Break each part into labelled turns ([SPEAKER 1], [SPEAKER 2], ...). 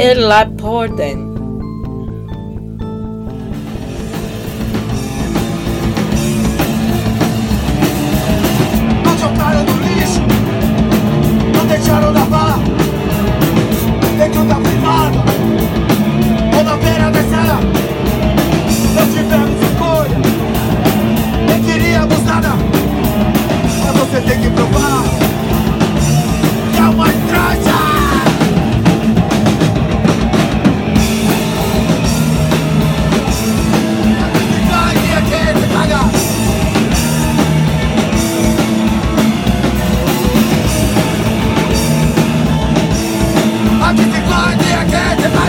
[SPEAKER 1] Källarpodden.
[SPEAKER 2] Não soltaram do lixo, não deixaram lavar dentro da privada ou na beira da estrada. Não tivemos escolha, nem queríamos nada, mas você tem que provar que é uma traja. é é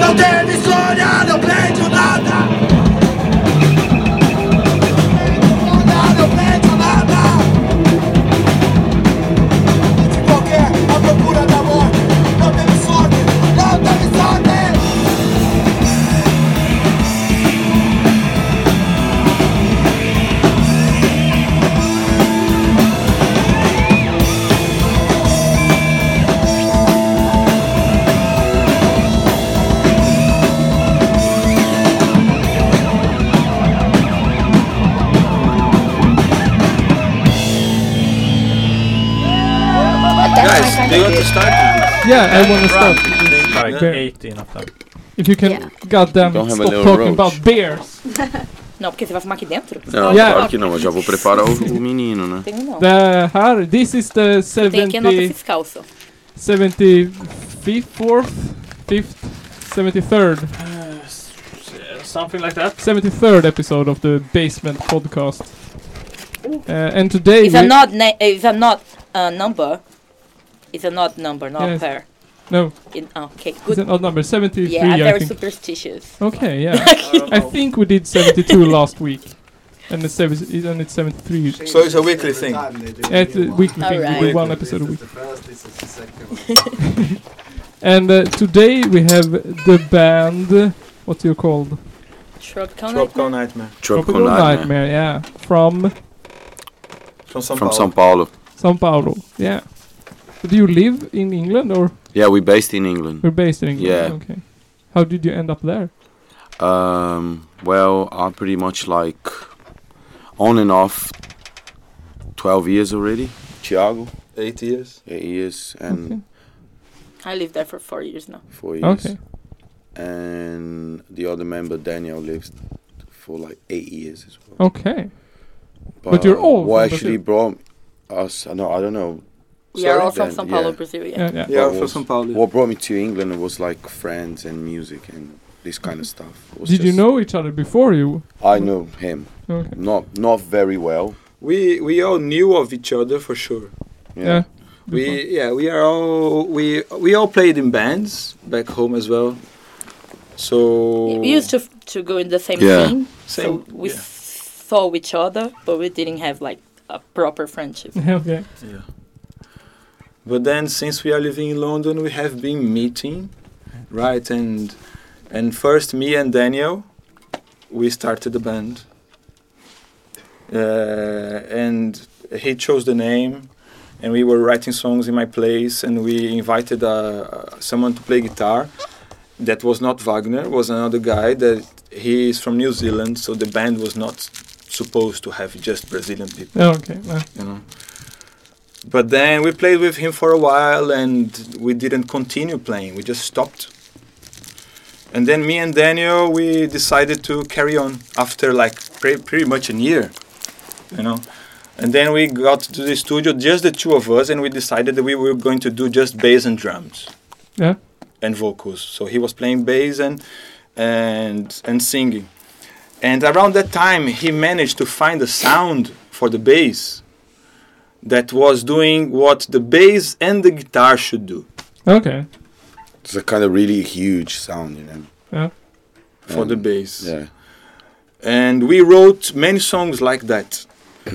[SPEAKER 2] Não teve história, não perde nada. Não perde nada. De qualquer a procura da morte. Não teve sorte, não teve sorte.
[SPEAKER 3] Oh
[SPEAKER 4] Guys, do you want to start?
[SPEAKER 5] Yeah, I want to stop.
[SPEAKER 6] like
[SPEAKER 4] Yeah.
[SPEAKER 6] 18 of them.
[SPEAKER 5] If you can
[SPEAKER 7] Yeah.
[SPEAKER 5] goddamn
[SPEAKER 3] Don't have a
[SPEAKER 5] stop
[SPEAKER 3] little
[SPEAKER 5] talking
[SPEAKER 3] roach.
[SPEAKER 5] about bears.
[SPEAKER 1] Não, porque você vai fumar aqui dentro?
[SPEAKER 3] Não,
[SPEAKER 5] Yeah.
[SPEAKER 3] claro que não. Eu já vou preparar o, o menino, né?
[SPEAKER 1] Tem um não.
[SPEAKER 5] The har this is the
[SPEAKER 1] Tem aqui a nota
[SPEAKER 5] 70,
[SPEAKER 1] fiscal só.
[SPEAKER 5] 74th, 5th, 73rd,
[SPEAKER 6] Something like that.
[SPEAKER 5] 73rd episode of the Basement Podcast. Uh, and today
[SPEAKER 1] It's a
[SPEAKER 5] we,
[SPEAKER 1] not, na- it's a not uh, number. It's a not number, not
[SPEAKER 5] Yes.
[SPEAKER 1] pair.
[SPEAKER 5] no,
[SPEAKER 1] In, ah, okay,
[SPEAKER 5] it's
[SPEAKER 1] good.
[SPEAKER 5] an odd number 73.
[SPEAKER 1] Yeah, I'm
[SPEAKER 5] I
[SPEAKER 1] very
[SPEAKER 5] think.
[SPEAKER 1] superstitious.
[SPEAKER 5] Okay, yeah. I think we did 72 last week, and it's seven, and it's 73.
[SPEAKER 4] So it's a weekly thing.
[SPEAKER 5] Yeah, it's a weekly thing. We do
[SPEAKER 1] Alright.
[SPEAKER 5] one episode a week. And uh, today we have the band. uh, What you called?
[SPEAKER 1] Shrug
[SPEAKER 4] Tropical Nightmare.
[SPEAKER 3] Tropical Nightmare.
[SPEAKER 5] Nightmare. Yeah, from
[SPEAKER 4] From São
[SPEAKER 3] From
[SPEAKER 4] Paulo.
[SPEAKER 3] São Paulo.
[SPEAKER 5] São Paulo. Yeah. Do you live in England or
[SPEAKER 3] Yeah, we based in England.
[SPEAKER 5] you're based in England?
[SPEAKER 3] Yeah.
[SPEAKER 5] Okay. How did you end up there?
[SPEAKER 3] Um, well, I'm pretty much like on and off 12 years already. Thiago,
[SPEAKER 4] Eight years.
[SPEAKER 3] 8 years and
[SPEAKER 5] Okay.
[SPEAKER 1] I lived there for four years now.
[SPEAKER 3] 4 years.
[SPEAKER 5] Okay.
[SPEAKER 3] And the other member, Daniel, lived for like 8 years as well.
[SPEAKER 5] Okay. Oh, but you're all
[SPEAKER 3] What
[SPEAKER 5] from
[SPEAKER 3] actually brought us, no, I don't know.
[SPEAKER 1] We are
[SPEAKER 3] Sorry?
[SPEAKER 1] all from
[SPEAKER 3] Then,
[SPEAKER 1] São Paulo,
[SPEAKER 3] yeah.
[SPEAKER 1] Brazil, yeah.
[SPEAKER 5] Yeah. yeah.
[SPEAKER 4] Yeah,
[SPEAKER 3] What
[SPEAKER 4] from
[SPEAKER 3] was-
[SPEAKER 4] São Paulo.
[SPEAKER 3] What brought me to England was like friends and music and this kind of stuff. It was
[SPEAKER 5] Did you
[SPEAKER 3] just-
[SPEAKER 5] know each other before you?
[SPEAKER 3] I know him.
[SPEAKER 5] Okay.
[SPEAKER 3] Not not very well.
[SPEAKER 8] We we all knew of each other for sure.
[SPEAKER 5] Yeah.
[SPEAKER 8] We yeah we are all we we all played in bands back home as well. So
[SPEAKER 1] We used to f- to go in the same
[SPEAKER 3] Oh. Yeah.
[SPEAKER 1] team, so
[SPEAKER 8] Same,
[SPEAKER 1] we
[SPEAKER 8] yeah.
[SPEAKER 1] saw each other, but we didn't have like a proper friendship.
[SPEAKER 5] okay.
[SPEAKER 8] but then since we are living in London, we have been meeting, right? And and first me and Daniel, we started the band. Uh, and he chose the name, and we were writing songs in my place, and we invited uh, someone to play guitar. That was not Wagner, was another guy that he is from New Zealand, so the band was not supposed to have just Brazilian people
[SPEAKER 5] Okay. yeah.
[SPEAKER 8] you know. But then we played with him for a while and we didn't continue playing, we just stopped. And then me and Daniel, we decided to carry on after like pre- pretty much a year, you know. And then we got to the studio, just the two of us, and we decided that we were going to do just bass and drums
[SPEAKER 5] Yeah.
[SPEAKER 8] and vocals. So he was playing bass and and and singing. And around that time, he managed to find a sound for the bass that was doing what the bass and the guitar should do.
[SPEAKER 5] Okay.
[SPEAKER 3] It's a kind of really huge sound, you know.
[SPEAKER 8] for the bass.
[SPEAKER 3] Yeah.
[SPEAKER 8] And we wrote many songs like that.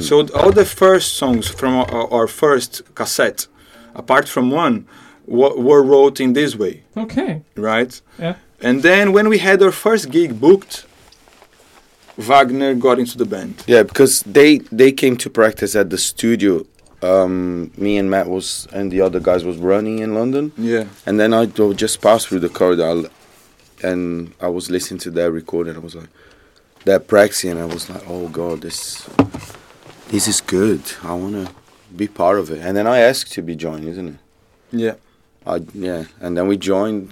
[SPEAKER 8] so th- all the first songs from our, our- our first cassette, apart from one, wa were wrote in this way,
[SPEAKER 5] Okay.
[SPEAKER 8] right?
[SPEAKER 5] Yeah.
[SPEAKER 8] And then when we had our first gig booked, Wagner got into the band.
[SPEAKER 3] Yeah, because they they came to practice at the studio. Um, me and Matt was and the other guys was running in London,
[SPEAKER 8] Yeah.
[SPEAKER 3] and then I drove- just passed through the corridor, I'll- and I was listening to that recording. I was like, that practicing, and I was like, oh god, this this is good. I wanna be part of it. And then I asked to be joined, isn't it?
[SPEAKER 8] Yeah.
[SPEAKER 3] I yeah, and then we joined,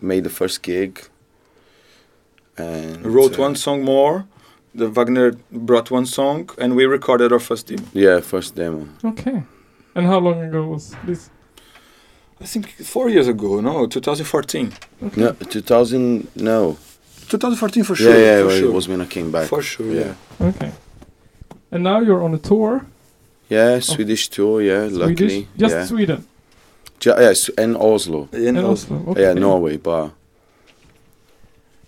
[SPEAKER 3] made the first gig, and
[SPEAKER 8] Wrote
[SPEAKER 3] uh,
[SPEAKER 8] one song more. The Wagner brought one song, and we recorded our first demo.
[SPEAKER 3] Yeah, first demo.
[SPEAKER 5] Okay. And how long ago was this?
[SPEAKER 8] I think four years ago, no, 2014.
[SPEAKER 3] No, 2000. No.
[SPEAKER 8] 2014 for sure.
[SPEAKER 3] yeah, yeah,
[SPEAKER 8] for
[SPEAKER 3] well,
[SPEAKER 8] sure.
[SPEAKER 3] it was when I came back.
[SPEAKER 8] For sure, yeah.
[SPEAKER 5] Okay. And now you're on a tour.
[SPEAKER 3] Yeah, Swedish tour. Yeah, luckily.
[SPEAKER 5] Swedish. Just
[SPEAKER 3] yeah.
[SPEAKER 5] Sweden.
[SPEAKER 3] Ju- yeah, Sw- and Oslo.
[SPEAKER 8] And
[SPEAKER 5] And
[SPEAKER 8] also-
[SPEAKER 5] Oslo. Okay.
[SPEAKER 3] Yeah, Norway, but.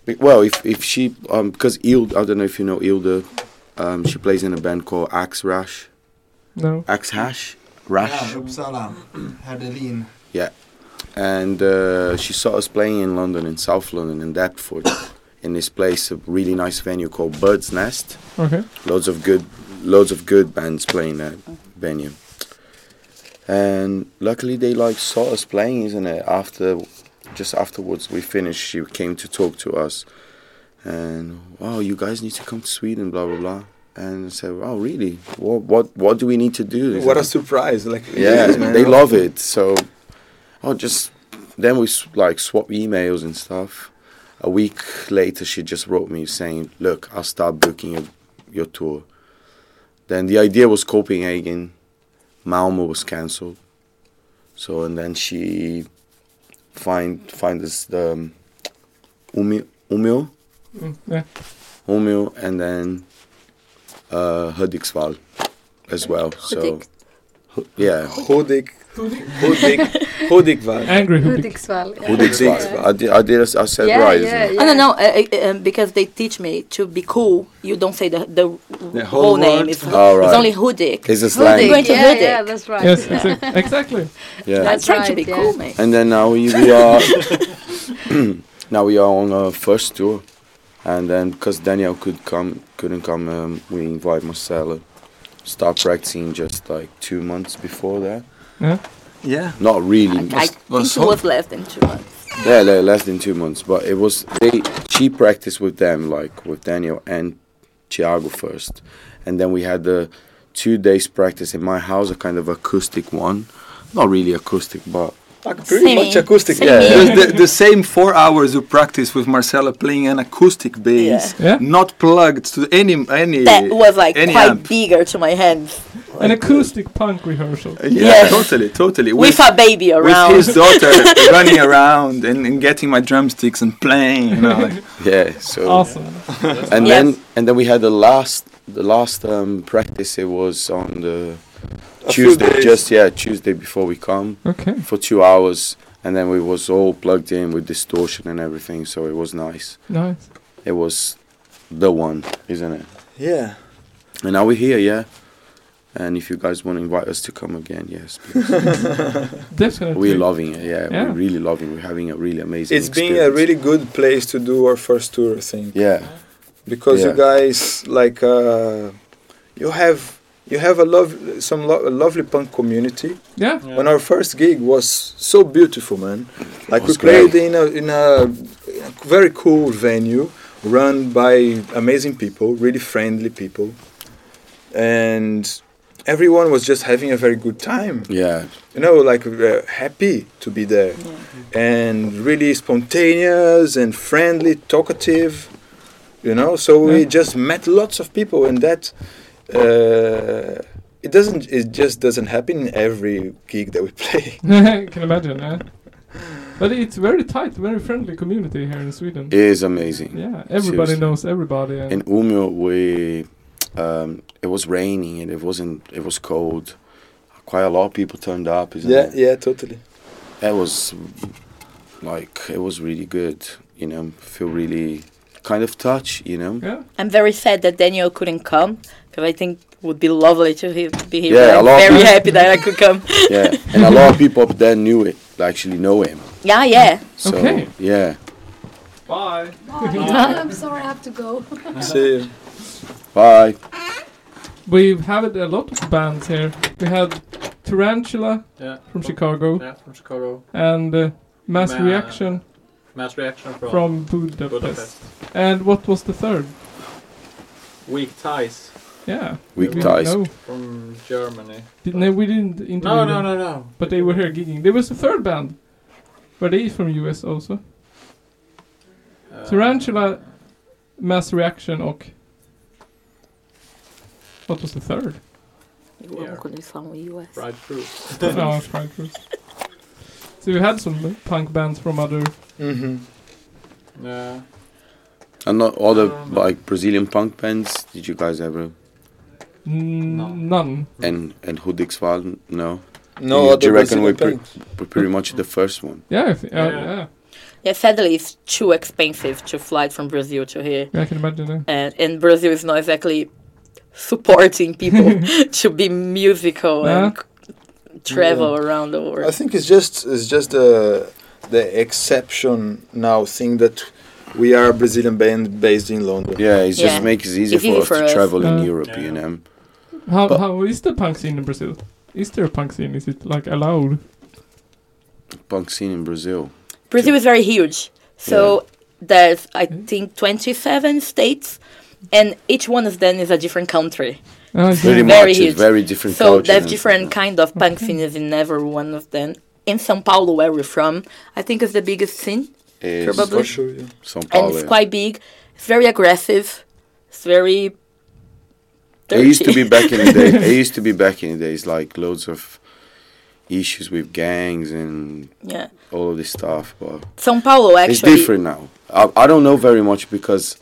[SPEAKER 3] Be- Well, if if she um because Ilde, I don't know if you know Ilde, um she plays in a band called Axe Rash,
[SPEAKER 5] No.
[SPEAKER 3] Axe Hash, Rash,
[SPEAKER 2] Uppsala, Herdelin.
[SPEAKER 3] and uh, she saw us playing in London, in South London, in Deptford, in this place, a really nice venue called Bird's Nest.
[SPEAKER 5] Okay.
[SPEAKER 3] loads of good loads of good bands playing that venue and luckily they like saw us playing isn't it after just afterwards we finished she came to talk to us and oh you guys need to come to sweden blah blah blah and I said oh really what what what do we need to do
[SPEAKER 8] What a surprise! Like
[SPEAKER 3] yeah
[SPEAKER 8] man.
[SPEAKER 3] they love it so oh just then we s- like swap emails and stuff a week later she just wrote me saying look i'll start booking your, your tour then the idea was copenhagen malmo was cancelled so and then she find find us the um, Umeå, Umeå,
[SPEAKER 5] Mm, yeah.
[SPEAKER 3] Umeå, and then uh, Hudiksvall as well. So
[SPEAKER 1] Hudik-
[SPEAKER 3] Hu- yeah,
[SPEAKER 8] Hodik, Hodik, Hodik Val.
[SPEAKER 5] Angry Hudik.
[SPEAKER 7] Hudiksvall. yeah.
[SPEAKER 3] Hudiksvall. I did, I did. I said
[SPEAKER 7] Yeah,
[SPEAKER 3] right.
[SPEAKER 7] yeah,
[SPEAKER 3] isn't it?
[SPEAKER 7] yeah.
[SPEAKER 1] I don't know uh, uh, um, because they teach me to be cool. You don't say the the,
[SPEAKER 8] The
[SPEAKER 1] whole,
[SPEAKER 8] whole
[SPEAKER 1] name.
[SPEAKER 8] word?
[SPEAKER 1] It's,
[SPEAKER 3] All
[SPEAKER 1] it's
[SPEAKER 3] right.
[SPEAKER 1] only Hudik.
[SPEAKER 3] It's a
[SPEAKER 7] Hudik,
[SPEAKER 3] slang.
[SPEAKER 1] Going to
[SPEAKER 7] yeah,
[SPEAKER 1] Hudik.
[SPEAKER 7] yeah, that's right.
[SPEAKER 5] Yes, exa- exactly.
[SPEAKER 3] Yeah.
[SPEAKER 1] I'm
[SPEAKER 7] That's
[SPEAKER 1] trying to be
[SPEAKER 7] right, yeah.
[SPEAKER 1] cool, man.
[SPEAKER 3] And then now we, we are now we are on our first tour, and then because Daniel could come couldn't come, um, we invite Marcelo. Start practicing just like two months before that.
[SPEAKER 5] Yeah.
[SPEAKER 8] Yeah.
[SPEAKER 3] Not really.
[SPEAKER 1] I think it
[SPEAKER 8] hot.
[SPEAKER 1] was less than two months.
[SPEAKER 3] Yeah, le- less than two months. But it was they. She practiced with them, like with Daniel and Thiago first, and then we had the two days practice in my house, a kind of acoustic one, not really acoustic, but
[SPEAKER 8] Like pretty
[SPEAKER 1] Singing.
[SPEAKER 8] much acoustic.
[SPEAKER 1] Singing.
[SPEAKER 3] Yeah.
[SPEAKER 8] Just the, the same four hours you practice with Marcella playing an acoustic bass,
[SPEAKER 5] Yeah. Yeah.
[SPEAKER 8] not plugged to any any.
[SPEAKER 1] That was like
[SPEAKER 8] any um,
[SPEAKER 1] quite
[SPEAKER 8] amp.
[SPEAKER 1] bigger to my hands.
[SPEAKER 3] uh,
[SPEAKER 5] An acoustic punk rehearsal.
[SPEAKER 8] Yeah,
[SPEAKER 1] Yes.
[SPEAKER 8] totally, totally.
[SPEAKER 1] With a baby around.
[SPEAKER 8] with his daughter running around and, and getting my drumsticks and playing. You know, like,
[SPEAKER 3] yeah. So
[SPEAKER 5] Awesome.
[SPEAKER 3] and
[SPEAKER 1] Yes.
[SPEAKER 3] then and then we had the last the last um, practice. It was on the
[SPEAKER 8] few
[SPEAKER 3] Tuesday,
[SPEAKER 8] days.
[SPEAKER 3] just yeah, Tuesday before we come
[SPEAKER 5] Okay.
[SPEAKER 3] for two hours, and then we was all plugged in with distortion and everything. So it was nice.
[SPEAKER 5] Nice.
[SPEAKER 3] It was the one, isn't it?
[SPEAKER 8] yeah.
[SPEAKER 3] And now we're here, yeah. And if you guys want to invite us to come again, yes, please.
[SPEAKER 5] Definitely.
[SPEAKER 3] we're loving it. Yeah,
[SPEAKER 5] Yeah.
[SPEAKER 3] we're really loving. it. We're having a really amazing.
[SPEAKER 8] It's been a
[SPEAKER 3] experience.
[SPEAKER 8] really good place to do our first tour, I think.
[SPEAKER 3] yeah,
[SPEAKER 8] because you
[SPEAKER 3] Yeah.
[SPEAKER 8] guys like uh, you have you have a love some lo- a lovely punk community.
[SPEAKER 5] Yeah.
[SPEAKER 6] Yeah.
[SPEAKER 8] When our first gig was so beautiful, man. Like we
[SPEAKER 3] Was
[SPEAKER 8] played
[SPEAKER 3] great.
[SPEAKER 8] in a, in a in a very cool venue run by amazing people, really friendly people, and everyone was just having a very good time
[SPEAKER 3] yeah.
[SPEAKER 8] you know, like uh, happy to be there and really spontaneous and friendly, talkative, you know. So we
[SPEAKER 5] Yeah.
[SPEAKER 8] just met lots of people, and that uh, it doesn't, it just doesn't happen in every gig that we play.
[SPEAKER 5] Can imagine. Yeah. But it's very tight, very friendly community here in Sweden.
[SPEAKER 3] It is amazing.
[SPEAKER 5] yeah, everybody
[SPEAKER 3] seriously.
[SPEAKER 5] knows everybody. And
[SPEAKER 3] In Umeå, we um, it was raining and it wasn't. It was cold. Quite a lot of people turned up. Isn't
[SPEAKER 8] Yeah,
[SPEAKER 3] it?
[SPEAKER 8] yeah, totally.
[SPEAKER 3] That was like it was really good. You know, feel really kind of touch. You know.
[SPEAKER 5] yeah,
[SPEAKER 1] I'm very sad that Daniel couldn't come because I think it would be lovely to he- be here.
[SPEAKER 3] Yeah,
[SPEAKER 1] but
[SPEAKER 3] a
[SPEAKER 1] I'm
[SPEAKER 3] lot of
[SPEAKER 1] very
[SPEAKER 3] people-
[SPEAKER 1] happy that I could come.
[SPEAKER 3] yeah, and a lot of people up there knew it. Actually, know him.
[SPEAKER 1] yeah, yeah.
[SPEAKER 3] So
[SPEAKER 5] Okay.
[SPEAKER 3] yeah.
[SPEAKER 5] bye.
[SPEAKER 7] I'm sorry, I have to go.
[SPEAKER 8] See, you.
[SPEAKER 3] Bye.
[SPEAKER 5] We've had a lot of bands here. We had Tarantula
[SPEAKER 6] Yeah.
[SPEAKER 5] from Chicago
[SPEAKER 6] Yeah, from Chicago.
[SPEAKER 5] and uh, Mass
[SPEAKER 6] Ma-
[SPEAKER 5] Reaction
[SPEAKER 6] Mass reaction
[SPEAKER 5] from
[SPEAKER 6] from,
[SPEAKER 5] Budapest. And what was the third?
[SPEAKER 6] Weak ties
[SPEAKER 5] Yeah,
[SPEAKER 3] Weak
[SPEAKER 5] we
[SPEAKER 3] ties.
[SPEAKER 5] No,
[SPEAKER 6] from Germany. Uh,
[SPEAKER 5] no, we didn't interview
[SPEAKER 6] No, no,
[SPEAKER 5] them,
[SPEAKER 6] no, no.
[SPEAKER 5] But they were here gigging. There was a third band. Were they from US also?
[SPEAKER 6] Uh,
[SPEAKER 5] Tarantula, Mass Reaction och... What was the third?
[SPEAKER 1] Eu amo quando eles falam US.
[SPEAKER 6] Fried fruit.
[SPEAKER 5] oh, Frankfurt. So we had some punk bands from other...
[SPEAKER 6] Yeah.
[SPEAKER 3] And not all the
[SPEAKER 6] Um,
[SPEAKER 3] like Brazilian punk bands. Did you guys ever?
[SPEAKER 5] N-
[SPEAKER 6] No.
[SPEAKER 5] None.
[SPEAKER 3] And and Hudiksvall? No.
[SPEAKER 8] no
[SPEAKER 3] You- do
[SPEAKER 8] other
[SPEAKER 3] you reckon we
[SPEAKER 8] Brazilian parents.
[SPEAKER 3] We're pretty
[SPEAKER 5] Mm.
[SPEAKER 3] much the first one.
[SPEAKER 5] Yeah, if, uh,
[SPEAKER 6] Yeah.
[SPEAKER 5] yeah.
[SPEAKER 1] Yeah, sadly, it's too expensive to fly from Brazil to here.
[SPEAKER 5] yeah, I can imagine that.
[SPEAKER 1] And, and Brazil is not exactly supporting people to be musical and c- travel around the
[SPEAKER 8] I
[SPEAKER 1] world.
[SPEAKER 8] think it's just it's just the the exception now thing that we are a Brazilian band based in London.
[SPEAKER 3] Yeah, it just
[SPEAKER 1] Yeah.
[SPEAKER 3] makes it easier
[SPEAKER 1] It's
[SPEAKER 3] for
[SPEAKER 1] easy
[SPEAKER 3] us
[SPEAKER 1] for
[SPEAKER 3] to
[SPEAKER 1] us.
[SPEAKER 3] travel in um,
[SPEAKER 5] Yeah.
[SPEAKER 3] Europe.
[SPEAKER 6] Yeah.
[SPEAKER 3] You know.
[SPEAKER 5] How,
[SPEAKER 3] But-
[SPEAKER 5] how is the punk scene in Brazil? Is there a punk scene? Is it like allowed?
[SPEAKER 3] Punk scene in Brazil.
[SPEAKER 1] Brazil is very huge. So there's, I
[SPEAKER 3] Hmm?
[SPEAKER 1] think, 27 states, and each one of them is a different country.
[SPEAKER 5] Ah,
[SPEAKER 3] Pretty
[SPEAKER 5] is there-
[SPEAKER 1] Very
[SPEAKER 3] much,
[SPEAKER 1] huge.
[SPEAKER 3] it's very different.
[SPEAKER 1] So
[SPEAKER 3] culture
[SPEAKER 1] there's
[SPEAKER 3] and-
[SPEAKER 1] different kind of punk scenes in every one of them. In São Paulo, where we're from, I think it's the biggest scene,
[SPEAKER 3] Is
[SPEAKER 1] probably.
[SPEAKER 8] For sure. Yeah.
[SPEAKER 3] São
[SPEAKER 1] and
[SPEAKER 3] Paulo.
[SPEAKER 1] it's quite big. It's very aggressive. It's very.
[SPEAKER 3] It used to
[SPEAKER 1] dirty.
[SPEAKER 3] be back in the day. It used to be back in the days like loads of issues with gangs and
[SPEAKER 1] yeah.
[SPEAKER 3] all of this stuff. But
[SPEAKER 1] São Paulo
[SPEAKER 3] it's
[SPEAKER 1] actually.
[SPEAKER 3] different now. I, I don't know very much because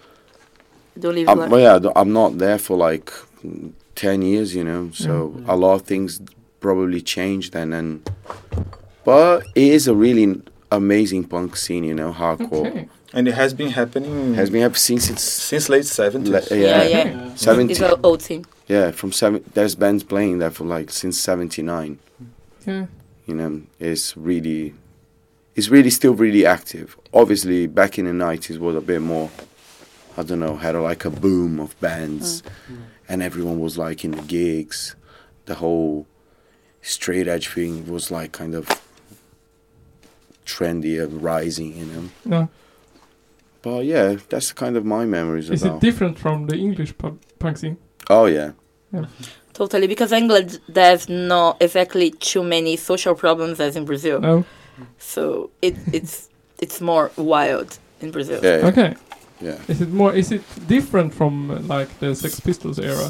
[SPEAKER 1] Don't live
[SPEAKER 3] I'm,
[SPEAKER 1] like-
[SPEAKER 3] Um, well, yeah, I don't- I'm not there for like mm, ten years, you know. So a lot of things probably changed then. And but it is a really amazing punk scene, you know, hardcore.
[SPEAKER 5] Okay.
[SPEAKER 8] And it has been happening
[SPEAKER 3] Has been happening since it's
[SPEAKER 8] since late seventies.
[SPEAKER 3] le-
[SPEAKER 1] Yeah,
[SPEAKER 3] yeah,
[SPEAKER 1] yeah.
[SPEAKER 6] Yeah.
[SPEAKER 1] It's
[SPEAKER 3] seventy.
[SPEAKER 1] an old scene.
[SPEAKER 3] Yeah, from seven. There's bands playing there for like since '79.
[SPEAKER 5] Yeah.
[SPEAKER 3] you know, is really, is really still really active. Obviously, back in the nineties was a bit more, I don't know, had a, like a boom of bands,
[SPEAKER 5] Hmm.
[SPEAKER 3] Hmm. and everyone was like in the gigs. The whole straight edge thing was like kind of trendy and rising, you know.
[SPEAKER 5] No.
[SPEAKER 3] But yeah, that's kind of my memories
[SPEAKER 5] Is it
[SPEAKER 3] about.
[SPEAKER 5] different from the English pub- punk scene?
[SPEAKER 3] oh yeah,
[SPEAKER 1] Totally, because England there's not exactly too many social problems as in Brazil,
[SPEAKER 5] No.
[SPEAKER 1] so it it's it's more wild in Brazil.
[SPEAKER 3] yeah,
[SPEAKER 5] Okay.
[SPEAKER 3] yeah.
[SPEAKER 5] Is it more? Is it different from uh, like the Sex Pistols era?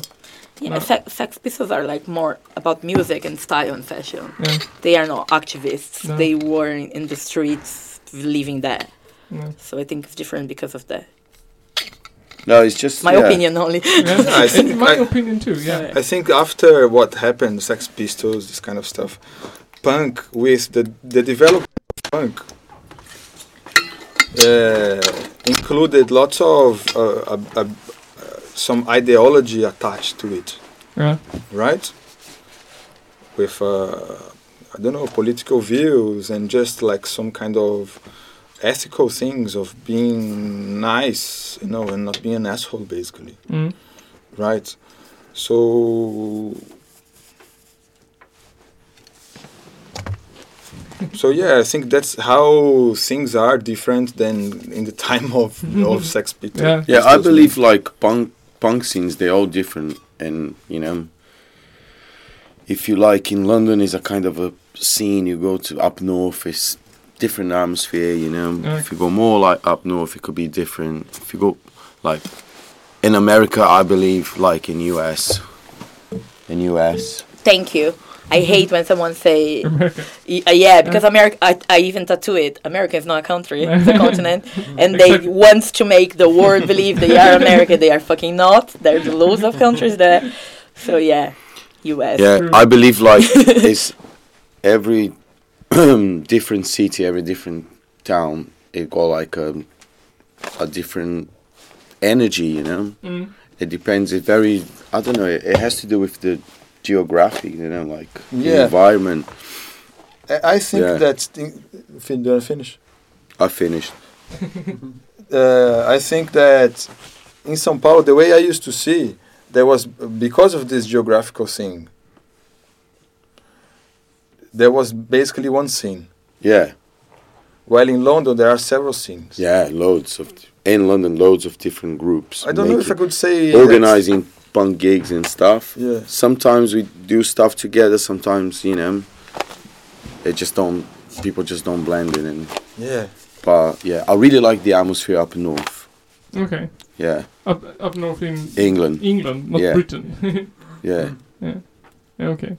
[SPEAKER 1] Yeah,
[SPEAKER 5] No.
[SPEAKER 1] sex, sex pistols are like more about music and style and fashion.
[SPEAKER 5] Yeah.
[SPEAKER 1] They are not activists.
[SPEAKER 5] No.
[SPEAKER 1] They were in, in the streets living there.
[SPEAKER 5] No.
[SPEAKER 1] So I think it's different because of that.
[SPEAKER 3] No, it's just
[SPEAKER 1] My
[SPEAKER 3] yeah.
[SPEAKER 1] opinion only.
[SPEAKER 5] Yeah.
[SPEAKER 8] I
[SPEAKER 5] It's
[SPEAKER 8] think
[SPEAKER 5] my
[SPEAKER 8] I-
[SPEAKER 5] opinion too. Yeah.
[SPEAKER 8] I think after what happened, Sex Pistols, this kind of stuff, punk with the the development of punk uh, included lots of uh, uh, uh, uh, some ideology attached to it,
[SPEAKER 5] Yeah.
[SPEAKER 8] right? With uh, I don't know political views and just like some kind of ethical things of being nice, you know, and not being an asshole, basically
[SPEAKER 5] Mm.
[SPEAKER 8] right? So, so yeah, I think that's how things are different than in the time of of Sex Pistols.
[SPEAKER 5] Yeah.
[SPEAKER 3] Yeah, I
[SPEAKER 8] Pistols.
[SPEAKER 3] believe like punk punk scenes, they're all different, and you know, if you like, in London is a kind of a scene. You go to up north, it's different atmosphere. You know,
[SPEAKER 5] Yeah.
[SPEAKER 3] if you go more like up north, it could be different. If you go like in America, I believe like in US, in US,
[SPEAKER 1] Thank you. I hate when someone say,
[SPEAKER 5] America.
[SPEAKER 1] y- uh, yeah, because America, I, I even tattoo it. America is not a country, it's a continent. And they
[SPEAKER 5] Exactly.
[SPEAKER 1] want to make the world believe they are America. They are fucking not. There's loads of countries there. So yeah, US.
[SPEAKER 3] yeah,
[SPEAKER 5] true.
[SPEAKER 3] I believe like it's every different city, every different town, it got like a a different energy, you know.
[SPEAKER 5] Mm.
[SPEAKER 3] It depends. It very. I don't know. It, it has to do with the geography, you know, like the
[SPEAKER 8] Yeah.
[SPEAKER 3] environment.
[SPEAKER 8] I, I think
[SPEAKER 3] Yeah.
[SPEAKER 8] that's thing. Fin- do I finish?
[SPEAKER 3] I finished.
[SPEAKER 8] uh, I think that in São Paulo, the way I used to see, there was because of this geographical thing. There was basically one scene,
[SPEAKER 3] Yeah,
[SPEAKER 8] while in London there are several scenes.
[SPEAKER 3] yeah, loads of in London, loads of different groups.
[SPEAKER 8] I don't know if
[SPEAKER 3] making-
[SPEAKER 8] I could say that-
[SPEAKER 3] organizing punk gigs and stuff.
[SPEAKER 8] Yeah.
[SPEAKER 3] Sometimes we do stuff together. Sometimes you know, it just don't. People just don't blend in. And,
[SPEAKER 8] Yeah,
[SPEAKER 3] but yeah, I really like the atmosphere up north.
[SPEAKER 5] Okay.
[SPEAKER 3] Yeah,
[SPEAKER 5] Up up north in
[SPEAKER 3] England.
[SPEAKER 5] England, not
[SPEAKER 3] Yeah.
[SPEAKER 5] Britain.
[SPEAKER 3] Yeah,
[SPEAKER 5] Mm. Yeah, okay.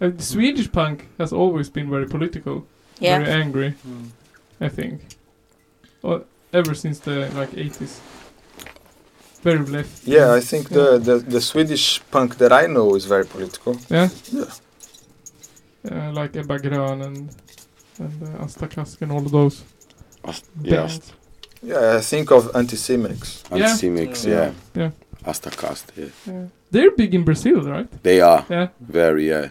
[SPEAKER 5] Uh, Swedish punk has always been very political,
[SPEAKER 1] Yeah.
[SPEAKER 5] very angry. I think, or ever since the like eighties. Very left.
[SPEAKER 8] yeah. I think the, the the Swedish punk that I know is very political.
[SPEAKER 5] Yeah.
[SPEAKER 8] Yeah.
[SPEAKER 5] Uh, like Ebba Grön and and uh, Asta Kask and all of those.
[SPEAKER 3] Ast- yeah,
[SPEAKER 5] bands.
[SPEAKER 3] Ast-
[SPEAKER 8] Yeah, I think of anti-Semites.
[SPEAKER 5] Yeah.
[SPEAKER 3] Antisemix.
[SPEAKER 6] Yeah.
[SPEAKER 3] Yeah,
[SPEAKER 5] Yeah.
[SPEAKER 3] Astacast. Yeah,
[SPEAKER 5] Yeah. They're big in Brazil, right?
[SPEAKER 3] they are
[SPEAKER 5] Yeah.
[SPEAKER 3] very yeah.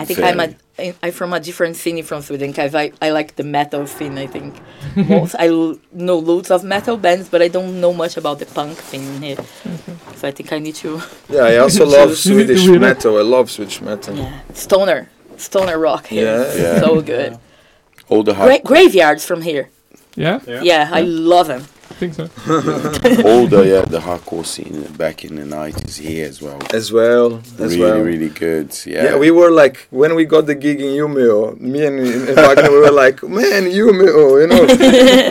[SPEAKER 1] I think
[SPEAKER 3] Very.
[SPEAKER 1] I'm a, I- I'm from a different scene from Sweden because I, I like the metal scene. I think most I l- know loads of metal bands, but I don't know much about the punk scene here. So I think I need to
[SPEAKER 8] Yeah, I also love
[SPEAKER 5] You need to
[SPEAKER 8] Swedish
[SPEAKER 5] read it.
[SPEAKER 8] metal. I love Swedish metal.
[SPEAKER 1] yeah stoner stoner rock here.
[SPEAKER 8] Yeah.
[SPEAKER 1] is
[SPEAKER 3] Yeah.
[SPEAKER 1] so good.
[SPEAKER 3] All the hard,
[SPEAKER 1] Gra- graveyards from here.
[SPEAKER 5] Yeah.
[SPEAKER 6] Yeah.
[SPEAKER 1] Yeah, I love them.
[SPEAKER 5] I think so.
[SPEAKER 3] all the yeah, the hardcore scene back in the nineties here as well.
[SPEAKER 8] As well, as
[SPEAKER 3] really,
[SPEAKER 8] well.
[SPEAKER 3] really good. Yeah,
[SPEAKER 8] Yeah, we were like when we got the gig in Umeå, me and, and Wagner we were like, man, Umeå, you know,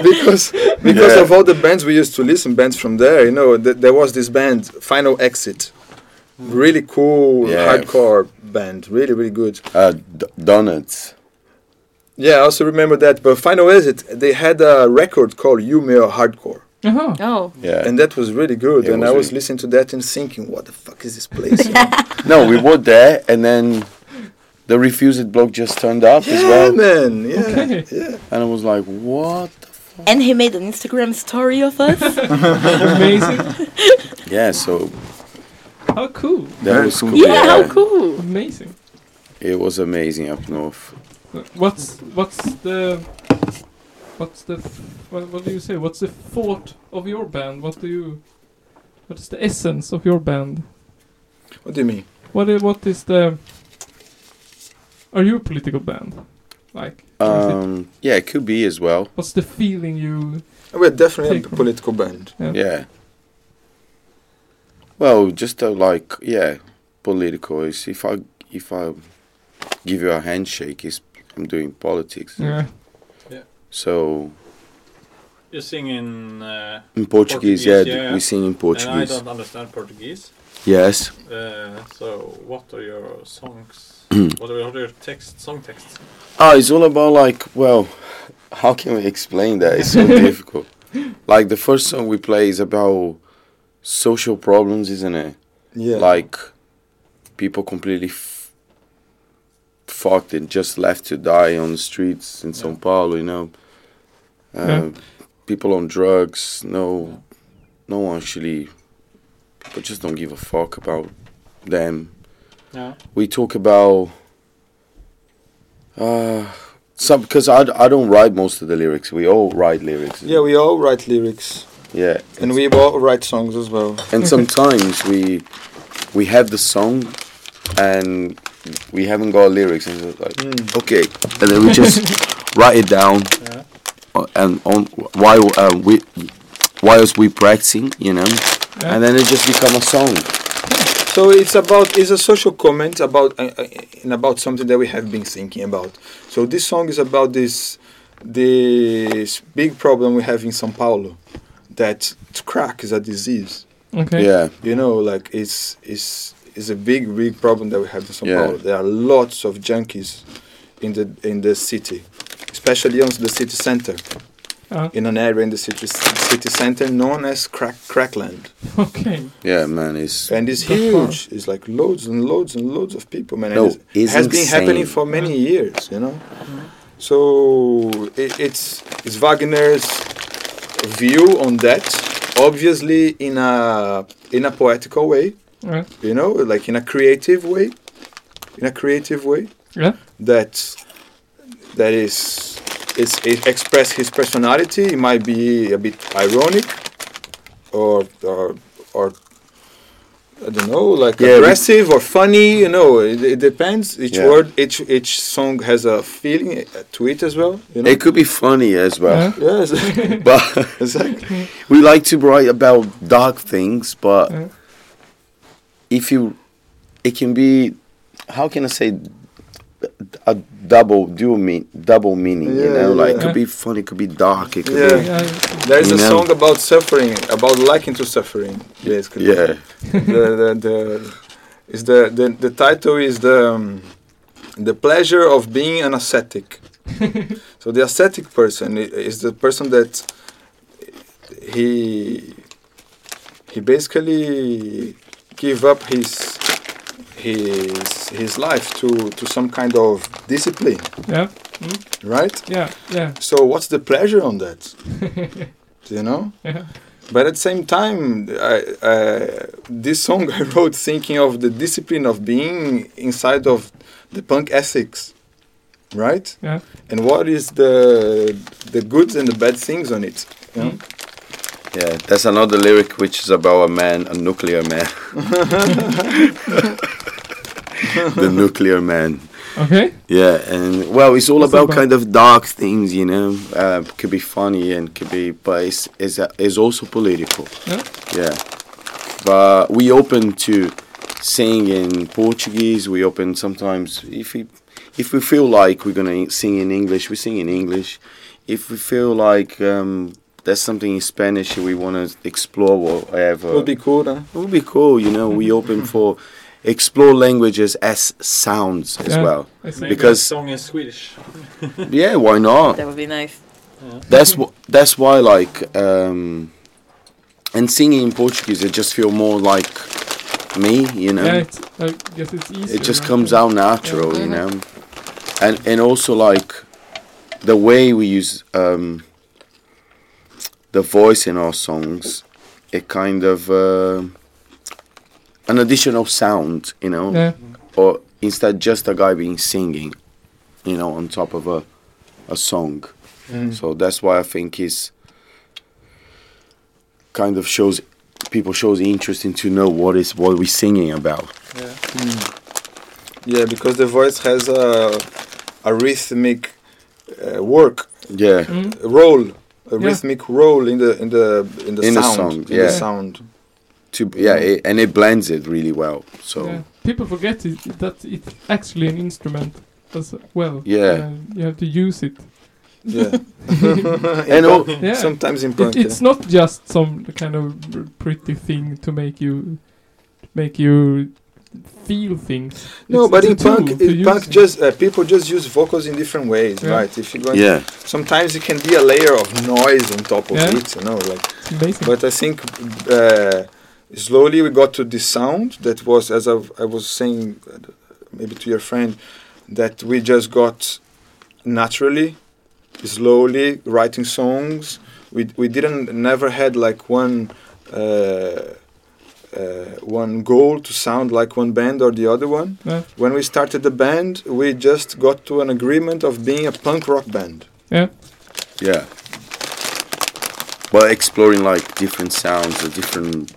[SPEAKER 8] because because
[SPEAKER 3] Yeah.
[SPEAKER 8] of all the bands we used to listen, bands from there, you know, th- there was this band Final Exit, really cool
[SPEAKER 3] Mm. Yeah.
[SPEAKER 8] hardcore band, really really good.
[SPEAKER 3] uh, d- donuts.
[SPEAKER 8] Yeah, I also remember that. But Final Exit, they had a record called Umeå Hardcore,
[SPEAKER 5] Uh-huh.
[SPEAKER 1] Oh,
[SPEAKER 3] Yeah,
[SPEAKER 8] and that was really good.
[SPEAKER 3] It
[SPEAKER 8] and
[SPEAKER 3] was
[SPEAKER 8] I was
[SPEAKER 3] really-
[SPEAKER 8] listening to that and thinking, what the fuck is this place? you know?
[SPEAKER 3] No, we were there, and then the refused block just turned up as
[SPEAKER 8] yeah,
[SPEAKER 3] well,
[SPEAKER 8] man, yeah.
[SPEAKER 5] Okay.
[SPEAKER 3] and I was like, "What?" the f-"
[SPEAKER 1] and he made an Instagram story of us.
[SPEAKER 5] Amazing.
[SPEAKER 3] Yeah, so
[SPEAKER 5] How cool.
[SPEAKER 3] that was cool.
[SPEAKER 1] yeah, how cool.
[SPEAKER 5] Amazing.
[SPEAKER 3] It was amazing up north.
[SPEAKER 5] What's what's the what's the what, what do you say? What's the thought of your band? What do you what is the essence of your band?
[SPEAKER 8] What do you mean?
[SPEAKER 5] What i- what is the are you a political band? Like or is it-
[SPEAKER 3] Um, yeah, it could be as well.
[SPEAKER 5] what's the feeling you uh,
[SPEAKER 8] We're definitely a
[SPEAKER 5] Take-
[SPEAKER 8] political band.
[SPEAKER 3] Yeah. Well, just uh, like yeah, political. Is if I if I give you a handshake, is I'm doing politics.
[SPEAKER 5] yeah.
[SPEAKER 3] So
[SPEAKER 6] You sing in. Uh,
[SPEAKER 3] in Portuguese,
[SPEAKER 6] Portuguese,
[SPEAKER 3] yeah,
[SPEAKER 6] yeah.
[SPEAKER 3] we sing in
[SPEAKER 6] and I
[SPEAKER 3] Portuguese.
[SPEAKER 6] don't understand Portuguese.
[SPEAKER 3] Yes.
[SPEAKER 6] Uh, so, what are your songs? what are your text song texts?
[SPEAKER 3] Oh, it's all about like, well, how can we explain that? It's so difficult. Like the first song we play is about social problems, isn't it?
[SPEAKER 8] Yeah.
[SPEAKER 3] Like people completely f- fucked and just left to die on the streets in São Paulo, you know. Uh,
[SPEAKER 5] Yeah.
[SPEAKER 3] People on drugs, no, no one actually. People just don't give a fuck about them
[SPEAKER 6] Yeah.
[SPEAKER 3] we talk about uh some because I, I don't write most of the lyrics we all write lyrics
[SPEAKER 8] Yeah, we all write lyrics,
[SPEAKER 3] yeah
[SPEAKER 8] and we all write songs as well.
[SPEAKER 3] and
[SPEAKER 5] Mm-hmm.
[SPEAKER 3] sometimes we we have the song and we haven't got lyrics and it's like
[SPEAKER 5] Mm.
[SPEAKER 3] okay and then we just write it down uh, and on why uh, we why was we practicing you know and then it just become a song
[SPEAKER 8] So it's about it's a social comment about uh, uh, and about something that we have been thinking about. So this song is about this this big problem we have in São Paulo, that crack is a disease.
[SPEAKER 5] Okay.
[SPEAKER 3] yeah
[SPEAKER 8] You know, like it's it's is a big, big problem that we have in São
[SPEAKER 3] Yeah.
[SPEAKER 8] Paulo. There are lots of junkies in the in the city, especially on the city center.
[SPEAKER 5] Uh,
[SPEAKER 8] In an area in the city city center known as crack crackland,
[SPEAKER 5] okay.
[SPEAKER 3] Yeah, man, it's
[SPEAKER 8] and it's huge. It's like loads and loads and loads of people, man. and
[SPEAKER 3] No,
[SPEAKER 8] it's-
[SPEAKER 3] it's
[SPEAKER 8] has been happening
[SPEAKER 3] insane.
[SPEAKER 8] for many years, you know. So it, it's it's Wagner's view on that, obviously in a in a poetical way,
[SPEAKER 5] Uh,
[SPEAKER 8] you know, like in a creative way, in a creative way
[SPEAKER 5] yeah.
[SPEAKER 8] that that is is it express his personality. It might be a bit ironic, or or, or I don't know, like
[SPEAKER 3] Yeah,
[SPEAKER 8] aggressive or funny. You know, it, it depends. Each
[SPEAKER 3] Yeah.
[SPEAKER 8] word, each each song has a feeling uh, to it as well. You know.
[SPEAKER 3] it could be funny as well,
[SPEAKER 5] Yeah.
[SPEAKER 8] yes,
[SPEAKER 3] but
[SPEAKER 8] exactly.
[SPEAKER 3] we like to write about dark things, but
[SPEAKER 5] Mm.
[SPEAKER 3] if you, it can be, how can I say, a double dual mean double meaning. you
[SPEAKER 8] Yeah,
[SPEAKER 3] know, like it
[SPEAKER 5] yeah.
[SPEAKER 3] could be funny, it could be dark, it could
[SPEAKER 8] Yeah.
[SPEAKER 3] be
[SPEAKER 5] Yeah.
[SPEAKER 8] There is
[SPEAKER 3] You
[SPEAKER 8] a
[SPEAKER 3] know.
[SPEAKER 8] song about suffering, about liking to suffering, basically.
[SPEAKER 3] yeah,
[SPEAKER 8] the, the, the is the, the the title is the um, the pleasure of being an ascetic. so the ascetic person i- is the person that he he basically give up his his his life to to some kind of discipline,
[SPEAKER 5] Yeah.
[SPEAKER 8] right?
[SPEAKER 5] Yeah. Yeah.
[SPEAKER 8] So what's the pleasure on that? Do you know?
[SPEAKER 5] Yeah.
[SPEAKER 8] But at the same time, I, uh, this song I wrote thinking of the discipline of being inside of the punk ethics, right?
[SPEAKER 5] Yeah.
[SPEAKER 8] And what is the the goods and the bad things on it? You know?
[SPEAKER 3] yeah. That's another lyric which is about a man, a nuclear man, the nuclear man.
[SPEAKER 5] Okay.
[SPEAKER 3] Yeah, and well, it's all
[SPEAKER 5] What's
[SPEAKER 3] about
[SPEAKER 5] about-
[SPEAKER 3] kind of dark things, you know. Uh, could be funny and could be, but it's it's, uh, it's also political.
[SPEAKER 5] Yeah.
[SPEAKER 3] Yeah, but we open to sing in Portuguese. We open sometimes if we if we feel like we're gonna sing in English, we sing in English. If we feel like um, there's something in Spanish we want to explore or whatever,
[SPEAKER 8] It would be cool, huh?
[SPEAKER 3] it would be cool, you know. We open for explore languages as sounds as
[SPEAKER 5] Yeah.
[SPEAKER 3] well.
[SPEAKER 5] I see.
[SPEAKER 6] Maybe
[SPEAKER 3] Because-
[SPEAKER 6] because song in Swedish.
[SPEAKER 3] Yeah, why not?
[SPEAKER 1] That would be nice.
[SPEAKER 3] That's wh- that's why like um, and singing in Portuguese, it just feel more like me, you know.
[SPEAKER 5] Yeah. It's, I guess it's easier.
[SPEAKER 3] um, it just
[SPEAKER 5] right?
[SPEAKER 3] comes out natural, you know. And and also like the way we use um, the voice in our songs, it kind of uh, an additional sound, you know
[SPEAKER 5] Yeah.
[SPEAKER 3] or instead just a guy being singing, you know, on top of a a song.
[SPEAKER 5] Mm.
[SPEAKER 3] So that's why I think he's kind of shows people shows interesting to know what is what we're singing about.
[SPEAKER 8] Yeah, because the voice has a a rhythmic uh, work
[SPEAKER 3] Yeah,
[SPEAKER 8] role, a
[SPEAKER 5] Yeah.
[SPEAKER 8] rhythmic role in the in the in the
[SPEAKER 3] In the
[SPEAKER 8] sound,
[SPEAKER 3] song,
[SPEAKER 8] in
[SPEAKER 3] yeah.
[SPEAKER 8] the sound.
[SPEAKER 3] to yeah, it, and it blends it really well. So
[SPEAKER 5] Yeah. People forget it, that it's actually an instrument as well.
[SPEAKER 3] Yeah.
[SPEAKER 5] Uh, you have to use it.
[SPEAKER 8] Yeah,
[SPEAKER 3] and all,
[SPEAKER 5] Yeah.
[SPEAKER 8] sometimes in punk.
[SPEAKER 5] It, it's not just some kind of r- pretty thing to make you make you feel things.
[SPEAKER 8] No,
[SPEAKER 5] It's-
[SPEAKER 8] but
[SPEAKER 5] it's a
[SPEAKER 8] in punk,
[SPEAKER 5] tool to
[SPEAKER 8] in punk,
[SPEAKER 5] use.
[SPEAKER 8] just uh, people just use vocals in different ways,
[SPEAKER 5] Yeah.
[SPEAKER 8] right? If you go,
[SPEAKER 3] yeah,
[SPEAKER 8] sometimes it can be a layer of noise on top of
[SPEAKER 5] Yeah.
[SPEAKER 8] it, you know. Like,
[SPEAKER 5] It's amazing.
[SPEAKER 8] but I think uh, slowly we got to this sound that was, as I, I was saying, uh, maybe to your friend, that we just got naturally, slowly writing songs. We we didn't never had like one. Uh, uh, one goal to sound like one band or the other one.
[SPEAKER 5] Yeah.
[SPEAKER 8] When we started the band, we just got to an agreement of being a punk rock band.
[SPEAKER 5] yeah.
[SPEAKER 3] yeah. But exploring like different sounds, a different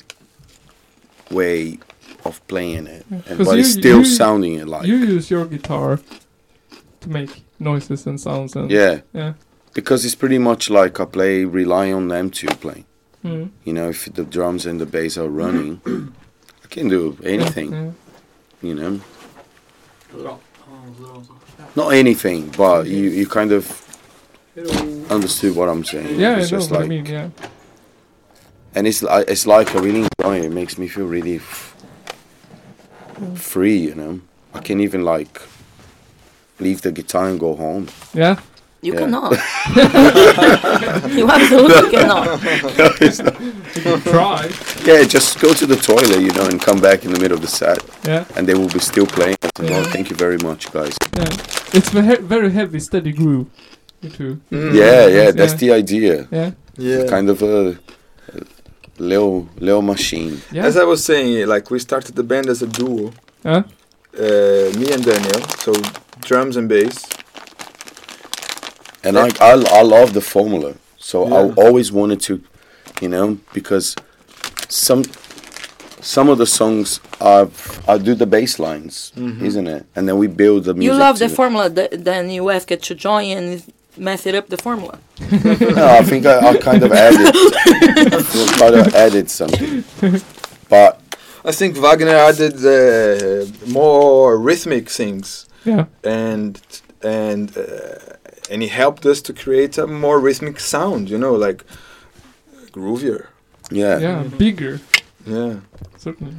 [SPEAKER 3] way of playing it, and
[SPEAKER 5] Mm. 'Cause
[SPEAKER 3] but
[SPEAKER 5] you-
[SPEAKER 3] it's still
[SPEAKER 5] you-
[SPEAKER 3] sounding it like
[SPEAKER 5] you use your guitar to make noises and sounds and
[SPEAKER 3] yeah.
[SPEAKER 5] yeah.
[SPEAKER 3] because it's pretty much like I play rely on them to play.
[SPEAKER 5] Mm.
[SPEAKER 3] You know, if the drums and the bass are running, I can do anything.
[SPEAKER 5] Yeah.
[SPEAKER 3] You know, not anything, but you you kind of understood what I'm saying.
[SPEAKER 5] Yeah,
[SPEAKER 3] it's
[SPEAKER 5] I know
[SPEAKER 3] just
[SPEAKER 5] what
[SPEAKER 3] like,
[SPEAKER 5] I mean. Yeah,
[SPEAKER 3] and it's like it's like I really enjoy it. It makes me feel really. free, you know. I can even like leave the guitar and go home.
[SPEAKER 5] Yeah.
[SPEAKER 1] You
[SPEAKER 3] Yeah.
[SPEAKER 1] cannot. you absolutely cannot.
[SPEAKER 5] You can try.
[SPEAKER 3] Yeah, just go to the toilet, you know, and come back in the middle of the set,
[SPEAKER 5] Yeah.
[SPEAKER 3] and they will be still playing. So, well, thank you very much, guys.
[SPEAKER 5] Yeah. It's very very heavy, steady groove. You two.
[SPEAKER 8] Mm.
[SPEAKER 3] Yeah, yeah, that's
[SPEAKER 5] Yeah.
[SPEAKER 3] the idea.
[SPEAKER 5] Yeah.
[SPEAKER 8] Yeah.
[SPEAKER 3] Kind of a a little little machine.
[SPEAKER 5] Yeah.
[SPEAKER 8] As I was saying, like we started the band as a duo,
[SPEAKER 5] Huh?
[SPEAKER 8] uh, me and Daniel, so drums and bass.
[SPEAKER 3] And I, I, I love the formula. So
[SPEAKER 8] Yeah.
[SPEAKER 3] I always wanted to, you know, because some some of the songs are I do the bass lines, isn't it? And then we build the
[SPEAKER 1] You
[SPEAKER 3] music.
[SPEAKER 1] love the
[SPEAKER 3] to-
[SPEAKER 1] formula, th- then you ask it to join and mess it up the formula.
[SPEAKER 3] No, I think I, I kind of added, I kind of added something, but
[SPEAKER 8] I think Wagner added uh, more rhythmic things,
[SPEAKER 5] Yeah.
[SPEAKER 8] and and uh, and he helped us to create a more rhythmic sound. You know, like groovier.
[SPEAKER 3] yeah.
[SPEAKER 5] Yeah. Bigger.
[SPEAKER 8] Yeah.
[SPEAKER 5] Certainly.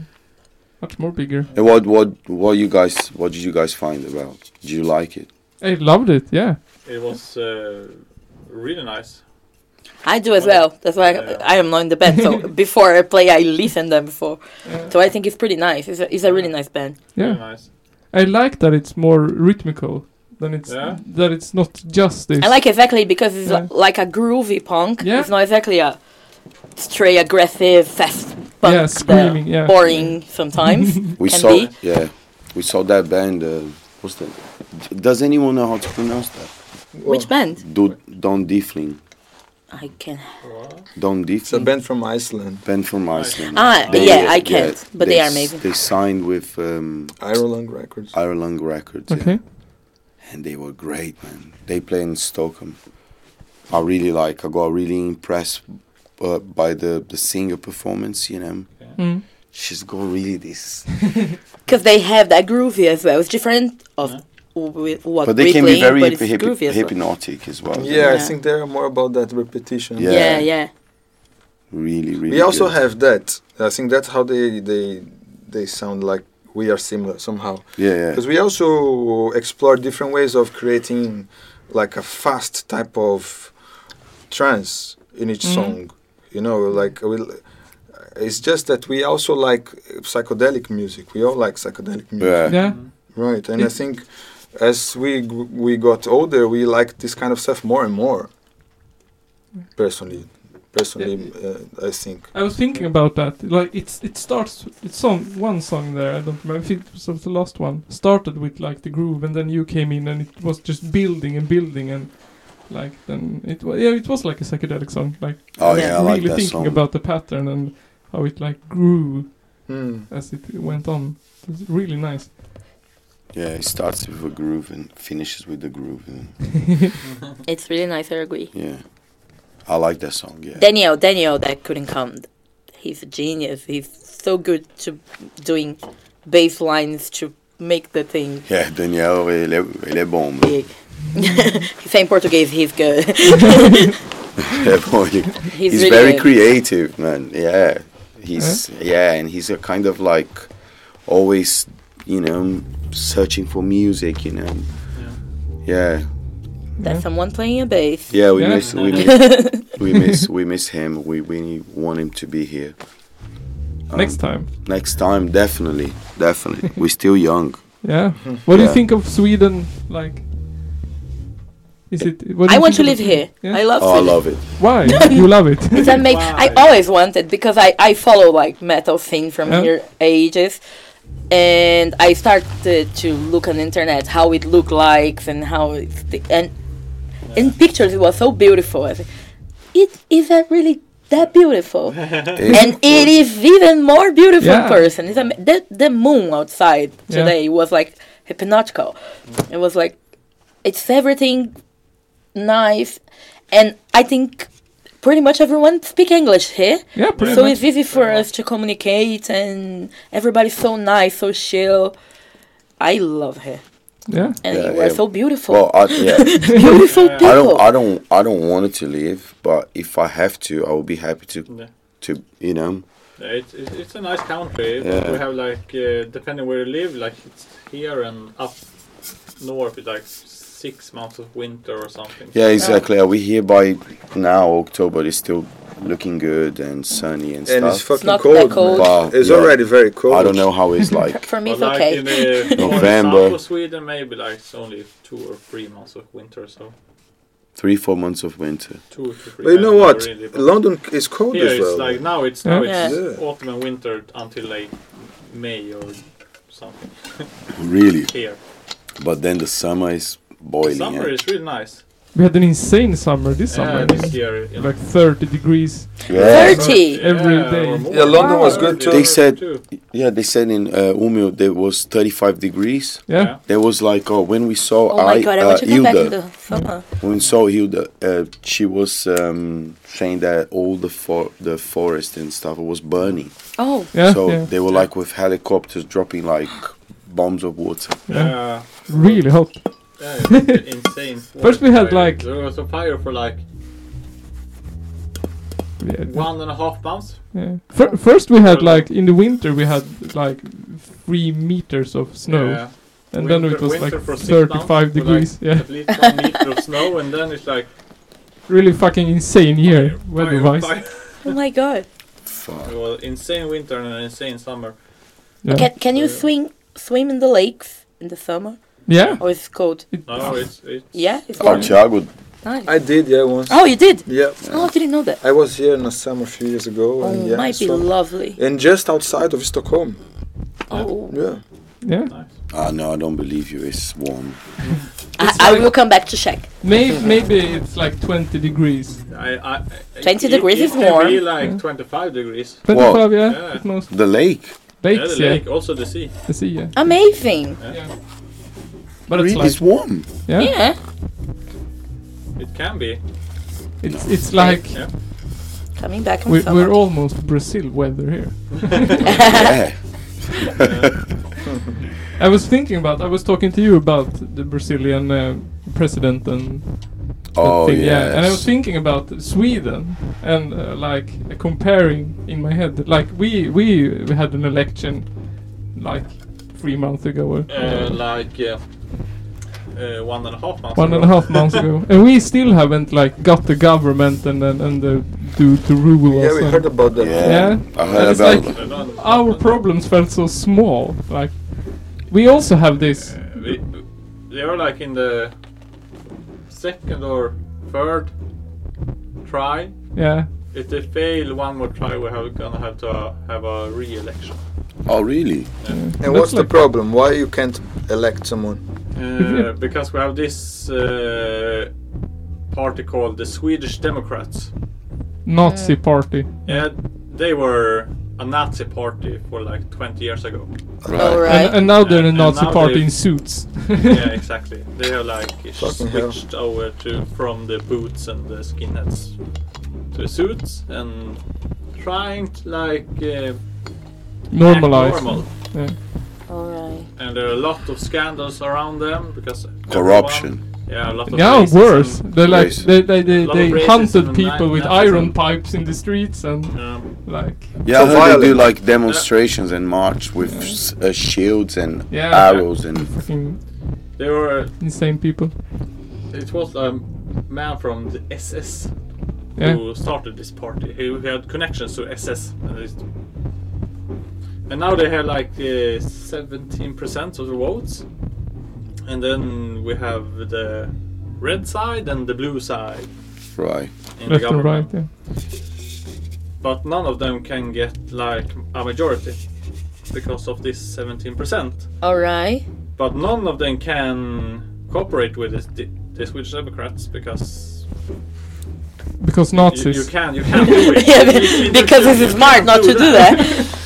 [SPEAKER 5] Much more bigger.
[SPEAKER 3] And what what what you guys what did you guys find about? Do you like it?
[SPEAKER 5] I loved it. Yeah.
[SPEAKER 6] It was uh, really nice.
[SPEAKER 1] I do as
[SPEAKER 6] Well,
[SPEAKER 1] well. That's why
[SPEAKER 6] yeah.
[SPEAKER 1] I, I am not in the band. So before I play, I listen them before.
[SPEAKER 5] Yeah.
[SPEAKER 1] So I think it's pretty nice. It's a, it's a really nice band.
[SPEAKER 5] Yeah.
[SPEAKER 6] Really nice.
[SPEAKER 5] I like that it's more rhythmical than it's
[SPEAKER 6] Yeah.
[SPEAKER 5] that it's not just this.
[SPEAKER 1] I like exactly because it's
[SPEAKER 5] Yeah.
[SPEAKER 1] li- like a groovy punk.
[SPEAKER 5] Yeah.
[SPEAKER 1] It's not exactly a straight aggressive fast punk.
[SPEAKER 5] Yeah, screaming,
[SPEAKER 1] that
[SPEAKER 5] yeah.
[SPEAKER 1] Boring sometimes.
[SPEAKER 3] We
[SPEAKER 1] Can
[SPEAKER 3] saw
[SPEAKER 1] be.
[SPEAKER 3] yeah, we saw that band. Uh, what's that? D- Does anyone know how to pronounce that?
[SPEAKER 1] Which band?
[SPEAKER 3] Do Don Diefling.
[SPEAKER 1] I can.
[SPEAKER 3] Don
[SPEAKER 8] It's a
[SPEAKER 3] Diefling.
[SPEAKER 8] band from Iceland,
[SPEAKER 3] band from Iceland.
[SPEAKER 1] Ah,
[SPEAKER 3] They-
[SPEAKER 1] yeah, I can't. but they, are
[SPEAKER 3] s-
[SPEAKER 1] amazing.
[SPEAKER 3] They signed with um,
[SPEAKER 8] Ireland Records.
[SPEAKER 3] Ireland Records, yeah.
[SPEAKER 5] Okay.
[SPEAKER 3] and they were great, man. They play in Stockholm. I really like. I got really impressed uh, by the the singer performance. You know,
[SPEAKER 5] Mm.
[SPEAKER 3] she's got really this.
[SPEAKER 1] Because they have that groovy as well. It's different of w- what
[SPEAKER 3] But they
[SPEAKER 1] we
[SPEAKER 3] can
[SPEAKER 1] play,
[SPEAKER 3] be very
[SPEAKER 1] but
[SPEAKER 3] hip,
[SPEAKER 1] it's groovy as well.
[SPEAKER 3] hypnotic as well.
[SPEAKER 8] Yeah, I
[SPEAKER 1] Yeah.
[SPEAKER 8] think they're more about that repetition.
[SPEAKER 3] Yeah.
[SPEAKER 1] yeah, yeah.
[SPEAKER 3] really, really.
[SPEAKER 8] we also
[SPEAKER 3] good.
[SPEAKER 8] have that. I think that's how they they they sound like we are similar somehow.
[SPEAKER 3] Yeah, yeah.
[SPEAKER 8] Because we also explore different ways of creating like a fast type of trance in each
[SPEAKER 1] Mm-hmm.
[SPEAKER 8] song. You know, like we. It's just that we also like psychedelic music. We all like psychedelic music.
[SPEAKER 3] Yeah.
[SPEAKER 5] Yeah.
[SPEAKER 6] Mm-hmm.
[SPEAKER 8] Right, and I think as we g- we got older, we liked this kind of stuff more and more.
[SPEAKER 1] Mm.
[SPEAKER 8] Personally, personally, uh, I think.
[SPEAKER 5] I was thinking about that. Like it's it starts it's song one song there. I don't remember. I think it was the last one. Started with like the groove, and then you came in, and it was just building and building, and like then it was yeah, it was like a psychedelic song. Like
[SPEAKER 3] Oh
[SPEAKER 1] Yeah.
[SPEAKER 3] yeah, I like
[SPEAKER 5] really
[SPEAKER 3] that
[SPEAKER 5] thinking
[SPEAKER 3] song.
[SPEAKER 5] about the pattern and how it like grew
[SPEAKER 1] Mm.
[SPEAKER 8] Hmm.
[SPEAKER 5] as it went on. It was really nice.
[SPEAKER 3] yeah, it starts with a groove and finishes with the groove. And,
[SPEAKER 1] It's really nice. I agree.
[SPEAKER 3] yeah, I like that song. Yeah.
[SPEAKER 1] Daniel, Daniel, that couldn't come. He's a genius. He's so good to doing bass lines to make the thing
[SPEAKER 3] Yeah, Daniel, ele é, ele é bom, mano.
[SPEAKER 1] big. Saying Portuguese, he's good.
[SPEAKER 3] Ele é bom, ele-
[SPEAKER 1] he's,
[SPEAKER 3] He's,
[SPEAKER 1] really
[SPEAKER 3] very
[SPEAKER 1] good.
[SPEAKER 3] creative, man. Yeah, he's yeah, and he's a kind of like always, you know, searching for music. You know, yeah,
[SPEAKER 1] That's someone playing a bass.
[SPEAKER 3] yeah. we
[SPEAKER 5] Yeah.
[SPEAKER 3] miss, we miss, we miss, we miss him. We we want him to be here Um,
[SPEAKER 5] Next time.
[SPEAKER 3] next time. Definitely, definitely. We're still young.
[SPEAKER 5] Yeah. What do you
[SPEAKER 3] Yeah.
[SPEAKER 5] think of Sweden? Like, is it? What do
[SPEAKER 1] I
[SPEAKER 5] you
[SPEAKER 1] want to live
[SPEAKER 5] think of
[SPEAKER 1] here.
[SPEAKER 5] it? Yeah?
[SPEAKER 1] I love.
[SPEAKER 3] Oh, I
[SPEAKER 1] Sweden.
[SPEAKER 3] love it.
[SPEAKER 5] Why? you love it.
[SPEAKER 1] It's a make. I
[SPEAKER 6] Why?
[SPEAKER 1] always wanted because I I follow like metal thing from
[SPEAKER 5] Yeah.
[SPEAKER 1] here ages, and I started to look on internet how it looked like and how it's the, and in pictures it was so beautiful. I said, It is that really that beautiful, and it is even more beautiful in
[SPEAKER 5] Yeah.
[SPEAKER 1] person. It's am- the the moon outside
[SPEAKER 5] Yeah.
[SPEAKER 1] today was like hypnotical. It was like it's everything nice, and I think pretty much everyone speak English here.
[SPEAKER 5] yeah, pretty
[SPEAKER 1] so
[SPEAKER 5] much.
[SPEAKER 1] it's easy for us to communicate, and everybody's so nice, so chill. I love her,
[SPEAKER 5] yeah.
[SPEAKER 1] and
[SPEAKER 3] Yeah,
[SPEAKER 1] you are
[SPEAKER 3] yeah.
[SPEAKER 1] so beautiful,
[SPEAKER 3] Well, I, yeah.
[SPEAKER 1] beautiful people.
[SPEAKER 3] I don't, I don't, I don't want it to leave. But if I have to, I will be happy to,
[SPEAKER 6] Yeah.
[SPEAKER 3] to you know,
[SPEAKER 6] Yeah, it, it, it's a nice country.
[SPEAKER 3] Yeah.
[SPEAKER 6] We have like, uh, depending where you live, like it's here and up north, it's like six months of winter or something.
[SPEAKER 3] Yeah, exactly. Are we here by now? October is still looking good and sunny and,
[SPEAKER 8] and
[SPEAKER 3] stuff.
[SPEAKER 8] it's fucking
[SPEAKER 1] not that
[SPEAKER 8] cold. man.
[SPEAKER 1] cold.
[SPEAKER 3] Wow,
[SPEAKER 8] It's
[SPEAKER 3] yeah.
[SPEAKER 8] already very cold.
[SPEAKER 3] I don't know how it's like.
[SPEAKER 1] For me,
[SPEAKER 6] But
[SPEAKER 1] it's
[SPEAKER 6] like
[SPEAKER 1] okay.
[SPEAKER 6] in the
[SPEAKER 3] November.
[SPEAKER 6] south of Sweden, maybe like it's only two or three months of winter, so
[SPEAKER 3] Three, four months of winter.
[SPEAKER 6] two to three.
[SPEAKER 8] But you know
[SPEAKER 6] maybe,
[SPEAKER 8] what?
[SPEAKER 6] really, but
[SPEAKER 8] London is cold
[SPEAKER 6] here
[SPEAKER 8] as
[SPEAKER 6] it's
[SPEAKER 8] well.
[SPEAKER 6] like now it's
[SPEAKER 5] Yeah.
[SPEAKER 6] now it's
[SPEAKER 8] Yeah.
[SPEAKER 6] autumn and winter until like May or something
[SPEAKER 3] Really?
[SPEAKER 6] here.
[SPEAKER 3] But then the summer is boiling.
[SPEAKER 6] Summer
[SPEAKER 3] eh?
[SPEAKER 6] is really nice.
[SPEAKER 5] We had an insane summer this
[SPEAKER 6] Yeah,
[SPEAKER 5] summer.
[SPEAKER 6] this year. you know.
[SPEAKER 5] Like 30 degrees.
[SPEAKER 3] yeah.
[SPEAKER 1] Very- 30.
[SPEAKER 5] Every
[SPEAKER 6] Yeah,
[SPEAKER 5] day.
[SPEAKER 6] or more.
[SPEAKER 8] Yeah, London was good too.
[SPEAKER 3] They said-
[SPEAKER 6] Too.
[SPEAKER 3] yeah, they said in uh, Umeå there was 35 degrees.
[SPEAKER 5] Yeah.
[SPEAKER 6] Yeah.
[SPEAKER 3] There was like, oh, when we saw
[SPEAKER 1] Oh my
[SPEAKER 3] I,
[SPEAKER 1] god, I
[SPEAKER 3] uh,
[SPEAKER 1] want to go back to
[SPEAKER 3] Hilda,
[SPEAKER 1] the summer.
[SPEAKER 3] when we saw Hilda, uh, she was um, saying that all the for- the forest and stuff was burning.
[SPEAKER 1] Oh,
[SPEAKER 5] Yeah.
[SPEAKER 3] so
[SPEAKER 5] yeah.
[SPEAKER 3] they were like with helicopters dropping like bombs of water.
[SPEAKER 6] Yeah.
[SPEAKER 5] Really hot.
[SPEAKER 6] Yeah, it's insane.
[SPEAKER 5] First we had,
[SPEAKER 6] fire.
[SPEAKER 5] like-
[SPEAKER 6] there was a fire for like
[SPEAKER 5] Yeah.
[SPEAKER 6] one and a half months.
[SPEAKER 5] yeah. Fir- first, we had like, in the winter, we had like three meters of snow.
[SPEAKER 6] Yeah.
[SPEAKER 5] And then
[SPEAKER 6] Winter-
[SPEAKER 5] it was
[SPEAKER 6] winter
[SPEAKER 5] like
[SPEAKER 6] for six
[SPEAKER 5] 35
[SPEAKER 6] months, for,
[SPEAKER 5] degrees.
[SPEAKER 6] Like
[SPEAKER 5] yeah.
[SPEAKER 6] At least one meter of snow, and then it's like
[SPEAKER 5] Really fucking insane year,
[SPEAKER 6] fire,
[SPEAKER 5] weather
[SPEAKER 6] fire,
[SPEAKER 5] wise.
[SPEAKER 6] fire.
[SPEAKER 1] oh my god.
[SPEAKER 3] Fuck.
[SPEAKER 6] It was insane winter and an insane summer.
[SPEAKER 5] Yeah.
[SPEAKER 1] Can, can you
[SPEAKER 6] Yeah.
[SPEAKER 1] swim swim in the lakes in the summer?
[SPEAKER 5] yeah.
[SPEAKER 1] Or it's cold?
[SPEAKER 5] It-
[SPEAKER 6] No, it's it's
[SPEAKER 1] Yeah, it's
[SPEAKER 3] Oh,
[SPEAKER 1] warm.
[SPEAKER 3] Thiago,
[SPEAKER 1] Nice.
[SPEAKER 8] I did, yeah, once.
[SPEAKER 1] Oh, you did?
[SPEAKER 8] Yeah,
[SPEAKER 1] Oh, I didn't know that.
[SPEAKER 8] I was here in the summer a few years ago.
[SPEAKER 1] Oh,
[SPEAKER 8] and yeah,
[SPEAKER 1] might be
[SPEAKER 8] so-
[SPEAKER 1] lovely.
[SPEAKER 8] and just outside of Stockholm.
[SPEAKER 1] Oh,
[SPEAKER 8] Yeah.
[SPEAKER 5] Yeah.
[SPEAKER 6] nice.
[SPEAKER 3] ah, no, I don't believe you. It's warm.
[SPEAKER 1] I, I will come back to check.
[SPEAKER 5] Maybe, maybe it's like 20 degrees.
[SPEAKER 6] I, I,
[SPEAKER 1] 20
[SPEAKER 6] it-
[SPEAKER 1] degrees
[SPEAKER 6] it
[SPEAKER 1] is
[SPEAKER 6] can Be
[SPEAKER 1] warm.
[SPEAKER 6] like
[SPEAKER 5] Yeah.
[SPEAKER 6] 25 degrees.
[SPEAKER 5] 25, yeah,
[SPEAKER 6] Yeah.
[SPEAKER 5] at most.
[SPEAKER 3] The lake.
[SPEAKER 6] Yeah, the
[SPEAKER 5] Lakes, yeah.
[SPEAKER 6] lake, also the sea.
[SPEAKER 5] The sea, yeah.
[SPEAKER 1] Amazing.
[SPEAKER 5] But it's
[SPEAKER 3] really
[SPEAKER 5] like,
[SPEAKER 3] is warm.
[SPEAKER 5] yeah,
[SPEAKER 1] Yeah.
[SPEAKER 6] It can be.
[SPEAKER 5] it's it's like
[SPEAKER 6] Yeah.
[SPEAKER 1] Coming back in
[SPEAKER 5] we're,
[SPEAKER 1] summer.
[SPEAKER 5] we're almost Brazil weather here.
[SPEAKER 3] yeah.
[SPEAKER 5] I was thinking about, I was talking to you about the Brazilian uh, president and
[SPEAKER 3] Oh
[SPEAKER 5] thing,
[SPEAKER 3] yes.
[SPEAKER 5] And I was thinking about Sweden and uh, like comparing in my head, like we we had an election like three months ago, or
[SPEAKER 6] Uh, like uh, uh, one and a half months.
[SPEAKER 5] one
[SPEAKER 6] ago.
[SPEAKER 5] and a half months ago, and we still haven't like got the government and and, and the do to rule
[SPEAKER 8] Yeah,
[SPEAKER 5] us.
[SPEAKER 8] we
[SPEAKER 5] and-
[SPEAKER 8] heard about that.
[SPEAKER 3] Yeah. I
[SPEAKER 5] And
[SPEAKER 3] heard
[SPEAKER 5] it's
[SPEAKER 3] about.
[SPEAKER 5] like-
[SPEAKER 6] Not-
[SPEAKER 5] our
[SPEAKER 6] not-
[SPEAKER 5] problems felt so small. Like we also have this.
[SPEAKER 6] Uh, We, they are like in the second or third try.
[SPEAKER 5] Yeah,
[SPEAKER 6] If they fail one more try, we're have- gonna have to uh, have a re-election.
[SPEAKER 3] oh really?
[SPEAKER 8] And
[SPEAKER 5] Looks
[SPEAKER 8] what's the
[SPEAKER 5] like-
[SPEAKER 8] problem? Why you can't elect someone?
[SPEAKER 6] Uh, because we have this uh, party called the Swedish Democrats.
[SPEAKER 5] Nazi party.
[SPEAKER 6] Yeah, they were a Nazi party for like 20 years ago.
[SPEAKER 1] All
[SPEAKER 3] Right.
[SPEAKER 1] right.
[SPEAKER 5] And, and now they're a
[SPEAKER 6] And- and
[SPEAKER 5] Nazi
[SPEAKER 6] now
[SPEAKER 5] party
[SPEAKER 6] they-
[SPEAKER 5] in suits.
[SPEAKER 6] yeah, exactly. They have like
[SPEAKER 8] Fucking hell.
[SPEAKER 6] switched over to from the boots and the skinheads to suits and trying to like uh,
[SPEAKER 5] Normalized.
[SPEAKER 6] act normal.
[SPEAKER 5] Yeah.
[SPEAKER 1] All right.
[SPEAKER 6] And there are a lot of scandals around them because everyone-
[SPEAKER 3] Corruption.
[SPEAKER 6] yeah, a lot of
[SPEAKER 5] Yeah,
[SPEAKER 6] racism.
[SPEAKER 5] worse. They like
[SPEAKER 3] Racism.
[SPEAKER 5] they they they,
[SPEAKER 6] Lot of
[SPEAKER 5] they
[SPEAKER 6] racism
[SPEAKER 5] hunted
[SPEAKER 6] and
[SPEAKER 5] people
[SPEAKER 6] na-
[SPEAKER 5] with
[SPEAKER 6] Nazism.
[SPEAKER 5] iron pipes in the streets and
[SPEAKER 6] Um,
[SPEAKER 5] like
[SPEAKER 3] Yeah, I
[SPEAKER 8] So
[SPEAKER 3] heard they do
[SPEAKER 8] violent.
[SPEAKER 3] like demonstrations and march with s uh, shields and
[SPEAKER 5] Yeah.
[SPEAKER 3] arrows and
[SPEAKER 5] fucking
[SPEAKER 6] they were.
[SPEAKER 5] insane people.
[SPEAKER 6] It was a man from the SS
[SPEAKER 5] Yeah.
[SPEAKER 6] who started this party. He he had connections to SS. And, it's- and now they have like uh, 17% of the votes. And then we have the red side and the blue side
[SPEAKER 3] right.
[SPEAKER 6] in the
[SPEAKER 5] Left and right.
[SPEAKER 6] government.
[SPEAKER 5] Yeah.
[SPEAKER 6] But none of them can get like a majority because of this 17%.
[SPEAKER 1] All right.
[SPEAKER 6] But none of them can cooperate with this, the, the Swedish Democrats because
[SPEAKER 5] Because
[SPEAKER 6] you,
[SPEAKER 5] Nazis.
[SPEAKER 6] you can you can do it.
[SPEAKER 1] yeah,
[SPEAKER 6] It's
[SPEAKER 1] be- because
[SPEAKER 6] interesting,
[SPEAKER 1] it's
[SPEAKER 6] you
[SPEAKER 1] smart
[SPEAKER 6] can't
[SPEAKER 1] not to do that.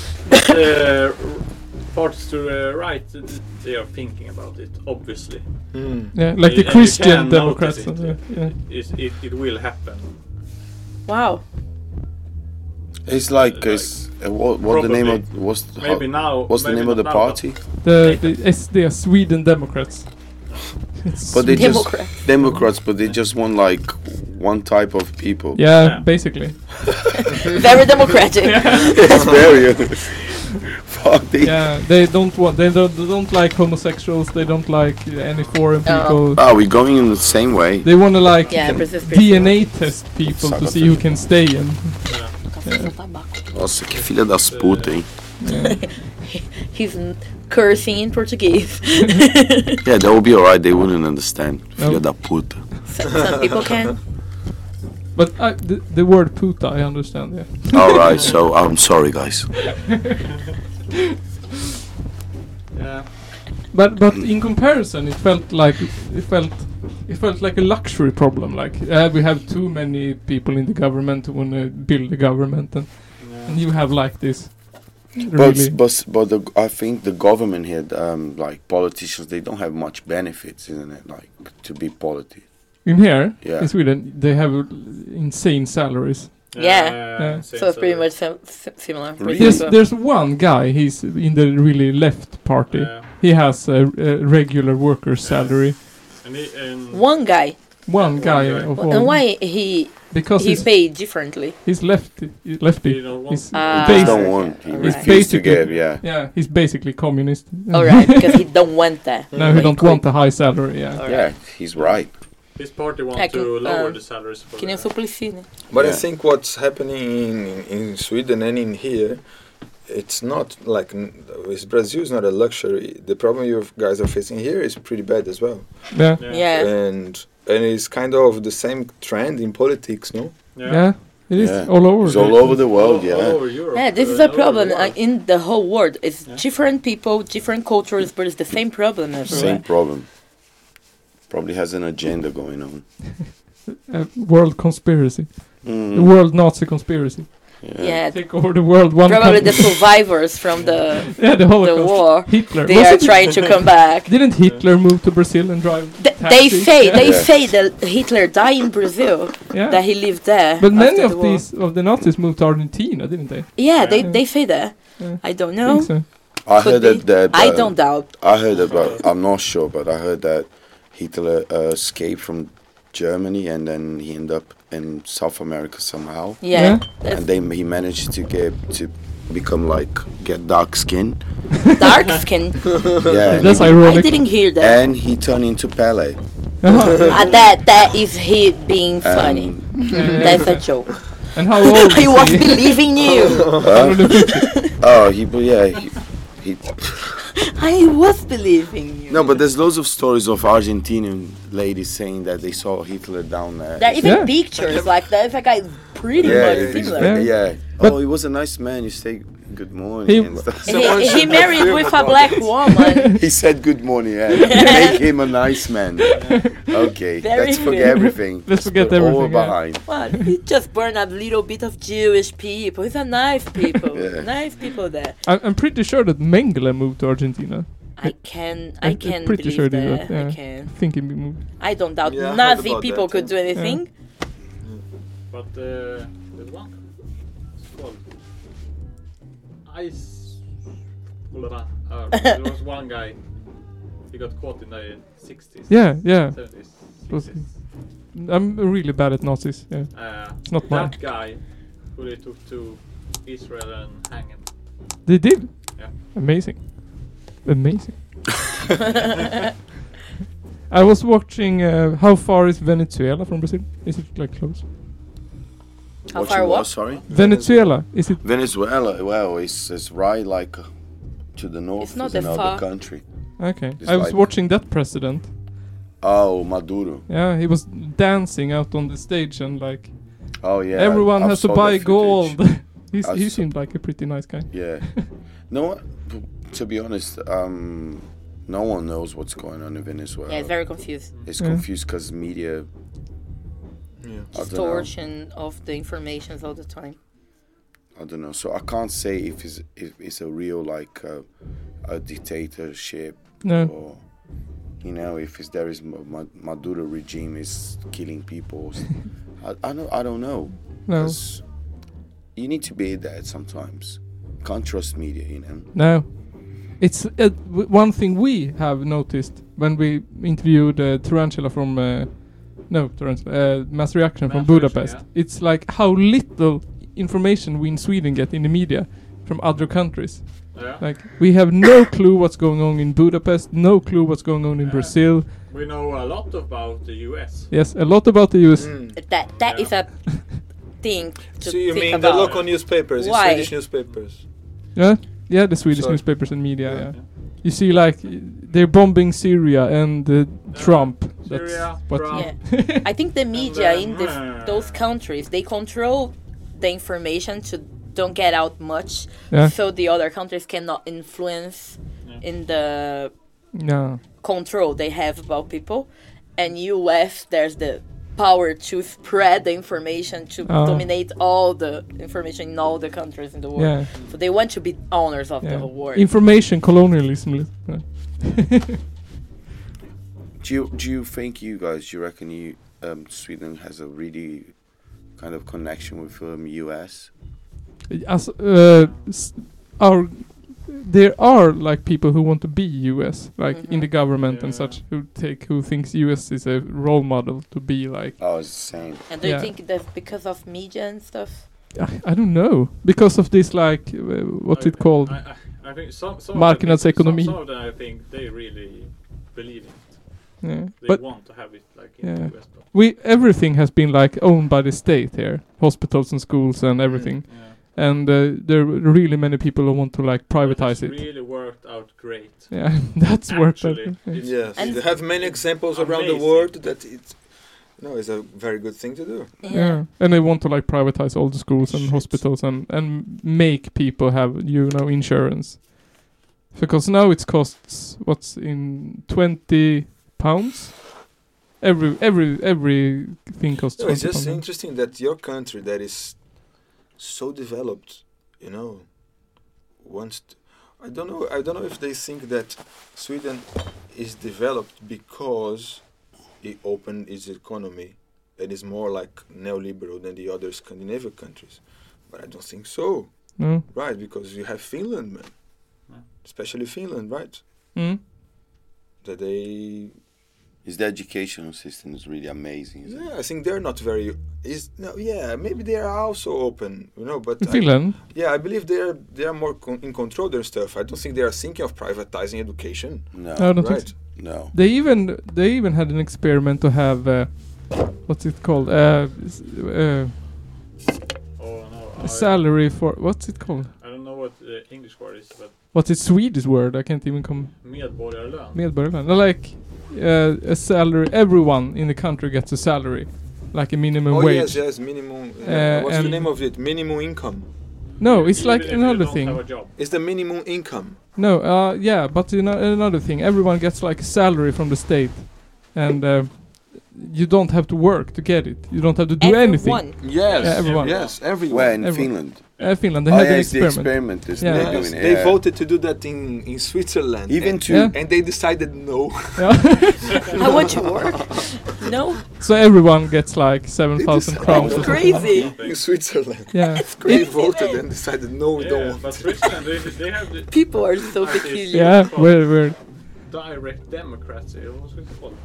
[SPEAKER 6] the Uh, parts to the right, th- th- they are thinking about it. Obviously,
[SPEAKER 8] Hmm.
[SPEAKER 5] yeah, like the
[SPEAKER 6] you- and you
[SPEAKER 5] Christian
[SPEAKER 6] can notice
[SPEAKER 5] Democrats.
[SPEAKER 6] it.
[SPEAKER 5] and, yeah, yeah.
[SPEAKER 6] it it, it will happen.
[SPEAKER 1] Wow.
[SPEAKER 3] It's like,
[SPEAKER 6] Like,
[SPEAKER 3] it's, uh, what, what the name of
[SPEAKER 6] probably.
[SPEAKER 3] what's the- how-
[SPEAKER 6] Maybe now.
[SPEAKER 3] what's the
[SPEAKER 6] maybe
[SPEAKER 3] name of
[SPEAKER 6] not
[SPEAKER 3] the
[SPEAKER 6] now,
[SPEAKER 3] party?
[SPEAKER 5] The the SD Sweden Democrats.
[SPEAKER 3] But they just
[SPEAKER 1] Democrat.
[SPEAKER 3] Democrats, but they just want like one type of people.
[SPEAKER 5] Yeah,
[SPEAKER 6] Yeah.
[SPEAKER 5] basically.
[SPEAKER 1] Very democratic.
[SPEAKER 3] it's very fuck. They,
[SPEAKER 5] Yeah, they don't want. They don't, they don't like homosexuals. They don't like uh, any foreign
[SPEAKER 1] Oh.
[SPEAKER 5] people.
[SPEAKER 3] Are we going in the same way?
[SPEAKER 5] They want to like
[SPEAKER 1] Yeah, Brazil's pretty
[SPEAKER 5] DNA test people to
[SPEAKER 3] Sucker
[SPEAKER 5] see who can stay and
[SPEAKER 3] Nossa, que filha das puta, hein?
[SPEAKER 1] He's n- cursing in Portuguese.
[SPEAKER 3] Yeah, they will be alright. They wouldn't understand. Filha
[SPEAKER 5] No.
[SPEAKER 3] da puta.
[SPEAKER 1] some, some people can.
[SPEAKER 5] But I, the, the word puta, I understand. Yeah.
[SPEAKER 3] Alright, so I'm sorry, guys.
[SPEAKER 6] Yeah.
[SPEAKER 5] But but in comparison, it felt like it felt it felt like a luxury problem. Like uh, we have too many people in the government who want to build the government, and, and you have like this.
[SPEAKER 3] But
[SPEAKER 5] Really,
[SPEAKER 3] but but the, I think the government here, um, like politicians, they don't have much benefits, isn't it? Like to be politi.
[SPEAKER 5] in here
[SPEAKER 3] Yeah.
[SPEAKER 5] in Sweden, they have uh, insane salaries.
[SPEAKER 1] Yeah.
[SPEAKER 5] Yeah.
[SPEAKER 6] same
[SPEAKER 1] So it's pretty
[SPEAKER 6] sort
[SPEAKER 1] much
[SPEAKER 6] of-
[SPEAKER 1] sim- sim- similar.
[SPEAKER 3] Really?
[SPEAKER 1] Brazil as
[SPEAKER 5] There's
[SPEAKER 1] well.
[SPEAKER 5] there's one guy. He's in the really left party.
[SPEAKER 6] Yeah.
[SPEAKER 5] He has a, a regular worker's salary.
[SPEAKER 6] And he, and
[SPEAKER 1] One guy.
[SPEAKER 5] One guy
[SPEAKER 6] guy.
[SPEAKER 5] of all.
[SPEAKER 1] And why he
[SPEAKER 5] Oh. Because
[SPEAKER 1] he
[SPEAKER 5] he's, Mm.
[SPEAKER 1] paid differently?
[SPEAKER 5] he's lefty. Lefty.
[SPEAKER 6] You don't want-
[SPEAKER 5] He's
[SPEAKER 1] Ah.
[SPEAKER 3] They
[SPEAKER 1] Basic-
[SPEAKER 3] don't want. He
[SPEAKER 1] It's
[SPEAKER 3] refused to
[SPEAKER 5] basically-
[SPEAKER 3] give. Yeah.
[SPEAKER 5] Yeah, he's basically communist.
[SPEAKER 1] All right, because he don't want that.
[SPEAKER 5] no, he don't want a high salary. Yeah.
[SPEAKER 1] All
[SPEAKER 3] Yeah, he's right.
[SPEAKER 6] his party
[SPEAKER 1] Yeah,
[SPEAKER 6] want
[SPEAKER 1] can-
[SPEAKER 6] to lower
[SPEAKER 1] um,
[SPEAKER 6] the salaries for
[SPEAKER 1] Que nem o
[SPEAKER 6] the-
[SPEAKER 1] Suplicy, né?
[SPEAKER 8] But I
[SPEAKER 3] Yeah.
[SPEAKER 8] think what's happening in, in, in Sweden and in here, it's not like n- with Brazil is not a luxury. The problem you guys are facing here is pretty bad as well,
[SPEAKER 5] Yeah.
[SPEAKER 6] Yeah.
[SPEAKER 1] Yeah.
[SPEAKER 8] and and it's kind of the same trend in politics, no?
[SPEAKER 5] Yeah.
[SPEAKER 6] Yeah.
[SPEAKER 5] It is
[SPEAKER 3] Yeah.
[SPEAKER 5] all over.
[SPEAKER 3] He's all over the world.
[SPEAKER 6] All
[SPEAKER 3] Yeah.
[SPEAKER 6] over Europe,
[SPEAKER 1] Yeah, this
[SPEAKER 6] uh,
[SPEAKER 1] is a
[SPEAKER 6] all over the
[SPEAKER 1] problem uh,
[SPEAKER 6] world.
[SPEAKER 1] in the whole world. It's
[SPEAKER 6] Yeah.
[SPEAKER 1] different people, different cultures, but it's the same problem everywhere.
[SPEAKER 3] Same problem. Probably has an agenda going on.
[SPEAKER 5] Uh, world conspiracy. The
[SPEAKER 3] Mm,
[SPEAKER 5] world Nazi conspiracy.
[SPEAKER 1] Yeah,
[SPEAKER 5] Take over the world one
[SPEAKER 1] probably the
[SPEAKER 5] country.
[SPEAKER 1] survivors from the
[SPEAKER 5] yeah, the Holocaust.
[SPEAKER 1] war,
[SPEAKER 5] Hitler.
[SPEAKER 1] they are
[SPEAKER 5] Wasn't-
[SPEAKER 1] trying to come back.
[SPEAKER 5] Didn't Hitler move to Brazil and drive?
[SPEAKER 1] Th- they
[SPEAKER 5] taxis?
[SPEAKER 1] say
[SPEAKER 5] Yeah.
[SPEAKER 1] they
[SPEAKER 3] Yeah.
[SPEAKER 1] say that Hitler died in Brazil,
[SPEAKER 5] Yeah.
[SPEAKER 1] that he lived there.
[SPEAKER 5] but many
[SPEAKER 1] after
[SPEAKER 5] of
[SPEAKER 1] the war.
[SPEAKER 5] these of the Nazis moved to Argentina, didn't they?
[SPEAKER 1] yeah, they
[SPEAKER 5] Yeah.
[SPEAKER 1] they say that.
[SPEAKER 5] Yeah.
[SPEAKER 1] I don't
[SPEAKER 5] I
[SPEAKER 1] know.
[SPEAKER 5] think so.
[SPEAKER 3] I
[SPEAKER 1] Could
[SPEAKER 3] heard
[SPEAKER 1] be.
[SPEAKER 3] that, that
[SPEAKER 1] I
[SPEAKER 3] uh,
[SPEAKER 1] don't doubt.
[SPEAKER 3] I heard about. I'm not sure, but I heard that Hitler uh, escaped from Germany and then he ended up in South America somehow.
[SPEAKER 1] Yeah,
[SPEAKER 3] And then he managed to get to become like get dark skin.
[SPEAKER 1] dark skin.
[SPEAKER 3] Yeah. and
[SPEAKER 5] That's
[SPEAKER 3] he,
[SPEAKER 1] I
[SPEAKER 5] ironic.
[SPEAKER 1] didn't hear that.
[SPEAKER 3] and he turned into Pele.
[SPEAKER 5] Uh-huh.
[SPEAKER 1] Ah, that that is he being funny.
[SPEAKER 3] Um,
[SPEAKER 5] Mm.
[SPEAKER 1] That's a joke.
[SPEAKER 5] and how old
[SPEAKER 1] I was
[SPEAKER 5] was he?
[SPEAKER 1] believing you.
[SPEAKER 3] oh, he. but Yeah. He, he,
[SPEAKER 1] I was believing you.
[SPEAKER 3] no, but there's loads of stories of Argentinian ladies saying that they saw Hitler down there.
[SPEAKER 1] There are even
[SPEAKER 5] Yeah.
[SPEAKER 1] pictures like that. That guy is pretty
[SPEAKER 3] yeah,
[SPEAKER 1] much
[SPEAKER 3] he's-
[SPEAKER 1] similar.
[SPEAKER 5] Yeah.
[SPEAKER 3] yeah,
[SPEAKER 5] But-
[SPEAKER 3] oh, he was a nice man. You say good morning.
[SPEAKER 5] He-
[SPEAKER 3] and stuff.
[SPEAKER 1] He, he married with a black woman.
[SPEAKER 3] He said good morning. Yeah. Make him a nice man. Okay,
[SPEAKER 1] Very
[SPEAKER 3] let's forget
[SPEAKER 1] good.
[SPEAKER 3] everything.
[SPEAKER 5] Let's forget
[SPEAKER 3] Put all
[SPEAKER 5] everything, yeah.
[SPEAKER 3] behind.
[SPEAKER 1] Well, he just burned a little bit of Jewish people. He's a nice people.
[SPEAKER 3] Yeah.
[SPEAKER 1] Nice people there.
[SPEAKER 5] I- I'm pretty sure that Mengele moved to Argentina.
[SPEAKER 1] I can I
[SPEAKER 5] I'm
[SPEAKER 1] can
[SPEAKER 5] pretty
[SPEAKER 1] believe
[SPEAKER 5] sure they
[SPEAKER 1] that.
[SPEAKER 5] do, yeah.
[SPEAKER 1] I can.
[SPEAKER 5] I think he moved.
[SPEAKER 1] I don't doubt
[SPEAKER 8] Yeah, I heard
[SPEAKER 1] Nazi
[SPEAKER 8] about
[SPEAKER 1] people
[SPEAKER 8] that,
[SPEAKER 1] could do
[SPEAKER 8] yeah.
[SPEAKER 1] anything.
[SPEAKER 8] Hmm.
[SPEAKER 6] But uh, that one, it's called ice. Uh, there was one guy. He got caught in the sixties.
[SPEAKER 5] Yeah, yeah.
[SPEAKER 6] 70s,
[SPEAKER 5] Was he-
[SPEAKER 6] 60s.
[SPEAKER 5] I'm really bad at Nazis. Yeah.
[SPEAKER 6] Uh,
[SPEAKER 5] not mine.
[SPEAKER 6] that guy who they took to Israel and hang him.
[SPEAKER 5] They did.
[SPEAKER 6] Yeah.
[SPEAKER 5] Amazing. Amazing. I was watching uh, how far is Venezuela from Brazil? Is it like close?
[SPEAKER 1] How
[SPEAKER 3] Watching
[SPEAKER 1] far
[SPEAKER 3] what?
[SPEAKER 1] was?
[SPEAKER 3] Sorry,
[SPEAKER 5] Venezuela. Is it
[SPEAKER 3] Venezuela. Well, it's it's right like uh, to the north.
[SPEAKER 1] It's not
[SPEAKER 3] is
[SPEAKER 1] that
[SPEAKER 3] another
[SPEAKER 1] far.
[SPEAKER 3] country.
[SPEAKER 5] okay?
[SPEAKER 3] It's
[SPEAKER 5] I was
[SPEAKER 3] like-
[SPEAKER 5] watching that president.
[SPEAKER 3] Oh, Maduro.
[SPEAKER 5] Yeah, he was dancing out on the stage and like
[SPEAKER 3] Oh yeah.
[SPEAKER 5] everyone
[SPEAKER 3] I- I
[SPEAKER 5] has to
[SPEAKER 3] saw
[SPEAKER 5] buy
[SPEAKER 3] that footage.
[SPEAKER 5] gold. He's,
[SPEAKER 3] I
[SPEAKER 5] he
[SPEAKER 3] saw-
[SPEAKER 5] seemed like a pretty nice guy.
[SPEAKER 3] Yeah. no, one- to be honest, um, no one knows what's going on in Venezuela.
[SPEAKER 1] Yeah, very confused.
[SPEAKER 3] it's
[SPEAKER 5] Yeah.
[SPEAKER 3] confused because media. I don't know.
[SPEAKER 1] Distortion of the information all the time.
[SPEAKER 3] I don't know. So I can't say if it's if it's a real like uh, a dictatorship
[SPEAKER 5] No,
[SPEAKER 3] or you know if it's, there is Ma- Ma- Maduro regime is killing people. I, I don't I don't know.
[SPEAKER 5] no,
[SPEAKER 3] 'Cause You need to be there sometimes. Can't trust media, you know.
[SPEAKER 5] no. It's uh, w- one thing we have noticed when we interviewed uh, Tarantula from. Uh, no, Tarantula. Uh, Mass Reaction from
[SPEAKER 6] Mass Reaction,
[SPEAKER 5] Budapest. It's like how little information we in Sweden get in the media from other countries.
[SPEAKER 6] Yeah.
[SPEAKER 5] Like, we have no clue what's going on in Budapest, no clue what's going on in
[SPEAKER 6] Yeah.
[SPEAKER 5] Brazil.
[SPEAKER 6] We know a lot about the US.
[SPEAKER 5] Yes, a lot about the US.
[SPEAKER 3] Hmm.
[SPEAKER 1] Mm. That that is
[SPEAKER 6] Yeah.
[SPEAKER 1] a thing to
[SPEAKER 8] So you
[SPEAKER 1] think
[SPEAKER 8] mean the
[SPEAKER 1] about.
[SPEAKER 8] local newspapers, the
[SPEAKER 1] Why?
[SPEAKER 8] Swedish newspapers?
[SPEAKER 5] Yeah, yeah, the Swedish
[SPEAKER 8] Sorry.
[SPEAKER 5] newspapers and media. Yeah.
[SPEAKER 8] Yeah.
[SPEAKER 5] you see, like y- they're bombing Syria and uh, Trump. That's
[SPEAKER 6] Syria,
[SPEAKER 5] what
[SPEAKER 6] Trump.
[SPEAKER 1] I think the media
[SPEAKER 8] uh,
[SPEAKER 6] then-
[SPEAKER 1] in
[SPEAKER 8] hmm.
[SPEAKER 1] this, those countries they control the information to don't get out much,
[SPEAKER 5] Yeah.
[SPEAKER 1] so the other countries cannot influence in the
[SPEAKER 5] no.
[SPEAKER 1] control they have about people. And U.S. there's the power to spread the information to
[SPEAKER 5] Oh.
[SPEAKER 1] dominate all the information in all the countries in the world.
[SPEAKER 5] Yeah.
[SPEAKER 1] So they want to be owners of the
[SPEAKER 5] yeah.
[SPEAKER 1] whole world.
[SPEAKER 5] Information colonialism. li- yeah.
[SPEAKER 3] Do you do you think you guys? Do you reckon you um, Sweden has a really kind of connection with um, US?
[SPEAKER 5] As uh, s- our there are like people who want to be U.S. like in
[SPEAKER 1] Mm-hmm.
[SPEAKER 5] the government and
[SPEAKER 6] Yeah.
[SPEAKER 5] such who take who thinks U.S. is a role model to be like.
[SPEAKER 3] Oh, it's the same.
[SPEAKER 1] and do
[SPEAKER 5] Yeah.
[SPEAKER 1] you think that's because of media and stuff?
[SPEAKER 5] I, I don't know because of this like uh, what's
[SPEAKER 6] I-
[SPEAKER 5] it called?
[SPEAKER 6] I, I, I think some, some of
[SPEAKER 5] Marknads
[SPEAKER 6] them- some-
[SPEAKER 5] ekonomi.
[SPEAKER 6] Some, of them, I think they really believe it.
[SPEAKER 5] yeah.
[SPEAKER 6] They
[SPEAKER 5] But
[SPEAKER 6] want to have it like in
[SPEAKER 5] Yeah.
[SPEAKER 6] the US. But,
[SPEAKER 5] we everything has been like owned by the state here, hospitals and schools and
[SPEAKER 6] Mm-hmm.
[SPEAKER 5] everything.
[SPEAKER 6] yeah.
[SPEAKER 5] And uh, there are really many people who want to like privatize
[SPEAKER 6] It's
[SPEAKER 5] it.
[SPEAKER 6] really worked out great.
[SPEAKER 5] Yeah, that's worked out.
[SPEAKER 6] Actually,
[SPEAKER 5] Yeah.
[SPEAKER 6] it's-
[SPEAKER 8] Yes,
[SPEAKER 1] And-
[SPEAKER 8] you have many examples around the
[SPEAKER 6] Amazing.
[SPEAKER 8] world that it's no, it's a very good thing to do.
[SPEAKER 5] Yeah, and they want to like privatize all the schools and
[SPEAKER 8] Shit.
[SPEAKER 5] hospitals and and make people have you know insurance, because now it costs what's in twenty pounds. Every every everything costs.
[SPEAKER 8] No, it's
[SPEAKER 5] 20
[SPEAKER 8] just
[SPEAKER 5] pounds.
[SPEAKER 8] interesting that your country that is so developed, you know, wants. t I don't know. I don't know if they think that Sweden is developed because it opened its economy and is more like neoliberal than the other Scandinavian countries, but I don't think so.
[SPEAKER 5] No.
[SPEAKER 8] Right, because you have Finland, man.
[SPEAKER 6] Yeah.
[SPEAKER 8] Especially Finland, right?
[SPEAKER 5] Mm.
[SPEAKER 8] That they
[SPEAKER 3] Is the educational system is really amazing? Isn't
[SPEAKER 8] Yeah, I think they're not very. Is no, yeah, maybe they are also open, you know. But I-
[SPEAKER 5] Finland.
[SPEAKER 8] yeah, I believe they are they are more con- in control of their stuff. I don't think they are thinking of privatizing education,
[SPEAKER 3] it? No,
[SPEAKER 5] I don't think
[SPEAKER 8] right?
[SPEAKER 5] so.
[SPEAKER 3] no.
[SPEAKER 5] They even they even had an experiment to have uh, what's it called uh, s- uh,
[SPEAKER 6] Oh no,
[SPEAKER 5] a
[SPEAKER 6] I,
[SPEAKER 5] salary for what's it called?
[SPEAKER 6] I don't know what the English word is, but
[SPEAKER 5] What's its Swedish word? I can't even come
[SPEAKER 6] medborgarlön.
[SPEAKER 5] medborgarlön. No, Like uh, a salary. Everyone in the country gets a salary, like a minimum
[SPEAKER 8] oh
[SPEAKER 5] wage.
[SPEAKER 8] yes, yes, minimum.
[SPEAKER 5] Uh,
[SPEAKER 8] Uh, what's the
[SPEAKER 5] and-
[SPEAKER 8] name of it? Minimum income.
[SPEAKER 5] No, it's
[SPEAKER 6] Even
[SPEAKER 5] like
[SPEAKER 6] if you
[SPEAKER 5] another
[SPEAKER 6] don't Have a
[SPEAKER 5] thing.
[SPEAKER 6] job.
[SPEAKER 8] It's the minimum income.
[SPEAKER 5] No, uh, yeah, but you know another thing. Everyone gets like a salary from the state, and uh, you don't have to work to get it. You don't have to do anything.
[SPEAKER 1] Everyone.
[SPEAKER 8] Yes,
[SPEAKER 5] Yeah, everyone.
[SPEAKER 8] Yes, everyone.
[SPEAKER 3] Where in
[SPEAKER 5] Everyone.
[SPEAKER 3] Finland?
[SPEAKER 5] Uh, Finland, they
[SPEAKER 3] Oh,
[SPEAKER 5] had
[SPEAKER 3] yeah,
[SPEAKER 5] an
[SPEAKER 3] it's the
[SPEAKER 5] experiment.
[SPEAKER 3] experiment. Is
[SPEAKER 5] Yeah.
[SPEAKER 3] they're
[SPEAKER 8] Yes,
[SPEAKER 3] doing.
[SPEAKER 8] they
[SPEAKER 3] yeah.
[SPEAKER 8] voted to do that in in Switzerland.
[SPEAKER 3] Even
[SPEAKER 8] and,
[SPEAKER 3] to
[SPEAKER 5] Yeah.
[SPEAKER 8] and they decided no.
[SPEAKER 1] I want to work. no,
[SPEAKER 5] So everyone gets like seven thousand
[SPEAKER 8] It's
[SPEAKER 5] crowns. or
[SPEAKER 1] it's
[SPEAKER 5] something.
[SPEAKER 1] crazy.
[SPEAKER 8] in Switzerland,
[SPEAKER 5] Yeah,
[SPEAKER 8] they
[SPEAKER 1] Crazy
[SPEAKER 8] voted
[SPEAKER 1] man.
[SPEAKER 8] and decided no, we don't
[SPEAKER 6] Yeah,
[SPEAKER 8] want.
[SPEAKER 6] but Switzerland, they, they have the
[SPEAKER 1] People are so
[SPEAKER 6] Like this.
[SPEAKER 1] peculiar.
[SPEAKER 5] yeah, weird, weird.
[SPEAKER 6] direct democrats. It was called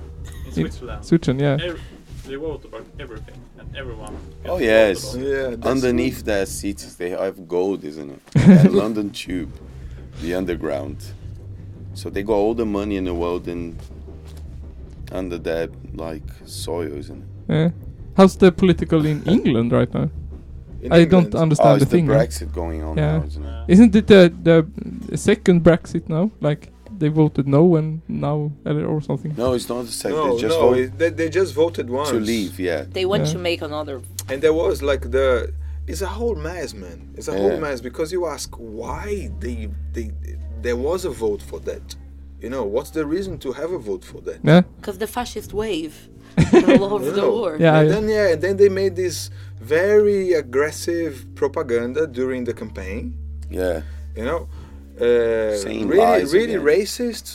[SPEAKER 6] in Switzerland.
[SPEAKER 5] Switching, yeah.
[SPEAKER 6] Ev- they vote about everything and everyone.
[SPEAKER 3] Oh,
[SPEAKER 6] gets to vote
[SPEAKER 3] yes.
[SPEAKER 6] about it.
[SPEAKER 8] Yeah, that's-
[SPEAKER 3] Underneath their seats, they have gold, isn't it? The London Tube, the underground. So they got all the money in the world in under their like soil, isn't it?
[SPEAKER 5] yeah. Uh, How's the political in England right now?
[SPEAKER 8] In
[SPEAKER 5] I don't
[SPEAKER 8] England.
[SPEAKER 3] Oh,
[SPEAKER 5] understand
[SPEAKER 3] it's
[SPEAKER 5] the
[SPEAKER 3] the
[SPEAKER 5] thing. right?
[SPEAKER 3] Brexit going on
[SPEAKER 5] Yeah.
[SPEAKER 3] now, isn't it?
[SPEAKER 6] Uh,
[SPEAKER 5] Isn't it the the uh, second Brexit now? Like they voted no and now uh, or something.
[SPEAKER 3] No, it's not the second.
[SPEAKER 8] No,
[SPEAKER 3] they just
[SPEAKER 8] no,
[SPEAKER 3] vote
[SPEAKER 8] it- they, they just voted once
[SPEAKER 3] to leave. Yeah.
[SPEAKER 1] They want
[SPEAKER 5] Yeah.
[SPEAKER 1] to make another.
[SPEAKER 8] and there was like the. It's a whole mess, man. It's a whole
[SPEAKER 3] Yeah.
[SPEAKER 8] mess because you ask why they they there was a vote for that. You know what's the reason to have a vote for that?
[SPEAKER 5] Yeah,
[SPEAKER 1] Because the fascist wave all over the
[SPEAKER 8] No.
[SPEAKER 1] world.
[SPEAKER 5] Yeah,
[SPEAKER 8] and
[SPEAKER 5] I-
[SPEAKER 8] then yeah, and then they made this very aggressive propaganda during the campaign.
[SPEAKER 3] Yeah.
[SPEAKER 8] you know, uh,
[SPEAKER 3] Saying
[SPEAKER 8] really,
[SPEAKER 3] lies
[SPEAKER 8] really
[SPEAKER 3] again.
[SPEAKER 8] racist.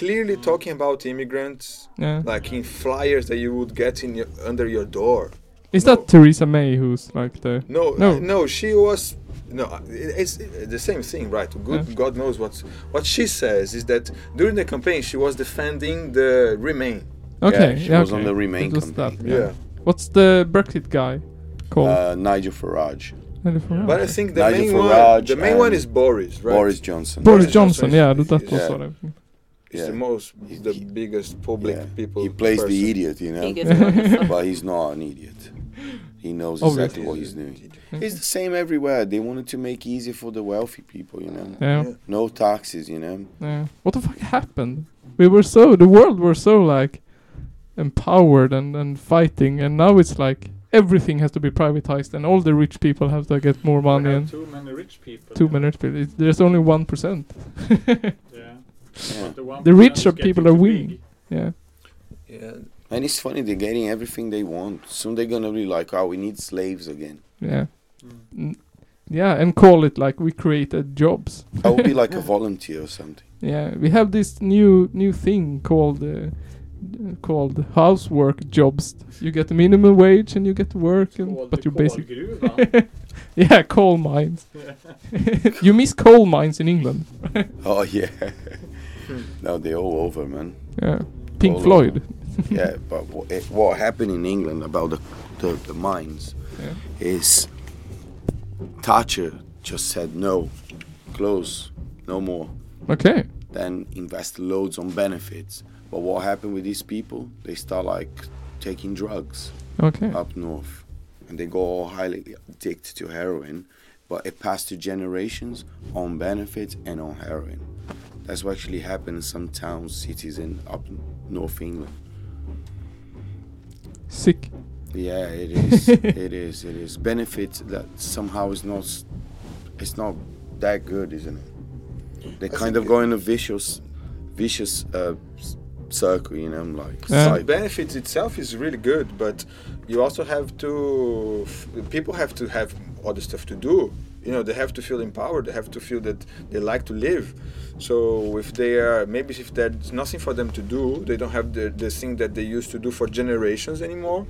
[SPEAKER 8] Clearly talking about immigrants,
[SPEAKER 5] yeah.
[SPEAKER 8] like in flyers that you would get in your, under your door.
[SPEAKER 5] Is that Theresa May who's like the?
[SPEAKER 8] No, no,
[SPEAKER 5] No.
[SPEAKER 8] no, she was no, I- it's the same thing, right? Good, God knows what's what she says is that during the campaign she was defending the Remain.
[SPEAKER 5] Okay.
[SPEAKER 3] she
[SPEAKER 5] yeah,
[SPEAKER 3] was on
[SPEAKER 5] okay.
[SPEAKER 3] the Remain
[SPEAKER 5] It was
[SPEAKER 3] campaign.
[SPEAKER 5] that, yeah. What's the Brexit guy called?
[SPEAKER 3] Uh, Nigel Farage,
[SPEAKER 5] Any for-
[SPEAKER 8] But I think the
[SPEAKER 3] Nigel
[SPEAKER 8] main one,
[SPEAKER 3] Farage
[SPEAKER 8] the main one
[SPEAKER 3] and
[SPEAKER 8] is Boris, right?
[SPEAKER 3] Boris Johnson.
[SPEAKER 5] Boris
[SPEAKER 8] Yeah,
[SPEAKER 5] Johnson,
[SPEAKER 8] yeah.
[SPEAKER 5] yeah, that that was
[SPEAKER 3] Yeah.
[SPEAKER 5] what I.
[SPEAKER 8] is
[SPEAKER 3] Yeah.
[SPEAKER 8] the most,
[SPEAKER 3] He-
[SPEAKER 8] the
[SPEAKER 3] he-
[SPEAKER 8] biggest public
[SPEAKER 3] Yeah.
[SPEAKER 8] people.
[SPEAKER 3] He plays
[SPEAKER 8] person.
[SPEAKER 3] the idiot, you
[SPEAKER 1] He
[SPEAKER 3] know,
[SPEAKER 1] gets one.
[SPEAKER 3] but he's not an idiot. He knows
[SPEAKER 5] Obviously.
[SPEAKER 3] exactly what he's doing. It's the same everywhere. They wanted to make easy for the wealthy people, you know.
[SPEAKER 5] Yeah,
[SPEAKER 8] Yeah.
[SPEAKER 3] No taxes, you know.
[SPEAKER 5] yeah. What the fuck happened? We were so the world were so like empowered and and fighting, and now it's like everything has to be privatized, and all the rich people have to get more
[SPEAKER 6] We
[SPEAKER 5] money,
[SPEAKER 6] have
[SPEAKER 5] and
[SPEAKER 6] too many rich people.
[SPEAKER 5] too
[SPEAKER 6] yeah.
[SPEAKER 5] many rich people. It's, there's only one percent.
[SPEAKER 6] Yeah.
[SPEAKER 3] Yeah.
[SPEAKER 6] But one
[SPEAKER 5] The
[SPEAKER 6] percent
[SPEAKER 5] richer
[SPEAKER 6] is getting
[SPEAKER 5] people are
[SPEAKER 6] too
[SPEAKER 5] winning.
[SPEAKER 6] big.
[SPEAKER 5] Yeah,
[SPEAKER 8] Yeah.
[SPEAKER 3] And it's funny, they're getting everything they want. Soon they're gonna be like, oh, we need slaves again.
[SPEAKER 5] yeah,
[SPEAKER 6] Mm.
[SPEAKER 5] N- yeah, and call it like we created jobs.
[SPEAKER 3] I will be like a volunteer or something.
[SPEAKER 5] Yeah, we have this new new thing called uh, called housework jobs. You get the minimum wage and you get work, and
[SPEAKER 6] Called
[SPEAKER 5] but
[SPEAKER 6] the
[SPEAKER 5] you basically
[SPEAKER 6] kolgruvan.
[SPEAKER 5] yeah coal mines. you miss coal mines in England.
[SPEAKER 3] Oh, yeah. no, they're all over, man.
[SPEAKER 5] Yeah, Pink
[SPEAKER 3] Coal
[SPEAKER 5] Floyd.
[SPEAKER 3] yeah, but what, it, what happened in England about the the, the mines
[SPEAKER 5] Yeah.
[SPEAKER 3] is Thatcher just said no, close, no more.
[SPEAKER 5] Okay.
[SPEAKER 3] Then invest loads on benefits. But what happened with these people? They start like taking drugs
[SPEAKER 5] Okay.
[SPEAKER 3] up north, and they go all highly addicted to heroin. But it passed to generations on benefits and on heroin. That's what actually happened in some towns, cities in up north England.
[SPEAKER 5] Sick.
[SPEAKER 3] Yeah, it is. it is. It is. Benefits that somehow is not. s- It's not that good, isn't it? They kind of
[SPEAKER 8] think
[SPEAKER 3] go in a vicious, vicious uh, s- circle. You know, I'm like
[SPEAKER 5] Yeah.
[SPEAKER 8] The
[SPEAKER 3] cycle.
[SPEAKER 8] benefits itself is really good, but you also have to. f- People have to have other stuff to do. You know, they have to feel empowered. They have to feel that they like to live. So if they are maybe if there's nothing for them to do, they don't have the, the thing that they used to do for generations anymore.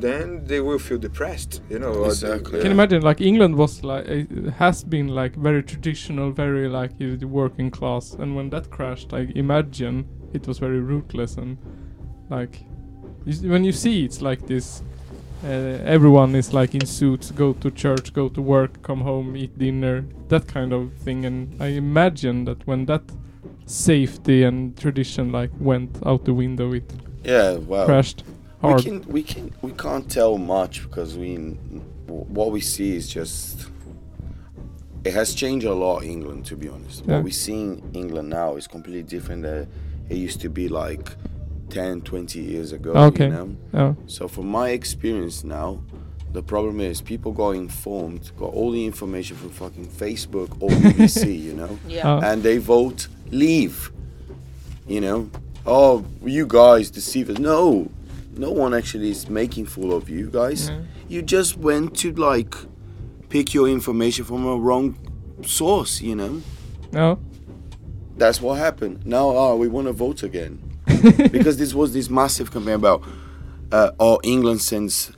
[SPEAKER 8] Then they will feel depressed. You know. or they-
[SPEAKER 3] Exactly.
[SPEAKER 5] Can you
[SPEAKER 3] Yeah.
[SPEAKER 5] imagine? Like England was like uh, has been like very traditional, very like you the working class, and when that crashed, I imagine it was very rootless and like you s- when you see it's like this. Uh, everyone is like in suits, go to church, go to work, come home, eat dinner, that kind of thing. And I imagine that when that safety and tradition like went out the window, it
[SPEAKER 3] Yeah. Well,
[SPEAKER 5] crashed
[SPEAKER 3] Oh. we
[SPEAKER 5] hard.
[SPEAKER 3] can we can we can't tell much because we n- w- what we see is just. It has changed a lot, England. To be honest,
[SPEAKER 5] Yeah.
[SPEAKER 3] what we see in England now is completely different than it used to be like 10, 20 years ago.
[SPEAKER 5] Okay.
[SPEAKER 3] You know?
[SPEAKER 5] Oh,
[SPEAKER 3] So from my experience now, the problem is people got informed, got all the information from fucking Facebook or BBC, you know,
[SPEAKER 1] yeah.
[SPEAKER 5] Oh.
[SPEAKER 3] and they vote leave. You know, oh you guys deceive us. No, no one actually is making fool of you guys.
[SPEAKER 5] Mm.
[SPEAKER 3] You just went to like pick your information from a wrong source. You know,
[SPEAKER 5] no.
[SPEAKER 3] that's what happened. Now, oh, we want to vote again because this was this massive campaign about uh, oh England sends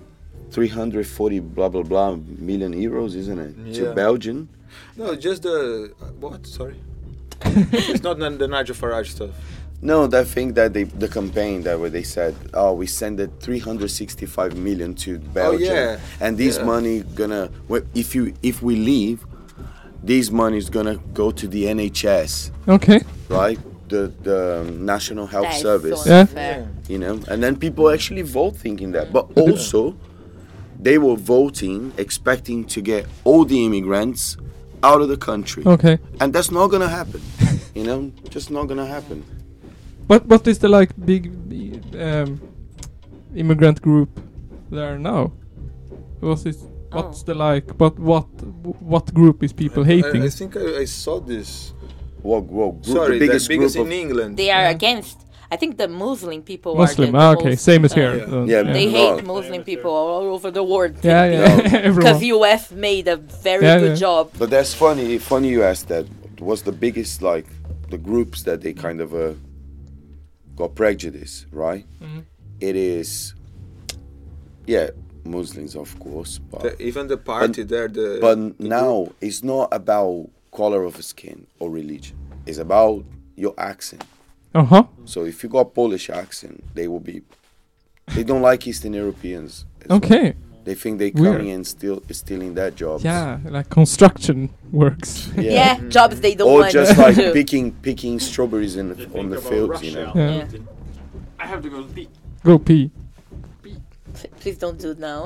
[SPEAKER 3] 340 blah blah blah million euros, isn't it,
[SPEAKER 8] Yeah.
[SPEAKER 3] to Belgium?
[SPEAKER 8] No, just the what? Sorry. it's not the Nigel Farage stuff.
[SPEAKER 3] No, that thing that they the campaign that where they said oh we send it 365 million to Belgium,
[SPEAKER 8] Oh, yeah.
[SPEAKER 3] and this
[SPEAKER 8] Yeah.
[SPEAKER 3] money gonna well, if you if we leave, this money is gonna go to the NHS,
[SPEAKER 5] Okay.
[SPEAKER 3] right? The the um, National Health
[SPEAKER 1] That is
[SPEAKER 3] Service.
[SPEAKER 1] so
[SPEAKER 5] Yeah.
[SPEAKER 1] unfair.
[SPEAKER 3] you know and then people actually vote thinking that but also they were voting expecting to get all the immigrants out of the country
[SPEAKER 5] Okay.
[SPEAKER 3] and that's not gonna happen you know just not gonna happen
[SPEAKER 5] What what is the like big um, immigrant group there now? Was it what's
[SPEAKER 1] Oh.
[SPEAKER 5] the like what what what group is people hating?
[SPEAKER 8] I, I think I, I saw this.
[SPEAKER 3] whoa whoa group,
[SPEAKER 8] Sorry,
[SPEAKER 3] the biggest,
[SPEAKER 8] the biggest
[SPEAKER 3] group
[SPEAKER 8] in
[SPEAKER 3] of-
[SPEAKER 8] England.
[SPEAKER 1] They are against. I think the Muslim people
[SPEAKER 5] Muslim.
[SPEAKER 1] are.
[SPEAKER 5] Ah,
[SPEAKER 1] the- the
[SPEAKER 5] okay,
[SPEAKER 1] most,
[SPEAKER 5] same as
[SPEAKER 1] uh,
[SPEAKER 5] here.
[SPEAKER 8] Yeah.
[SPEAKER 5] then,
[SPEAKER 3] Yeah,
[SPEAKER 1] They
[SPEAKER 3] No.
[SPEAKER 1] hate
[SPEAKER 6] Same
[SPEAKER 1] Muslim
[SPEAKER 6] as
[SPEAKER 1] people all over the world.
[SPEAKER 5] Yeah, yeah,
[SPEAKER 1] Because
[SPEAKER 5] everyone.
[SPEAKER 1] US made a very
[SPEAKER 5] Yeah,
[SPEAKER 1] good
[SPEAKER 5] yeah.
[SPEAKER 1] job.
[SPEAKER 3] but that's funny funny you asked that was the biggest like the groups that they kind of uh,
[SPEAKER 5] Mm-hmm.
[SPEAKER 3] got prejudice right
[SPEAKER 5] Mhm.
[SPEAKER 3] It is yeah Muslims, of course, but
[SPEAKER 8] The, even the party there, the
[SPEAKER 3] but
[SPEAKER 8] the
[SPEAKER 3] now it's not about color of skin or religion. It's about your accent.
[SPEAKER 5] Uh huh.
[SPEAKER 3] So if you got Polish accent, they will be. They don't like Eastern Europeans. as well.
[SPEAKER 5] Okay.
[SPEAKER 3] They think they
[SPEAKER 5] Weird.
[SPEAKER 3] coming and still stealing their jobs.
[SPEAKER 5] Yeah, like construction works.
[SPEAKER 1] Yeah, jobs they don't
[SPEAKER 3] Mm. or
[SPEAKER 1] want
[SPEAKER 3] just
[SPEAKER 1] to
[SPEAKER 3] like
[SPEAKER 1] do.
[SPEAKER 3] picking picking strawberries in
[SPEAKER 6] They
[SPEAKER 3] on
[SPEAKER 6] think
[SPEAKER 3] the
[SPEAKER 6] about
[SPEAKER 3] fields,
[SPEAKER 6] Russia
[SPEAKER 3] you know.
[SPEAKER 6] out there.
[SPEAKER 5] Yeah.
[SPEAKER 6] I have to go pee.
[SPEAKER 5] Go pee
[SPEAKER 1] P- Please don't do it now.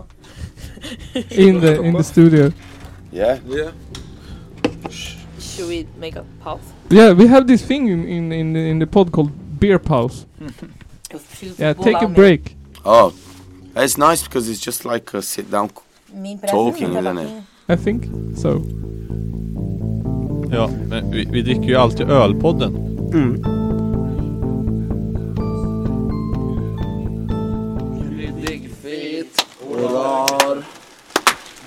[SPEAKER 5] in the in the studio.
[SPEAKER 3] Yeah.
[SPEAKER 8] group- yeah.
[SPEAKER 1] Should we make a pause?
[SPEAKER 5] Yeah, we have this thing in in in the, in the pod called beer pause. Yeah, take a break.
[SPEAKER 3] Oh, it's nice because it's just like a sit down. c- Talking, isn't it?
[SPEAKER 5] I think so.
[SPEAKER 4] Ja, men vi, vi dricker ju alltid ölpodden.
[SPEAKER 9] Diggfit och rar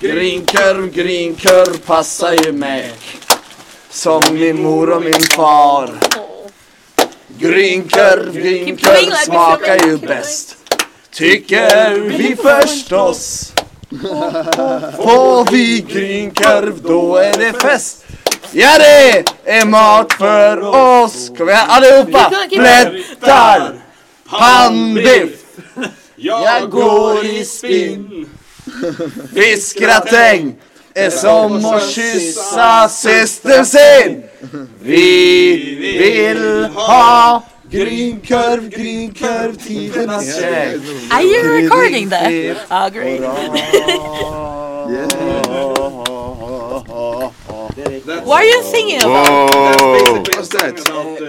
[SPEAKER 9] Grinker, grinker passar ju mig Som min mor och min far Grinker,
[SPEAKER 1] playing
[SPEAKER 9] grinker
[SPEAKER 1] like
[SPEAKER 9] smakar
[SPEAKER 1] it's
[SPEAKER 9] ju
[SPEAKER 1] amazing.
[SPEAKER 9] bäst Tycker vi förstås Får vi grinker då är det fest Ja det är mat för oss Kom igen allihopa! Plättar! Pannbiff! Jag går i spinn Fiskgratäng är som att kyssa systern sin Vi vill ha Grynkorv, grynkorv, tidernas käk
[SPEAKER 1] Are you recording that? Oh, great. What are you singing about?
[SPEAKER 3] Oh,
[SPEAKER 6] What's that?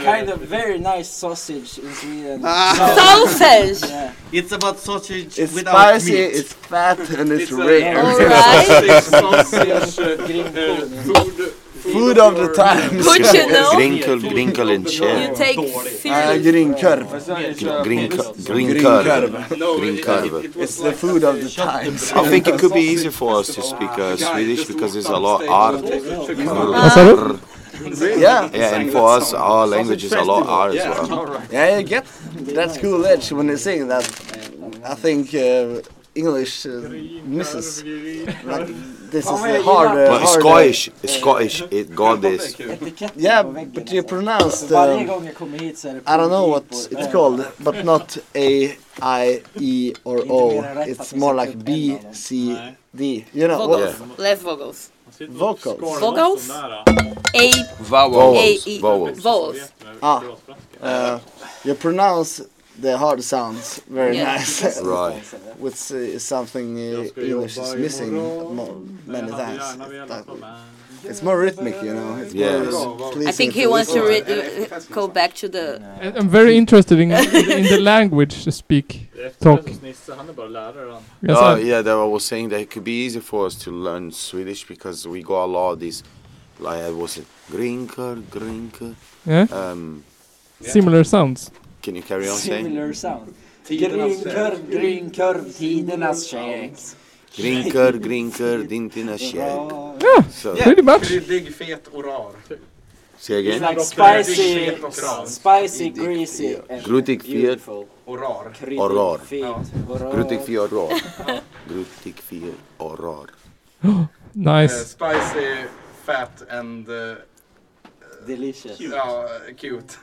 [SPEAKER 10] Kind of very nice sausage in Sweden.
[SPEAKER 1] Sausage.
[SPEAKER 10] Yeah.
[SPEAKER 9] It's about sausage
[SPEAKER 2] Ah, It's
[SPEAKER 9] without
[SPEAKER 2] spicy,
[SPEAKER 9] meat.
[SPEAKER 2] it's fat, and it's
[SPEAKER 6] It's a-
[SPEAKER 2] rare.
[SPEAKER 1] All right.
[SPEAKER 2] Food of the times.
[SPEAKER 1] Good to know.
[SPEAKER 3] Grinkel, Grinkel and
[SPEAKER 1] You
[SPEAKER 3] share.
[SPEAKER 1] take
[SPEAKER 2] Uh,
[SPEAKER 1] seriously.
[SPEAKER 2] grynkorv.
[SPEAKER 3] Grinkel, Grinkel.
[SPEAKER 2] Grynkorv.
[SPEAKER 3] Grinkel.
[SPEAKER 2] It's the food of the times.
[SPEAKER 3] I think it could be easy for us to speak uh, Swedish because there's a lot of art. Uh,
[SPEAKER 5] Vad sa du?
[SPEAKER 2] Yeah,
[SPEAKER 3] Yeah, and for us, our language is a lot of art as well.
[SPEAKER 2] yeah, you get that cool edge when they sing that. I think uh, English uh, misses. Like, this is the hard. Uh,
[SPEAKER 3] But
[SPEAKER 2] hard, uh,
[SPEAKER 3] Scottish, Scottish, it got this.
[SPEAKER 10] Etiketten
[SPEAKER 2] Yeah,
[SPEAKER 10] på väggen.
[SPEAKER 2] but you
[SPEAKER 10] alltså.
[SPEAKER 2] pronounced.
[SPEAKER 10] Varje
[SPEAKER 2] Uh,
[SPEAKER 10] gång jag kommer hit så är det
[SPEAKER 2] I don't know what
[SPEAKER 10] politik på-
[SPEAKER 2] it's
[SPEAKER 10] Ja.
[SPEAKER 2] called, but not A, I, E, or O. It's more like B, C, D. You know, what,
[SPEAKER 1] Vogels. Less vogels.
[SPEAKER 2] Vocals.
[SPEAKER 1] Vocals? A A
[SPEAKER 3] Vowels,
[SPEAKER 1] E
[SPEAKER 3] vowels.
[SPEAKER 1] vowels.
[SPEAKER 2] Ah. uh, you pronounce the hard sounds very
[SPEAKER 1] Yeah.
[SPEAKER 2] nice,
[SPEAKER 3] Right.
[SPEAKER 2] which is something uh, English is missing mo- many times. It's more rhythmic, you know. It's
[SPEAKER 3] Yeah. Uh,
[SPEAKER 2] more
[SPEAKER 1] I think he wants to re- uh, go back to the.
[SPEAKER 5] I- I'm very interested in in the language to speak. Talk.
[SPEAKER 6] Han är bara lärare han.
[SPEAKER 5] Yes, uh,
[SPEAKER 3] Oh
[SPEAKER 5] I-
[SPEAKER 3] yeah, that I was saying that it could be easy for us to learn Swedish because we got a lot of these, like I was Grinker, Grinker.
[SPEAKER 5] yeah.
[SPEAKER 11] Uh,
[SPEAKER 3] Um,
[SPEAKER 5] Similar sounds.
[SPEAKER 3] can you carry on saying
[SPEAKER 10] Similar sound. Grynkorv, grynkorv, tidernas käk.
[SPEAKER 3] Grinker, Grinker, Dintina Shag? So
[SPEAKER 5] Pretty much.
[SPEAKER 6] Kryddig, fet och rar.
[SPEAKER 3] say
[SPEAKER 10] It's
[SPEAKER 3] again.
[SPEAKER 10] like spicy, spicy, greasy and
[SPEAKER 3] Glutig fear
[SPEAKER 10] beautiful.
[SPEAKER 6] Och rar.
[SPEAKER 3] Horror.
[SPEAKER 10] Kryddfint, horror.
[SPEAKER 3] Grutig fear ror. Grutig fear horror.
[SPEAKER 5] Nice.
[SPEAKER 6] spicy, fat and...
[SPEAKER 10] Delicious.
[SPEAKER 6] Ja, cute.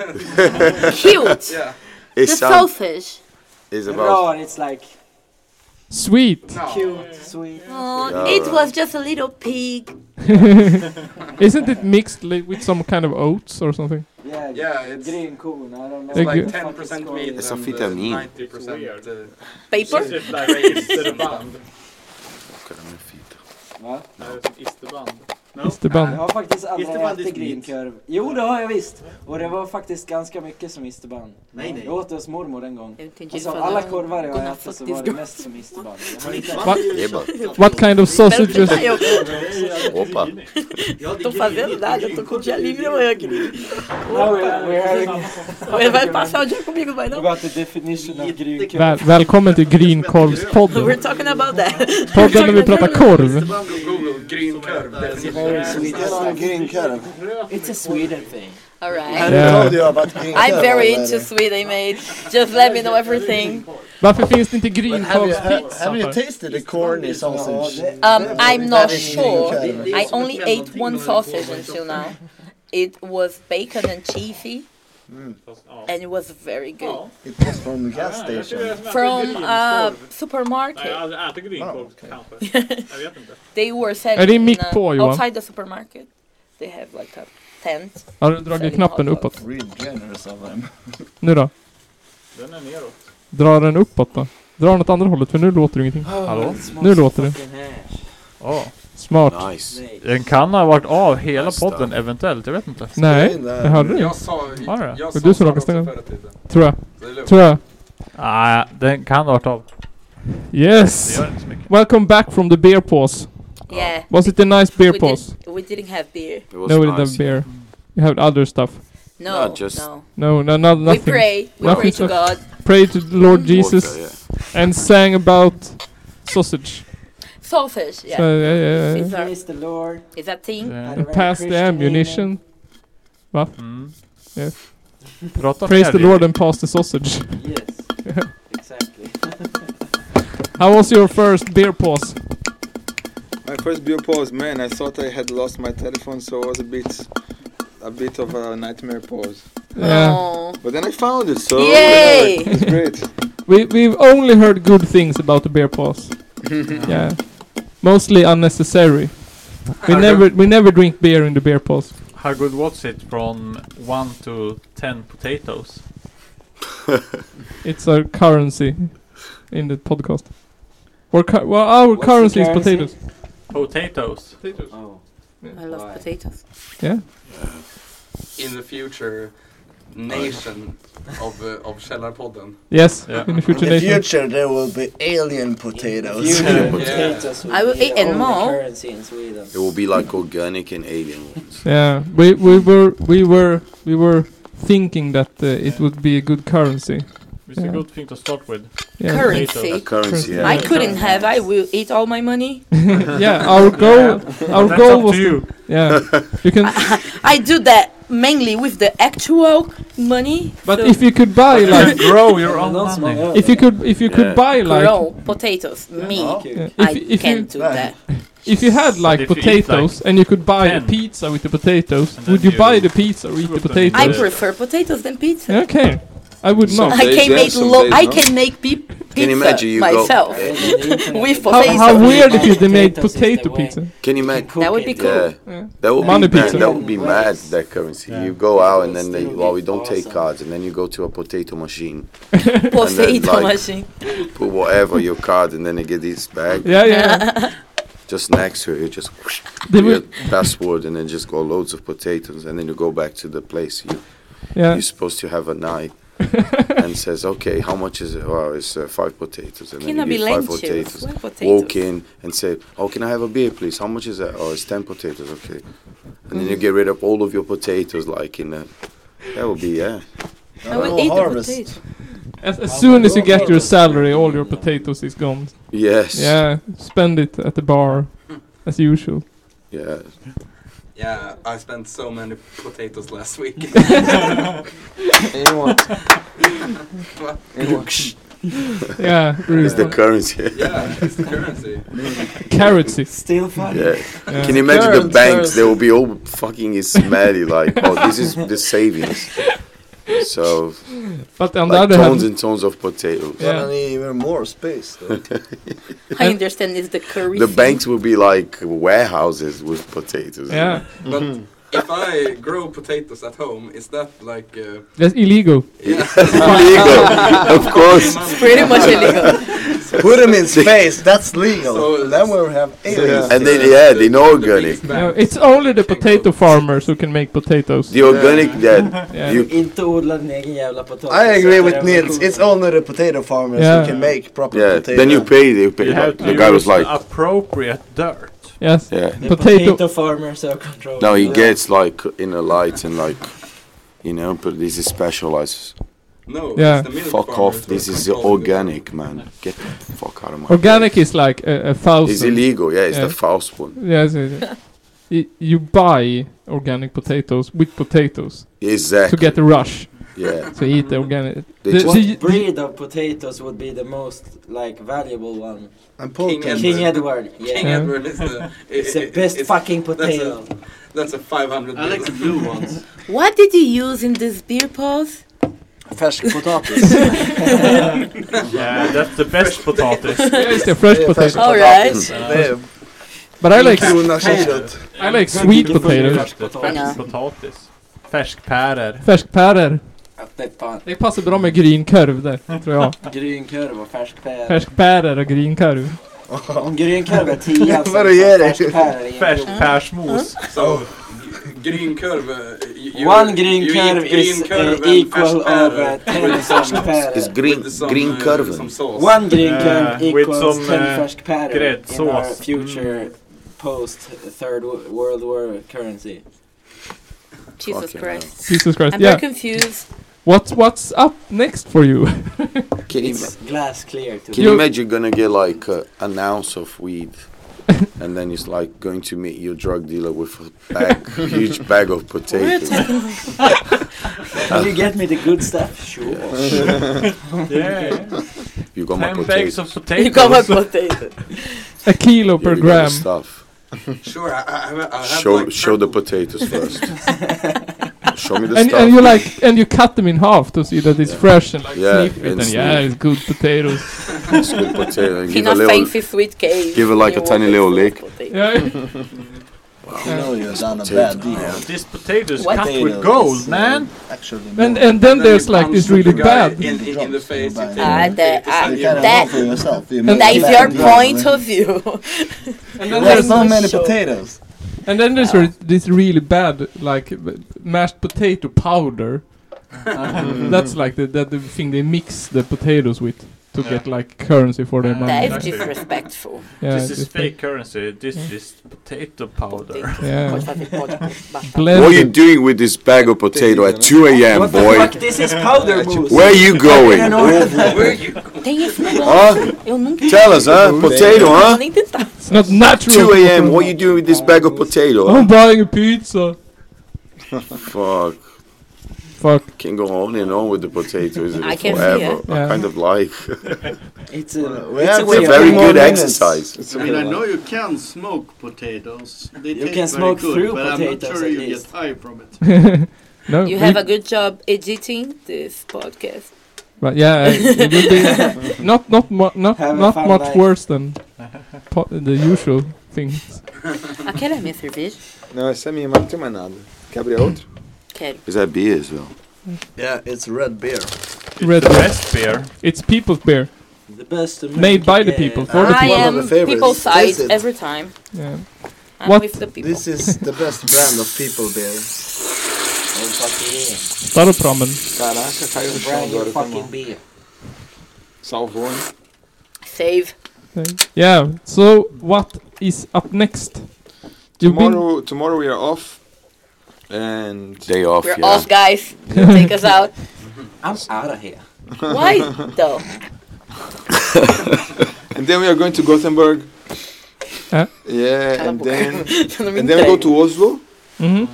[SPEAKER 1] Cute! The
[SPEAKER 3] It's um,
[SPEAKER 1] sausage.
[SPEAKER 3] is about
[SPEAKER 10] Rar, it's like
[SPEAKER 5] Sweet.
[SPEAKER 10] cute, sweet.
[SPEAKER 1] Oh,
[SPEAKER 3] Yeah,
[SPEAKER 1] it
[SPEAKER 3] right.
[SPEAKER 1] was just a little pig.
[SPEAKER 5] Isn't it mixed li- with some kind of oats or something?
[SPEAKER 10] Yeah,
[SPEAKER 6] Yeah, it's-
[SPEAKER 10] grynkorn, I don't know.
[SPEAKER 5] It's like
[SPEAKER 10] what the fuck it's called.
[SPEAKER 3] It's a vitamin.
[SPEAKER 6] 90% uh,
[SPEAKER 1] Paper?
[SPEAKER 6] typ like isterband.
[SPEAKER 10] Va?
[SPEAKER 6] Isterband.
[SPEAKER 10] Jag
[SPEAKER 11] Uh,
[SPEAKER 5] Isterband.
[SPEAKER 10] har faktiskt aldrig
[SPEAKER 9] Isterband
[SPEAKER 10] ätit
[SPEAKER 9] is meat.
[SPEAKER 10] grynkorv. Jo, det har jag visst. Och det var faktiskt ganska mycket som isterband.
[SPEAKER 9] Nej, nej.
[SPEAKER 10] Jag åt det hos mormor en gång.
[SPEAKER 1] Jag tänkte
[SPEAKER 10] Alltså,
[SPEAKER 1] ifall
[SPEAKER 10] av alla
[SPEAKER 1] den-
[SPEAKER 10] korvar jag har
[SPEAKER 1] gonna
[SPEAKER 10] ätit
[SPEAKER 1] fuck
[SPEAKER 10] så
[SPEAKER 1] this
[SPEAKER 10] var det
[SPEAKER 1] girl.
[SPEAKER 10] mest som isterband.
[SPEAKER 3] Eba.
[SPEAKER 5] What kind of sausages?
[SPEAKER 3] Opa.
[SPEAKER 1] Tô fazendo nada, eu tô com o dia livre amanhã, querido.
[SPEAKER 10] Now we're, we're having
[SPEAKER 1] Ele Vai passar o dia comigo, vai não?
[SPEAKER 10] about the definition of grynkorv.
[SPEAKER 5] Väl, välkommen till Grynkorvspodden.
[SPEAKER 1] We're talking about that.
[SPEAKER 5] Podden där vi pratar korv.
[SPEAKER 6] Google, green curve.
[SPEAKER 10] It's a Sweden thing.
[SPEAKER 1] All All right.
[SPEAKER 5] Här är Ja. Claudio, vad green
[SPEAKER 1] I'm
[SPEAKER 5] curve
[SPEAKER 1] very
[SPEAKER 5] är
[SPEAKER 1] into Sweden, mate. Just let me know everything.
[SPEAKER 5] Varför finns det inte
[SPEAKER 11] But have you, have,
[SPEAKER 5] grynkorvspizza?
[SPEAKER 11] have you
[SPEAKER 5] för?
[SPEAKER 11] tasted the corny sausage?
[SPEAKER 1] Um, I'm not
[SPEAKER 11] That is
[SPEAKER 1] sure.
[SPEAKER 11] green curve.
[SPEAKER 1] I only ate one sausage until now. It was bacon and cheesy, and it was very good.
[SPEAKER 11] It was from the gas station.
[SPEAKER 1] From a
[SPEAKER 6] Nej, jag har
[SPEAKER 1] supermarket.
[SPEAKER 6] aldrig ätit grynkorv kanske. Jag vet inte.
[SPEAKER 1] They were selling
[SPEAKER 5] Är det
[SPEAKER 1] in
[SPEAKER 5] mitt
[SPEAKER 1] a-
[SPEAKER 5] på, Johan?
[SPEAKER 1] outside the supermarket. They have like a tent.
[SPEAKER 5] Har du dragit
[SPEAKER 1] selling
[SPEAKER 5] knappen
[SPEAKER 1] hot dogs.
[SPEAKER 5] uppåt?
[SPEAKER 11] Really generous of them.
[SPEAKER 5] Nu då?
[SPEAKER 6] Den är neråt.
[SPEAKER 5] Dra den uppåt då. Dra den åt andra hållet för nu låter det ingenting.
[SPEAKER 6] Hallå?
[SPEAKER 5] Nu låter det. Smart.
[SPEAKER 3] Nice.
[SPEAKER 6] Den kan ha varit av hela
[SPEAKER 3] Nice
[SPEAKER 6] podden
[SPEAKER 3] stuff.
[SPEAKER 6] eventuellt, jag vet inte.
[SPEAKER 5] Nej, det hörde du
[SPEAKER 12] Jag sa,
[SPEAKER 6] Var det?
[SPEAKER 12] jag
[SPEAKER 5] Det var
[SPEAKER 12] sa
[SPEAKER 5] du som råkade
[SPEAKER 12] också
[SPEAKER 5] stänga
[SPEAKER 12] förr i tiden.
[SPEAKER 5] Tror jag.
[SPEAKER 12] Det är lugnt.
[SPEAKER 5] Tror jag.
[SPEAKER 6] Nej, den kan ha varit av.
[SPEAKER 5] Yes!
[SPEAKER 6] Det gör inte så mycket.
[SPEAKER 5] Welcome back from the beer pause.
[SPEAKER 1] Yeah.
[SPEAKER 5] Was it a nice Oh. beer
[SPEAKER 1] we
[SPEAKER 5] pause?
[SPEAKER 1] Didn't, we didn't have beer.
[SPEAKER 3] was
[SPEAKER 5] no, we didn't have
[SPEAKER 3] nice.
[SPEAKER 5] beer. You had other stuff.
[SPEAKER 1] No,
[SPEAKER 3] No, just-
[SPEAKER 1] no.
[SPEAKER 5] No, no, no nothing.
[SPEAKER 1] pray. We pray to
[SPEAKER 5] so-
[SPEAKER 1] God.
[SPEAKER 5] Pray to the Lord Jesus
[SPEAKER 3] Water,
[SPEAKER 5] and sang about sausage.
[SPEAKER 1] Sausage, yeah.
[SPEAKER 5] So, yeah, yeah, yeah.
[SPEAKER 1] It's our-
[SPEAKER 10] Praise the Lord.
[SPEAKER 1] Is that thing?
[SPEAKER 6] Yeah.
[SPEAKER 10] Had a
[SPEAKER 5] And
[SPEAKER 10] very
[SPEAKER 5] Eh, pass the
[SPEAKER 10] Christian
[SPEAKER 5] ammunition. Va?
[SPEAKER 6] Mm.
[SPEAKER 5] Yes.
[SPEAKER 6] Prata
[SPEAKER 5] Praise
[SPEAKER 6] mer,
[SPEAKER 5] the
[SPEAKER 6] Lily.
[SPEAKER 5] Lord and pass the sausage.
[SPEAKER 10] evening. Yes, exactly.
[SPEAKER 5] How was your first beer pause?
[SPEAKER 13] My first beer pause, man. I thought I had lost my telephone, so it was a bit, a bit of a nightmare pause.
[SPEAKER 5] Yeah.
[SPEAKER 10] Oh,
[SPEAKER 1] Oh,
[SPEAKER 13] But then I found it, so
[SPEAKER 1] Yay!
[SPEAKER 13] it's great.
[SPEAKER 5] We we've only heard good things about the beer pause. yeah. Mostly unnecessary. We
[SPEAKER 6] Are
[SPEAKER 5] never
[SPEAKER 6] you-
[SPEAKER 5] we never drink beer in the beer pause.
[SPEAKER 6] How good was it from 1 to 10 potatoes?
[SPEAKER 5] It's our currency in the podcast. Or cu- well, our
[SPEAKER 10] What's the
[SPEAKER 5] currency is
[SPEAKER 10] currency? Oh.
[SPEAKER 5] potatoes.
[SPEAKER 6] Potatoes.
[SPEAKER 12] Oh.
[SPEAKER 1] I love potatoes.
[SPEAKER 5] Yeah.
[SPEAKER 12] In the future nation of, uh, of Källarpodden.
[SPEAKER 5] Yes.
[SPEAKER 6] Yeah.
[SPEAKER 5] In the future,
[SPEAKER 11] In the
[SPEAKER 5] nation.
[SPEAKER 11] future, there will be alien potatoes.
[SPEAKER 10] Future
[SPEAKER 12] Yeah.
[SPEAKER 10] potatoes will
[SPEAKER 1] I will
[SPEAKER 10] be
[SPEAKER 1] eat
[SPEAKER 10] the
[SPEAKER 1] and
[SPEAKER 10] only
[SPEAKER 1] more.
[SPEAKER 10] currency in Sweden.
[SPEAKER 3] It will be like organic and alien ones.
[SPEAKER 5] Yeah, we we were we were we were thinking that uh, it would be a good currency.
[SPEAKER 6] It's a
[SPEAKER 5] Yeah.
[SPEAKER 6] good thing to start with.
[SPEAKER 5] Yeah.
[SPEAKER 3] A
[SPEAKER 1] Currency.
[SPEAKER 3] currency, yeah.
[SPEAKER 1] I couldn't have. I will eat all my money.
[SPEAKER 5] yeah, our goal our
[SPEAKER 6] That's
[SPEAKER 5] goal
[SPEAKER 6] up
[SPEAKER 5] was
[SPEAKER 6] to you.
[SPEAKER 5] yeah. You can
[SPEAKER 1] I do that mainly with the actual money.
[SPEAKER 5] but
[SPEAKER 1] so
[SPEAKER 5] if you could buy like
[SPEAKER 6] grow your own money.
[SPEAKER 5] if you could if you could
[SPEAKER 3] Yeah.
[SPEAKER 5] buy like
[SPEAKER 1] grow potatoes, me,
[SPEAKER 5] yeah,
[SPEAKER 1] I
[SPEAKER 5] if if
[SPEAKER 1] can
[SPEAKER 5] you
[SPEAKER 1] do that.
[SPEAKER 5] if you had like
[SPEAKER 6] if you eat,
[SPEAKER 5] potatoes and you could buy the
[SPEAKER 6] 10,
[SPEAKER 5] pizza with the potatoes,
[SPEAKER 6] and
[SPEAKER 5] would
[SPEAKER 6] then
[SPEAKER 5] you buy
[SPEAKER 6] you
[SPEAKER 5] the pizza or eat the
[SPEAKER 6] put them in
[SPEAKER 1] I
[SPEAKER 6] Yeah.
[SPEAKER 5] potatoes?
[SPEAKER 6] the-
[SPEAKER 1] prefer potatoes than pizza.
[SPEAKER 5] Okay, I would
[SPEAKER 3] So
[SPEAKER 5] not.
[SPEAKER 1] I
[SPEAKER 3] Days,
[SPEAKER 1] can
[SPEAKER 3] yeah,
[SPEAKER 1] make
[SPEAKER 3] some
[SPEAKER 1] lo-
[SPEAKER 3] days,
[SPEAKER 1] I
[SPEAKER 3] no?
[SPEAKER 1] can make pe-
[SPEAKER 3] Can you imagine
[SPEAKER 1] pizza
[SPEAKER 3] you
[SPEAKER 1] myself
[SPEAKER 3] go? eh,
[SPEAKER 1] with
[SPEAKER 5] How,
[SPEAKER 1] potatoes.
[SPEAKER 5] how weird if you
[SPEAKER 10] Potatoes
[SPEAKER 5] made
[SPEAKER 10] is the
[SPEAKER 5] potato
[SPEAKER 10] way.
[SPEAKER 5] pizza.
[SPEAKER 3] Can you imagine?
[SPEAKER 1] That would be cool.
[SPEAKER 3] Yeah,
[SPEAKER 5] Yeah.
[SPEAKER 3] that would
[SPEAKER 5] Money
[SPEAKER 3] be mad.
[SPEAKER 5] pizza.
[SPEAKER 3] That would be mad. That currency. You go out and then they
[SPEAKER 10] Still
[SPEAKER 3] well, we
[SPEAKER 10] be
[SPEAKER 3] don't take
[SPEAKER 10] awesome.
[SPEAKER 3] cards, and then you go to a potato machine,
[SPEAKER 1] Potato
[SPEAKER 3] like-
[SPEAKER 1] machine.
[SPEAKER 3] put whatever your card, and then they get this bag
[SPEAKER 5] Yeah, yeah.
[SPEAKER 3] just next to it. You just
[SPEAKER 5] They
[SPEAKER 3] your
[SPEAKER 5] will,
[SPEAKER 3] password, and then just go loads of potatoes, and then you go back to the place you
[SPEAKER 5] yeah.
[SPEAKER 3] you're supposed to have a night. and says, okay, how much is it? Oh, it's uh, five potatoes. And
[SPEAKER 1] Can I
[SPEAKER 3] then you
[SPEAKER 1] be
[SPEAKER 3] get five
[SPEAKER 1] lentil?
[SPEAKER 3] potatoes.
[SPEAKER 1] Why potatoes?
[SPEAKER 3] Walk in and say, oh, can I have a beer, please? How much is that? Oh, it's ten potatoes. Okay. And
[SPEAKER 1] Mm.
[SPEAKER 3] then you get rid of all of your potatoes, like in a. That would be yeah.
[SPEAKER 1] I will
[SPEAKER 11] Well,
[SPEAKER 1] eat
[SPEAKER 11] harvest.
[SPEAKER 1] the potato.
[SPEAKER 5] As, as soon as you get your salary, all your potatoes is gone.
[SPEAKER 3] Yes.
[SPEAKER 5] Yeah, spend it at the bar, as usual.
[SPEAKER 3] Yeah.
[SPEAKER 12] Yeah, I spent so many potatoes last week.
[SPEAKER 13] Anyone? Anyone?
[SPEAKER 5] Yeah,
[SPEAKER 3] It's the
[SPEAKER 5] really.
[SPEAKER 3] currency.
[SPEAKER 12] yeah, it's the currency.
[SPEAKER 5] carrots.
[SPEAKER 10] Still funny.
[SPEAKER 3] Yeah.
[SPEAKER 5] Yeah.
[SPEAKER 3] Can you imagine the
[SPEAKER 11] Current
[SPEAKER 3] banks?
[SPEAKER 11] currency.
[SPEAKER 3] They will be all fucking smelly, like, oh, this is the savings. So,
[SPEAKER 5] But on
[SPEAKER 3] like
[SPEAKER 5] the other hand,
[SPEAKER 3] tons and tons of potatoes.
[SPEAKER 5] Yeah.
[SPEAKER 11] Suddenly, even more space. Though.
[SPEAKER 1] I understand it's the curry.
[SPEAKER 3] The
[SPEAKER 1] thing.
[SPEAKER 3] banks will be like warehouses with potatoes.
[SPEAKER 5] yeah,
[SPEAKER 12] But if I grow potatoes at home, is that like uh,
[SPEAKER 5] that's illegal.
[SPEAKER 12] yeah?
[SPEAKER 3] Illegal, of course.
[SPEAKER 1] Pretty much illegal.
[SPEAKER 11] Put them in space. That's legal.
[SPEAKER 12] So-
[SPEAKER 11] then we'll have aliens.
[SPEAKER 3] And they, yeah, they know organic.
[SPEAKER 5] Yeah, it's only the potato farmers who can make potatoes.
[SPEAKER 3] The organic, yeah,
[SPEAKER 5] Yeah.
[SPEAKER 3] you,
[SPEAKER 10] Inte odla din egen jävla potatis.
[SPEAKER 11] I agree
[SPEAKER 10] Det
[SPEAKER 11] with
[SPEAKER 10] är
[SPEAKER 11] Nils.
[SPEAKER 10] revolution.
[SPEAKER 11] It's only the potato farmers
[SPEAKER 5] Yeah.
[SPEAKER 11] who can make proper
[SPEAKER 3] yeah.
[SPEAKER 11] potato.
[SPEAKER 3] Then you pay. They pay.
[SPEAKER 6] You have
[SPEAKER 3] Like,
[SPEAKER 6] to
[SPEAKER 3] the guy
[SPEAKER 6] use
[SPEAKER 3] was like,
[SPEAKER 6] appropriate dirt.
[SPEAKER 5] Yes.
[SPEAKER 3] yeah.
[SPEAKER 10] The
[SPEAKER 5] Potato-
[SPEAKER 10] potato, farmers have control.
[SPEAKER 3] Now he gets like in a light and like, you know, but this is specialized.
[SPEAKER 12] No,
[SPEAKER 5] Yeah.
[SPEAKER 12] it's the milk
[SPEAKER 3] Fuck
[SPEAKER 12] farmers
[SPEAKER 3] off.
[SPEAKER 12] who
[SPEAKER 3] This is
[SPEAKER 12] control the-
[SPEAKER 3] organic, man. Get the fuck out of my.
[SPEAKER 5] Organic is like a, a
[SPEAKER 3] It's
[SPEAKER 5] thousand.
[SPEAKER 3] illegal. Yeah, it's
[SPEAKER 5] Yeah.
[SPEAKER 3] the false one.
[SPEAKER 5] Yes, yes, yes. Y- you buy organic potatoes with potatoes.
[SPEAKER 3] Exactly.
[SPEAKER 5] To get the rush.
[SPEAKER 3] Yeah.
[SPEAKER 5] To eat the organic.
[SPEAKER 3] They
[SPEAKER 5] the-
[SPEAKER 3] just-
[SPEAKER 5] the-
[SPEAKER 10] What breed of potatoes would be the most like valuable one?
[SPEAKER 11] I'm
[SPEAKER 10] King Edward. King Edward. Yeah.
[SPEAKER 12] King Edward is the
[SPEAKER 10] It's the best fucking potato.
[SPEAKER 12] That's a, that's a 500.
[SPEAKER 10] I like the
[SPEAKER 12] blue ones.
[SPEAKER 1] What did you use in this beer pause?
[SPEAKER 11] Fresh
[SPEAKER 1] potatoes.
[SPEAKER 6] Yeah, that's the best potatis.
[SPEAKER 5] It's the fresh potato.
[SPEAKER 1] All right.
[SPEAKER 6] Uh,
[SPEAKER 5] But I like
[SPEAKER 6] Inkuna
[SPEAKER 5] s-
[SPEAKER 6] kött.
[SPEAKER 5] I like sweet potatoes.
[SPEAKER 6] Färsk potatis. Färskpärer.
[SPEAKER 5] Färskpärer.
[SPEAKER 10] Det är fan.
[SPEAKER 5] Det passar bra med grynkorv där, tror jag.
[SPEAKER 10] Grynkorv och färskpäron.
[SPEAKER 5] Färskpärer och grynkorv.
[SPEAKER 10] Om grynkorv är 10 så
[SPEAKER 5] Vadå, ge dig?
[SPEAKER 10] färskpäron är
[SPEAKER 5] Färsk
[SPEAKER 10] grym.
[SPEAKER 5] pärsmos.
[SPEAKER 12] So, grynkorv. uh, you- you-
[SPEAKER 10] One green
[SPEAKER 12] you eat
[SPEAKER 10] curve is,
[SPEAKER 12] grynkorv
[SPEAKER 10] uh,
[SPEAKER 12] and
[SPEAKER 10] equal uh,
[SPEAKER 12] färskpärer
[SPEAKER 10] over
[SPEAKER 12] with
[SPEAKER 10] ten färskpärer.
[SPEAKER 3] It's green, green
[SPEAKER 6] uh,
[SPEAKER 3] curve.
[SPEAKER 10] One green curve
[SPEAKER 6] Eh, with
[SPEAKER 10] equals
[SPEAKER 6] some,
[SPEAKER 10] 10
[SPEAKER 6] eh,
[SPEAKER 10] färskpäron in our
[SPEAKER 6] gräddsås.
[SPEAKER 10] future post third wo- world war currency.
[SPEAKER 1] Jesus Christ.
[SPEAKER 5] Jesus Christ,
[SPEAKER 1] I'm very
[SPEAKER 5] yeah.
[SPEAKER 1] confused.
[SPEAKER 5] What's, what's up next for you?
[SPEAKER 3] Can you,
[SPEAKER 10] It's glass clear to
[SPEAKER 3] can you imagine you're gonna get like uh, an ounce of weed, and then it's like going to meet your drug dealer with a bag, huge bag of potatoes.
[SPEAKER 10] Can you get me the good stuff? Sure.
[SPEAKER 6] Yeah.
[SPEAKER 3] You got my
[SPEAKER 6] Ten bags
[SPEAKER 3] potatoes.
[SPEAKER 6] of potatoes.
[SPEAKER 1] You got my potato.
[SPEAKER 5] A kilo
[SPEAKER 3] Yeah, you got
[SPEAKER 5] per
[SPEAKER 3] the
[SPEAKER 5] gram.
[SPEAKER 3] Stuff.
[SPEAKER 12] Sure, I, I, have- I have
[SPEAKER 3] Show
[SPEAKER 12] like
[SPEAKER 3] show the potatoes first. show me the
[SPEAKER 5] And,
[SPEAKER 3] stuff.
[SPEAKER 5] and you like and you cut them in half to see that it's
[SPEAKER 3] Yeah.
[SPEAKER 5] fresh and like
[SPEAKER 3] Yeah,
[SPEAKER 5] sniff it and
[SPEAKER 3] and
[SPEAKER 5] yeah,
[SPEAKER 3] sniff.
[SPEAKER 5] it's good potatoes.
[SPEAKER 3] It's good potato. and Give a
[SPEAKER 1] Enough
[SPEAKER 3] little.
[SPEAKER 1] fancy sweet cake.
[SPEAKER 3] Give it like a tiny little lick.
[SPEAKER 5] Yeah.
[SPEAKER 11] You know you're done a
[SPEAKER 3] Potato.
[SPEAKER 11] bad deal.
[SPEAKER 6] This potato is
[SPEAKER 1] What?
[SPEAKER 6] cut
[SPEAKER 11] Potatoes,
[SPEAKER 6] with gold,
[SPEAKER 11] uh,
[SPEAKER 6] man.
[SPEAKER 11] Actually,
[SPEAKER 5] And
[SPEAKER 11] no.
[SPEAKER 5] and then there's like this really bad.
[SPEAKER 12] in, in, in the face. You take
[SPEAKER 1] Ah, that, ah,
[SPEAKER 11] You kind of know
[SPEAKER 1] that,
[SPEAKER 11] for yourself. You make
[SPEAKER 1] that is
[SPEAKER 11] bad
[SPEAKER 1] your
[SPEAKER 11] deals,
[SPEAKER 1] point
[SPEAKER 11] man.
[SPEAKER 1] of view.
[SPEAKER 5] And then
[SPEAKER 11] There's
[SPEAKER 5] there's
[SPEAKER 11] so many
[SPEAKER 1] Show.
[SPEAKER 11] potatoes.
[SPEAKER 5] and then there's re- this really bad like b- mashed potato powder. That's like the, the the thing they mix the potatoes with to
[SPEAKER 6] Yeah.
[SPEAKER 5] get like currency for their money.
[SPEAKER 1] that is
[SPEAKER 6] Okay.
[SPEAKER 1] disrespectful.
[SPEAKER 5] Yeah,
[SPEAKER 6] this is
[SPEAKER 5] it's
[SPEAKER 6] fake currency. This is potato powder.
[SPEAKER 5] Yeah.
[SPEAKER 3] What are you
[SPEAKER 5] blended.
[SPEAKER 3] doing with this bag of potato at 2 a.m., boy?
[SPEAKER 10] This is powder mousse.
[SPEAKER 3] Where you going?
[SPEAKER 1] Tem esse
[SPEAKER 3] Huh?
[SPEAKER 1] negócio. Eu nunca.
[SPEAKER 3] Tell us, huh? Potato,
[SPEAKER 1] Eu
[SPEAKER 3] huh?
[SPEAKER 1] nem tentar.
[SPEAKER 5] It's not natural. Oh
[SPEAKER 3] 2 a.m. What you doing with this bag of potato?
[SPEAKER 5] I'm buying a pizza.
[SPEAKER 3] Fuck.
[SPEAKER 5] Fuck.
[SPEAKER 3] Can go on and on with the potatoes
[SPEAKER 1] I
[SPEAKER 3] forever.
[SPEAKER 1] can see it.
[SPEAKER 3] I
[SPEAKER 5] Yeah.
[SPEAKER 3] kind of like.
[SPEAKER 10] It's uh, a,
[SPEAKER 11] We
[SPEAKER 10] it's
[SPEAKER 11] have
[SPEAKER 10] a
[SPEAKER 11] to
[SPEAKER 10] way
[SPEAKER 3] it's a
[SPEAKER 10] of
[SPEAKER 3] very
[SPEAKER 11] more
[SPEAKER 3] good
[SPEAKER 11] minutes.
[SPEAKER 3] exercise.
[SPEAKER 11] It's
[SPEAKER 14] I
[SPEAKER 11] a
[SPEAKER 14] mean, I
[SPEAKER 11] good
[SPEAKER 14] know
[SPEAKER 11] one.
[SPEAKER 14] you can smoke potatoes. They
[SPEAKER 10] You
[SPEAKER 14] taste
[SPEAKER 10] can smoke
[SPEAKER 14] very good,
[SPEAKER 10] through
[SPEAKER 14] but I'm
[SPEAKER 10] potatoes
[SPEAKER 14] not sure
[SPEAKER 10] at
[SPEAKER 14] you
[SPEAKER 10] least.
[SPEAKER 14] get high from it.
[SPEAKER 5] No,
[SPEAKER 1] You
[SPEAKER 5] we-
[SPEAKER 1] have a good job editing this podcast.
[SPEAKER 5] But yeah, it would be not not mu- not
[SPEAKER 10] Have a
[SPEAKER 5] not
[SPEAKER 10] fun
[SPEAKER 5] much
[SPEAKER 10] life.
[SPEAKER 5] worse than po- the usual things.
[SPEAKER 1] Aquela é a minha cerveja?
[SPEAKER 13] Não, essa é minha, mas não tem mais nada. Quer abrir a outra?
[SPEAKER 1] Quero.
[SPEAKER 3] Is that beer as well?
[SPEAKER 11] Yeah, it's red beer.
[SPEAKER 5] Red
[SPEAKER 6] the best beer.
[SPEAKER 5] It's people's beer,
[SPEAKER 10] the best American
[SPEAKER 5] made by the
[SPEAKER 10] beer.
[SPEAKER 5] people for the
[SPEAKER 1] I
[SPEAKER 5] people.
[SPEAKER 10] Ah,
[SPEAKER 11] one of
[SPEAKER 1] am
[SPEAKER 11] the favorites.
[SPEAKER 1] people's side
[SPEAKER 11] Taste it.
[SPEAKER 1] every time.
[SPEAKER 5] Yeah.
[SPEAKER 1] I'm
[SPEAKER 5] What?
[SPEAKER 1] with the people.
[SPEAKER 11] This is the best brand of people beer.
[SPEAKER 10] Oh, fucking
[SPEAKER 5] Staropramen.
[SPEAKER 13] Caraca, caiu no chão
[SPEAKER 10] brand
[SPEAKER 13] agora.
[SPEAKER 10] new
[SPEAKER 13] Tá bom.
[SPEAKER 10] fucking beer.
[SPEAKER 13] Salvou, hein?
[SPEAKER 1] Save.
[SPEAKER 5] Yeah. So what is up next? You've been-
[SPEAKER 13] Tomorrow, tomorrow we are off. And
[SPEAKER 3] Day off,
[SPEAKER 1] We're
[SPEAKER 3] yeah.
[SPEAKER 1] off, guys. Take us out.
[SPEAKER 10] I'm out of here.
[SPEAKER 1] Why though?
[SPEAKER 13] and then we are going to Gothenburg.
[SPEAKER 5] Huh?
[SPEAKER 13] Yeah,
[SPEAKER 1] Cala a
[SPEAKER 13] and
[SPEAKER 1] boca.
[SPEAKER 13] then
[SPEAKER 1] Eu não me
[SPEAKER 13] and then we go
[SPEAKER 1] entrego.
[SPEAKER 13] to Oslo,
[SPEAKER 5] Mhm.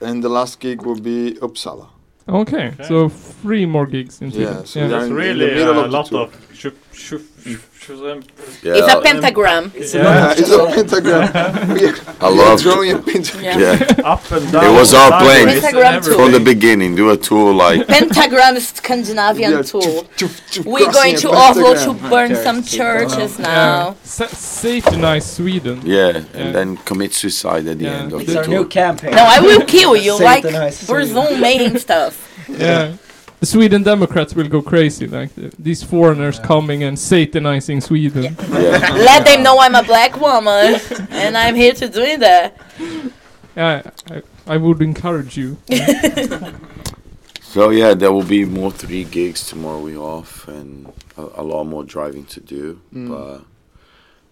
[SPEAKER 13] and the last gig will be Uppsala.
[SPEAKER 5] Okay. So three more gigs in Sweden.
[SPEAKER 13] Yeah, so
[SPEAKER 5] yeah.
[SPEAKER 13] we are
[SPEAKER 6] That's
[SPEAKER 13] in- in the
[SPEAKER 6] really
[SPEAKER 13] middle of
[SPEAKER 6] a
[SPEAKER 13] the
[SPEAKER 6] lot
[SPEAKER 13] tour.
[SPEAKER 6] of. Shup, shup, shup, shup,
[SPEAKER 1] It's
[SPEAKER 3] Yeah,
[SPEAKER 1] a pentagram.
[SPEAKER 13] Yeah, it's a pentagram. we are
[SPEAKER 3] I love it.
[SPEAKER 13] drawing a pentagram.
[SPEAKER 3] Yeah.
[SPEAKER 6] up and down.
[SPEAKER 3] It was our plan
[SPEAKER 6] sideways and
[SPEAKER 1] Pentagram
[SPEAKER 6] everything.
[SPEAKER 3] from the beginning. Do a tour like.
[SPEAKER 1] Pentagram Scandinavian
[SPEAKER 13] Yeah,
[SPEAKER 1] tour.
[SPEAKER 13] Chuf, chuf,
[SPEAKER 1] We're
[SPEAKER 13] crossing
[SPEAKER 1] going to
[SPEAKER 13] a
[SPEAKER 1] Oslo to
[SPEAKER 13] pentagram.
[SPEAKER 1] burn some churches
[SPEAKER 5] Yeah.
[SPEAKER 1] now.
[SPEAKER 5] Sa- satanize Sweden.
[SPEAKER 3] Yeah, and
[SPEAKER 5] Yeah.
[SPEAKER 3] then commit suicide at the
[SPEAKER 5] Yeah.
[SPEAKER 3] end of
[SPEAKER 10] It's
[SPEAKER 3] the
[SPEAKER 10] our new
[SPEAKER 3] tour.
[SPEAKER 10] campaign.
[SPEAKER 1] No, I will kill you. Like
[SPEAKER 11] Satanized
[SPEAKER 1] we're Zoom making stuff.
[SPEAKER 5] Yeah. The Sweden Democrats will go crazy, like th- these foreigners coming and satanizing Sweden.
[SPEAKER 3] Yeah.
[SPEAKER 13] Oh,
[SPEAKER 1] Let them know I'm a black woman and I'm here to do that.
[SPEAKER 5] Yeah, I, I would encourage you.
[SPEAKER 3] So yeah, there will be more three gigs tomorrow. We off and a, a lot more driving to do, but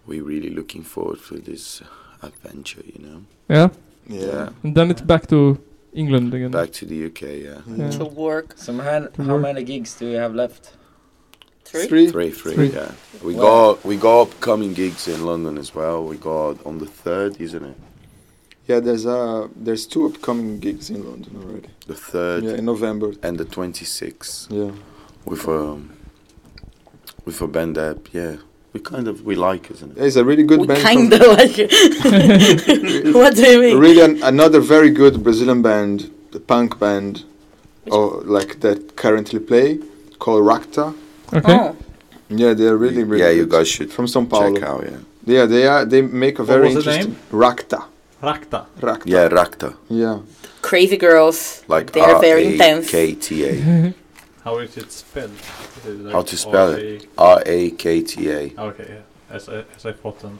[SPEAKER 3] we're really looking forward for this adventure. You know,
[SPEAKER 5] Yeah,
[SPEAKER 3] yeah,
[SPEAKER 5] and then it's back to England again.
[SPEAKER 3] back to the UK. Yeah,
[SPEAKER 5] Yeah.
[SPEAKER 1] To work.
[SPEAKER 10] So how, how many gigs do you have left?
[SPEAKER 1] Three?
[SPEAKER 3] three, three,
[SPEAKER 5] Three.
[SPEAKER 3] yeah. We
[SPEAKER 10] Wow.
[SPEAKER 3] got we got upcoming gigs in London as well. We got on the third, isn't it?
[SPEAKER 13] Yeah, there's uh there's two upcoming gigs in London already.
[SPEAKER 3] The third.
[SPEAKER 13] Yeah, in November.
[SPEAKER 3] And the 26th.
[SPEAKER 13] Yeah.
[SPEAKER 3] With um with a band that yeah we kind of we like, isn't it?
[SPEAKER 13] It's a really good
[SPEAKER 3] We
[SPEAKER 13] band.
[SPEAKER 1] kind
[SPEAKER 13] from-
[SPEAKER 1] of like it. what do you mean?
[SPEAKER 13] Really, an, another very good Brazilian band, the punk band, or like that currently play called Rakta.
[SPEAKER 5] Okay.
[SPEAKER 1] Oh.
[SPEAKER 13] Yeah, they're really really.
[SPEAKER 3] Yeah, you
[SPEAKER 13] good.
[SPEAKER 3] guys should
[SPEAKER 13] from São Paulo.
[SPEAKER 3] check out. Yeah.
[SPEAKER 13] Yeah, they are. They make a
[SPEAKER 3] What
[SPEAKER 13] very
[SPEAKER 3] was the
[SPEAKER 13] interesting
[SPEAKER 3] name?
[SPEAKER 13] Rakta.
[SPEAKER 6] Rakta.
[SPEAKER 13] Rakta.
[SPEAKER 3] Yeah, Rakta.
[SPEAKER 13] Yeah.
[SPEAKER 1] Crazy girls.
[SPEAKER 3] Like
[SPEAKER 1] they are very intense.
[SPEAKER 3] R-A-K-T-A.
[SPEAKER 6] How is it spelled? Is it like
[SPEAKER 3] How to spell
[SPEAKER 6] R A-
[SPEAKER 3] it? R A K T A.
[SPEAKER 6] Okay, yeah. As, I- as I thought then.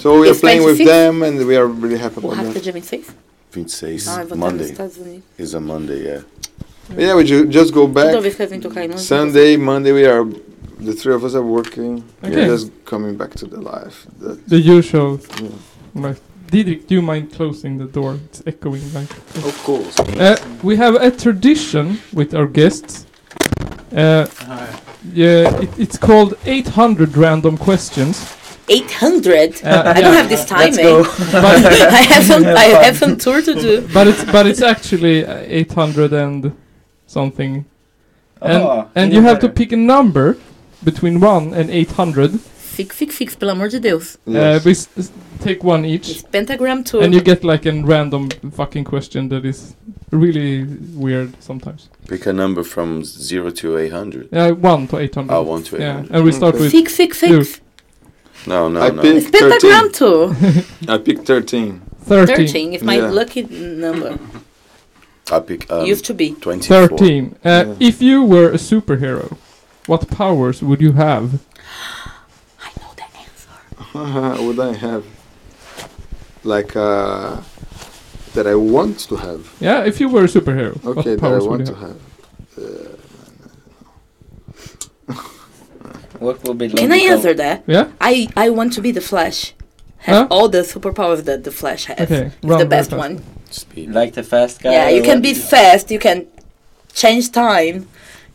[SPEAKER 13] so we are
[SPEAKER 1] It's
[SPEAKER 13] playing with
[SPEAKER 1] 26?
[SPEAKER 13] them, and we are really happy
[SPEAKER 1] O
[SPEAKER 13] about
[SPEAKER 1] Rasta
[SPEAKER 13] that.
[SPEAKER 1] dia 26?
[SPEAKER 3] Vinceis.
[SPEAKER 1] Ah, eu vou estar nos
[SPEAKER 3] Monday.
[SPEAKER 1] Estados Unidos.
[SPEAKER 3] It's a Monday, yeah.
[SPEAKER 13] Yeah, we ju- just go
[SPEAKER 1] Toda
[SPEAKER 13] back.
[SPEAKER 1] vez que eu vim tocar em Londres,
[SPEAKER 13] Sunday, Monday, we are the three of us are working.
[SPEAKER 5] Okay.
[SPEAKER 13] We're just coming back to the life. That,
[SPEAKER 5] The usual.
[SPEAKER 13] Yeah.
[SPEAKER 5] Like, Didrik, do you mind closing the door? It's echoing like.
[SPEAKER 9] Of course.
[SPEAKER 5] Uh, we have a tradition with our guests. Uh, yeah, it, it's called 800 random questions.
[SPEAKER 1] 800? I
[SPEAKER 5] Uh, yeah.
[SPEAKER 1] don't have this time,
[SPEAKER 5] Let's
[SPEAKER 1] eh?
[SPEAKER 5] go.
[SPEAKER 1] I have some, I have some tour to do.
[SPEAKER 5] but it's but it's actually uh, 800 and something and
[SPEAKER 10] Oh,
[SPEAKER 1] Ah,
[SPEAKER 5] and you have to pick a number between 1 and 800
[SPEAKER 1] Fix, fix, fix, pelo amor de Deus.
[SPEAKER 5] uh, we s- s- take one each
[SPEAKER 1] Pentagram tour.
[SPEAKER 5] and you get like a random fucking question that is really weird sometimes
[SPEAKER 3] Pick a number from 0 to 800.
[SPEAKER 5] yeah 1 to 800
[SPEAKER 3] Ah, 1 to 800.
[SPEAKER 5] yeah and we start with
[SPEAKER 1] Six, six, six.
[SPEAKER 5] you.
[SPEAKER 3] No, no,
[SPEAKER 13] I
[SPEAKER 3] no.
[SPEAKER 13] picked
[SPEAKER 1] Pentagram
[SPEAKER 13] 13.
[SPEAKER 1] tour.
[SPEAKER 13] I picked 13.
[SPEAKER 5] 13.
[SPEAKER 1] 13 is my
[SPEAKER 13] Yeah.
[SPEAKER 1] lucky number.
[SPEAKER 3] I pick. Um,
[SPEAKER 1] Used to be.
[SPEAKER 3] 24.
[SPEAKER 5] 13 uh, if you were a superhero what powers would you have
[SPEAKER 13] Uh, would I have? Like uh, that I want to have.
[SPEAKER 5] yeah if you were a superhero what
[SPEAKER 13] Okay, that I
[SPEAKER 5] powers would
[SPEAKER 13] want
[SPEAKER 5] you
[SPEAKER 13] to
[SPEAKER 5] have?
[SPEAKER 13] have. uh,
[SPEAKER 10] What will be
[SPEAKER 1] Can I
[SPEAKER 10] logical?
[SPEAKER 1] answer that?
[SPEAKER 5] Yeah?
[SPEAKER 1] I, I want to be the Flash. Have
[SPEAKER 10] Huh?
[SPEAKER 1] all the superpowers that the Flash has.
[SPEAKER 10] Okay,
[SPEAKER 1] It's
[SPEAKER 10] run
[SPEAKER 1] the
[SPEAKER 10] very
[SPEAKER 1] best
[SPEAKER 10] fast.
[SPEAKER 1] one.
[SPEAKER 10] Like the fast guy.
[SPEAKER 1] Yeah, you
[SPEAKER 10] or
[SPEAKER 1] can
[SPEAKER 10] what?
[SPEAKER 1] be fast. You can change time.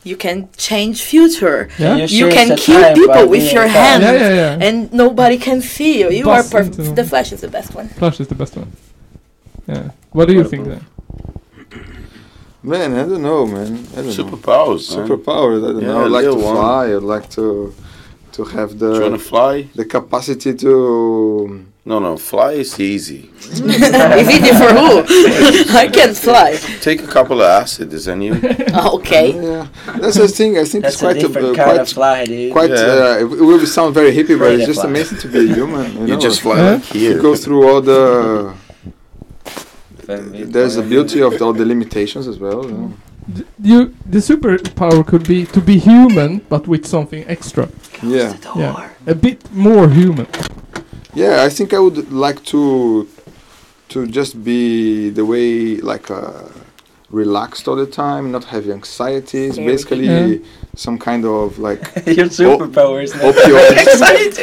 [SPEAKER 1] You can change future.
[SPEAKER 10] Yeah. Can you
[SPEAKER 1] You
[SPEAKER 10] change
[SPEAKER 1] can
[SPEAKER 10] the
[SPEAKER 1] kill
[SPEAKER 10] time by
[SPEAKER 1] people with
[SPEAKER 10] being
[SPEAKER 1] your
[SPEAKER 10] fast?
[SPEAKER 1] hand,
[SPEAKER 5] Yeah, yeah, yeah.
[SPEAKER 1] and nobody can see you. You
[SPEAKER 5] Bust
[SPEAKER 1] are perfect.
[SPEAKER 5] into-
[SPEAKER 1] The Flash is the best one.
[SPEAKER 5] Flash is the best one. Yeah. What do you think then?
[SPEAKER 13] Man, I don't know, man. I don't
[SPEAKER 3] Superpowers,
[SPEAKER 13] Know.
[SPEAKER 3] man.
[SPEAKER 13] Superpowers. I don't
[SPEAKER 3] Yeah,
[SPEAKER 13] know. I'd like to
[SPEAKER 3] little one.
[SPEAKER 13] fly. I'd like to to have the
[SPEAKER 3] Do you wanna fly?
[SPEAKER 13] the capacity to.
[SPEAKER 3] No, no. Fly is easy.
[SPEAKER 1] is it for who? I can fly. Ah,
[SPEAKER 3] Take a couple of acids and you.
[SPEAKER 1] Okay.
[SPEAKER 13] Yeah, that's the thing. I think
[SPEAKER 10] That's
[SPEAKER 13] it's quite
[SPEAKER 10] a different
[SPEAKER 13] uh,
[SPEAKER 10] kind
[SPEAKER 13] quite
[SPEAKER 10] of fly, dude.
[SPEAKER 13] quite.
[SPEAKER 3] Yeah.
[SPEAKER 13] Uh, it will sound very hippie, but it's
[SPEAKER 10] Freedom
[SPEAKER 13] just
[SPEAKER 10] fly.
[SPEAKER 13] amazing to be a human. You,
[SPEAKER 3] You
[SPEAKER 13] know?
[SPEAKER 3] just fly like here.
[SPEAKER 13] You go through all the. There's the beauty of all the limitations as well.
[SPEAKER 1] Mm.
[SPEAKER 13] You know?
[SPEAKER 5] D- You the superpower could be to be human but with something extra.
[SPEAKER 13] Yeah.
[SPEAKER 5] Yeah. A bit more human.
[SPEAKER 13] Yeah, I think I would like to to just be the way like uh, relaxed all the time, not have anxieties,
[SPEAKER 10] Very
[SPEAKER 13] basically
[SPEAKER 10] good.
[SPEAKER 1] Mm-hmm.
[SPEAKER 13] some kind of like
[SPEAKER 10] Your
[SPEAKER 13] Oh.
[SPEAKER 10] superpowers. now.
[SPEAKER 13] opioids,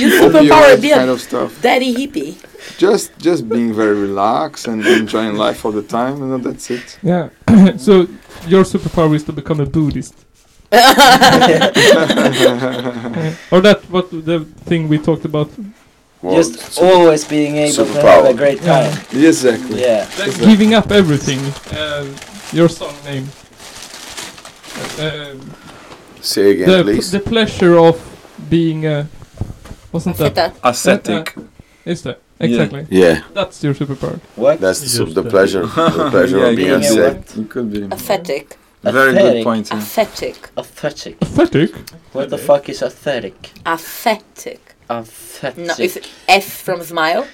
[SPEAKER 1] Your superpower be
[SPEAKER 13] opioid
[SPEAKER 1] a
[SPEAKER 13] kind of stuff.
[SPEAKER 1] daddy hippie.
[SPEAKER 13] Just just being very relaxed and enjoying life all the time, and that's it.
[SPEAKER 5] Yeah. so your superpower is to become a Buddhist. Yeah. Or that what the thing we talked about.
[SPEAKER 13] Oh.
[SPEAKER 10] Just always being able to have a great time.
[SPEAKER 13] Exactly.
[SPEAKER 10] Yeah.
[SPEAKER 5] Like giving up everything. Uh, your song name. Uh,
[SPEAKER 3] Say again,
[SPEAKER 5] the,
[SPEAKER 3] please.
[SPEAKER 5] the pleasure of being uh, wasn't that
[SPEAKER 1] Asceta.
[SPEAKER 3] Ascetic.
[SPEAKER 5] Uh, uh, is that
[SPEAKER 3] Yeah.
[SPEAKER 5] exactly?
[SPEAKER 3] Yeah.
[SPEAKER 5] That's your superpower.
[SPEAKER 10] What?
[SPEAKER 3] That's the, the pleasure. The pleasure
[SPEAKER 13] Yeah,
[SPEAKER 3] of being
[SPEAKER 13] you know
[SPEAKER 3] upset.
[SPEAKER 13] what? It could be.
[SPEAKER 1] Aesthetic.
[SPEAKER 13] Very good point. yeah.
[SPEAKER 1] Aesthetic.
[SPEAKER 10] Aesthetic.
[SPEAKER 5] Aesthetic.
[SPEAKER 10] What the fuck is aesthetic?
[SPEAKER 1] Aesthetic.
[SPEAKER 10] Aesthetic.
[SPEAKER 1] No, it's F from smile.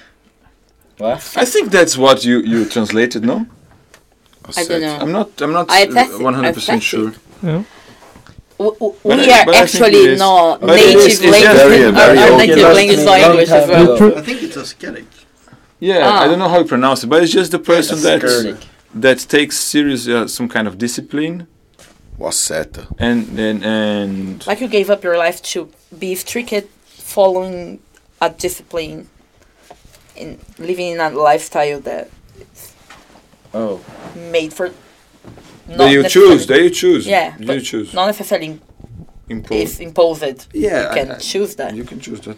[SPEAKER 11] I think that's what you, you translated, no?
[SPEAKER 1] I don't know.
[SPEAKER 11] I'm not. I'm not
[SPEAKER 1] I tested-
[SPEAKER 11] uh, one hundred
[SPEAKER 1] I
[SPEAKER 11] percent sure.
[SPEAKER 1] W- w-
[SPEAKER 11] But
[SPEAKER 1] we
[SPEAKER 11] I-
[SPEAKER 1] are
[SPEAKER 11] but I think it
[SPEAKER 1] actually
[SPEAKER 11] is-
[SPEAKER 1] not
[SPEAKER 11] but it
[SPEAKER 1] native
[SPEAKER 11] is- it's
[SPEAKER 1] language.
[SPEAKER 11] very, very
[SPEAKER 1] our
[SPEAKER 11] old.
[SPEAKER 1] native
[SPEAKER 11] Yeah,
[SPEAKER 1] language is
[SPEAKER 11] long time
[SPEAKER 1] English as well.
[SPEAKER 11] ago.
[SPEAKER 14] I think it's ascetic.
[SPEAKER 11] Yeah,
[SPEAKER 1] Ah.
[SPEAKER 11] I don't know how you pronounce it, but it's just the person
[SPEAKER 10] Ascetic.
[SPEAKER 11] that that takes serious uh, some kind of discipline.
[SPEAKER 3] Waseta.
[SPEAKER 11] And and and
[SPEAKER 1] Like you gave up your life to be strict, following a discipline, and living in a lifestyle that
[SPEAKER 10] Oh.
[SPEAKER 1] made for.
[SPEAKER 11] That you
[SPEAKER 1] necessarily-
[SPEAKER 11] choose, that you choose,
[SPEAKER 1] Yeah.
[SPEAKER 11] you
[SPEAKER 1] but
[SPEAKER 11] choose.
[SPEAKER 1] Not necessarily
[SPEAKER 11] Imposed.
[SPEAKER 1] is imposed.
[SPEAKER 11] Yeah,
[SPEAKER 1] You
[SPEAKER 11] I-
[SPEAKER 1] can
[SPEAKER 11] I-
[SPEAKER 1] choose that.
[SPEAKER 11] You can choose that.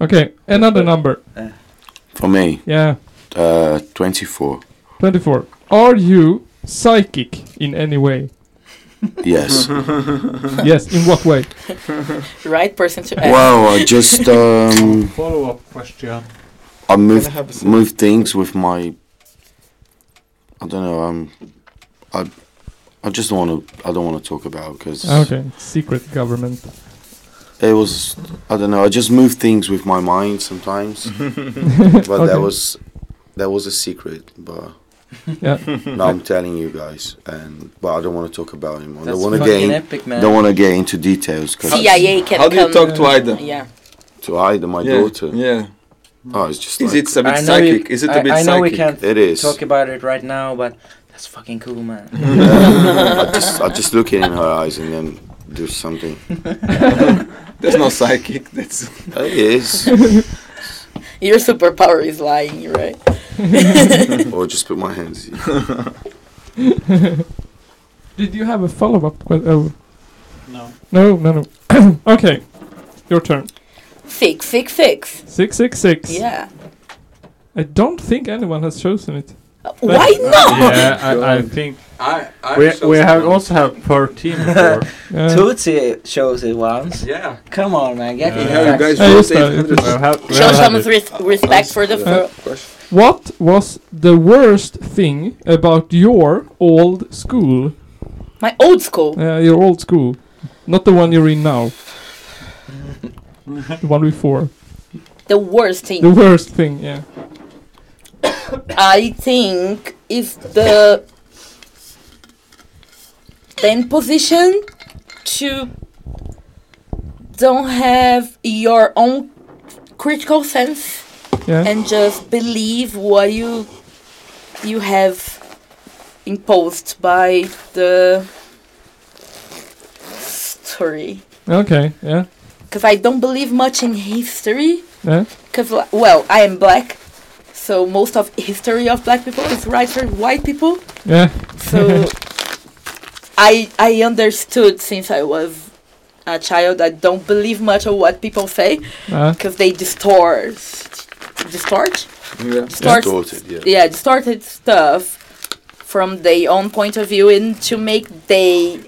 [SPEAKER 5] Okay, another number.
[SPEAKER 3] For me.
[SPEAKER 5] Yeah.
[SPEAKER 3] Uh, 24.
[SPEAKER 5] 24. Are you psychic in any way?
[SPEAKER 3] Yes.
[SPEAKER 5] yes, in what way?
[SPEAKER 1] right person to ask.
[SPEAKER 3] wow, I just um,
[SPEAKER 6] Follow up question.
[SPEAKER 3] I move
[SPEAKER 1] I have a sip?
[SPEAKER 3] move things with my. I don't know. Um, I I just don't want to. I don't want to talk about because
[SPEAKER 5] Okay, secret government.
[SPEAKER 3] it was. I don't know. I just move things with my mind sometimes, but
[SPEAKER 5] Okay.
[SPEAKER 3] that was that was a secret. But
[SPEAKER 5] Yeah.
[SPEAKER 3] now I'm telling you guys, and but I don't want to talk about him. I
[SPEAKER 11] That's
[SPEAKER 3] don't want to get
[SPEAKER 11] fucking
[SPEAKER 3] in,
[SPEAKER 11] epic, man.
[SPEAKER 3] don't want to get into details. Cause
[SPEAKER 1] CIA can
[SPEAKER 11] How do you
[SPEAKER 1] come-
[SPEAKER 11] talk to Ida?
[SPEAKER 1] Yeah.
[SPEAKER 3] To Ida, my
[SPEAKER 11] Yeah,
[SPEAKER 3] daughter.
[SPEAKER 11] yeah.
[SPEAKER 3] Oh, it's just.
[SPEAKER 11] Is
[SPEAKER 3] like-
[SPEAKER 11] it a bit
[SPEAKER 3] I know you-
[SPEAKER 11] psychic? Is it a
[SPEAKER 3] I-
[SPEAKER 11] bit
[SPEAKER 3] I
[SPEAKER 11] psychic?
[SPEAKER 3] know we can't It is.
[SPEAKER 11] talk about it right now, but that's fucking cool, man.
[SPEAKER 3] I just I just look in her eyes and then do something.
[SPEAKER 11] That's not psychic. That's
[SPEAKER 3] it is.
[SPEAKER 1] Your superpower is lying, right?
[SPEAKER 3] or just put my hands. in.
[SPEAKER 5] Did you have a follow up question? Oh.
[SPEAKER 6] No.
[SPEAKER 5] No, no, no. okay, your turn.
[SPEAKER 1] Six, six, six.
[SPEAKER 5] 666.
[SPEAKER 1] Yeah.
[SPEAKER 5] I don't think anyone has chosen it.
[SPEAKER 1] why not?
[SPEAKER 15] Yeah, I, I think
[SPEAKER 12] I- I
[SPEAKER 15] we,
[SPEAKER 12] chose
[SPEAKER 15] we have
[SPEAKER 12] one.
[SPEAKER 15] also have per team before.
[SPEAKER 3] Uh,
[SPEAKER 5] Uh,
[SPEAKER 11] Tootsie shows it once. Yeah. Come on, man. Get in
[SPEAKER 15] Yeah, you guys
[SPEAKER 11] touch.
[SPEAKER 15] vote Yeah, it's 800. not-
[SPEAKER 1] Show some res- respect for the.
[SPEAKER 5] Uh,
[SPEAKER 1] fo-
[SPEAKER 5] what was the worst thing about your old school?
[SPEAKER 1] My old school.
[SPEAKER 5] Uh, your old school. Not the one you're in now. the one before.
[SPEAKER 1] The worst thing.
[SPEAKER 5] The worst thing, yeah.
[SPEAKER 1] I think is the then position to don't have your own critical sense
[SPEAKER 5] Yeah.
[SPEAKER 1] and just believe what you you have imposed by the story
[SPEAKER 5] Okay, yeah.
[SPEAKER 1] because I don't believe much in history
[SPEAKER 5] Yeah.
[SPEAKER 1] because, well, I am black, so most of history of black people is right for white people.
[SPEAKER 5] Yeah.
[SPEAKER 1] So I I understood since I was a child. I don't believe much of what people say
[SPEAKER 5] Uh-huh.
[SPEAKER 1] because they distort, distort,
[SPEAKER 3] Yeah.
[SPEAKER 1] distort,
[SPEAKER 3] Distorted, yeah.
[SPEAKER 1] distorted stuff from their own point of view and to make they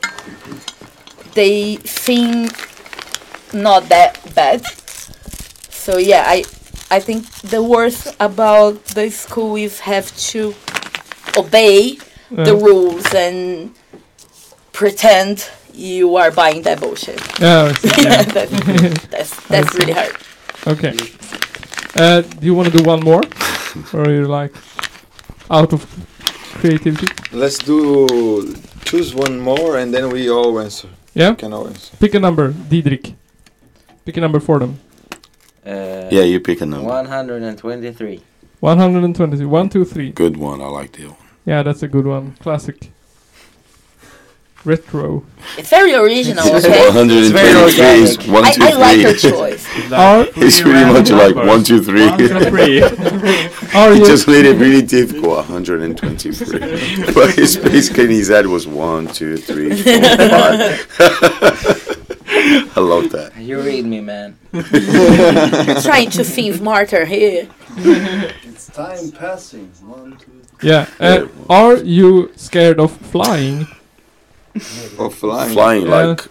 [SPEAKER 1] they seem not that bad. So yeah, I I think the worst about the school is have to obey the
[SPEAKER 5] Yeah.
[SPEAKER 1] rules and pretend you are buying that bullshit.
[SPEAKER 5] Yeah, I see, yeah.
[SPEAKER 1] that's that's, that's
[SPEAKER 5] I
[SPEAKER 1] really
[SPEAKER 5] see.
[SPEAKER 1] hard.
[SPEAKER 5] Okay. Uh, do you want to do one more? or are you like out of creativity?
[SPEAKER 13] Let's do choose one more and then we all answer.
[SPEAKER 5] Yeah?
[SPEAKER 13] Can all answer.
[SPEAKER 5] Pick a number, Diedrich. Pick a number for them.
[SPEAKER 11] Uh,
[SPEAKER 3] Yeah, you pick a number.
[SPEAKER 11] 123.
[SPEAKER 5] 120. 1, 2, 3.
[SPEAKER 3] Good one. I like the.
[SPEAKER 5] Yeah, that's a good one. Classic. Retro.
[SPEAKER 1] It's very original.
[SPEAKER 3] It's
[SPEAKER 1] okay?
[SPEAKER 3] 123 is one,
[SPEAKER 1] I,
[SPEAKER 3] two,
[SPEAKER 1] I like your
[SPEAKER 3] three.
[SPEAKER 1] choice.
[SPEAKER 5] Are-
[SPEAKER 3] It's pretty much like one, two, three.
[SPEAKER 5] One, two, three. Are
[SPEAKER 3] he
[SPEAKER 5] you-
[SPEAKER 3] just made it really difficult. 123. but his basically in his head was one, two, three, four, five. I love that.
[SPEAKER 11] You read me, man.
[SPEAKER 1] Trying to seem smarter here.
[SPEAKER 14] It's time passing. One, two,
[SPEAKER 5] Yeah. Uh, are you scared of flying?
[SPEAKER 13] Or flying.
[SPEAKER 3] Flying
[SPEAKER 5] Yeah.
[SPEAKER 3] like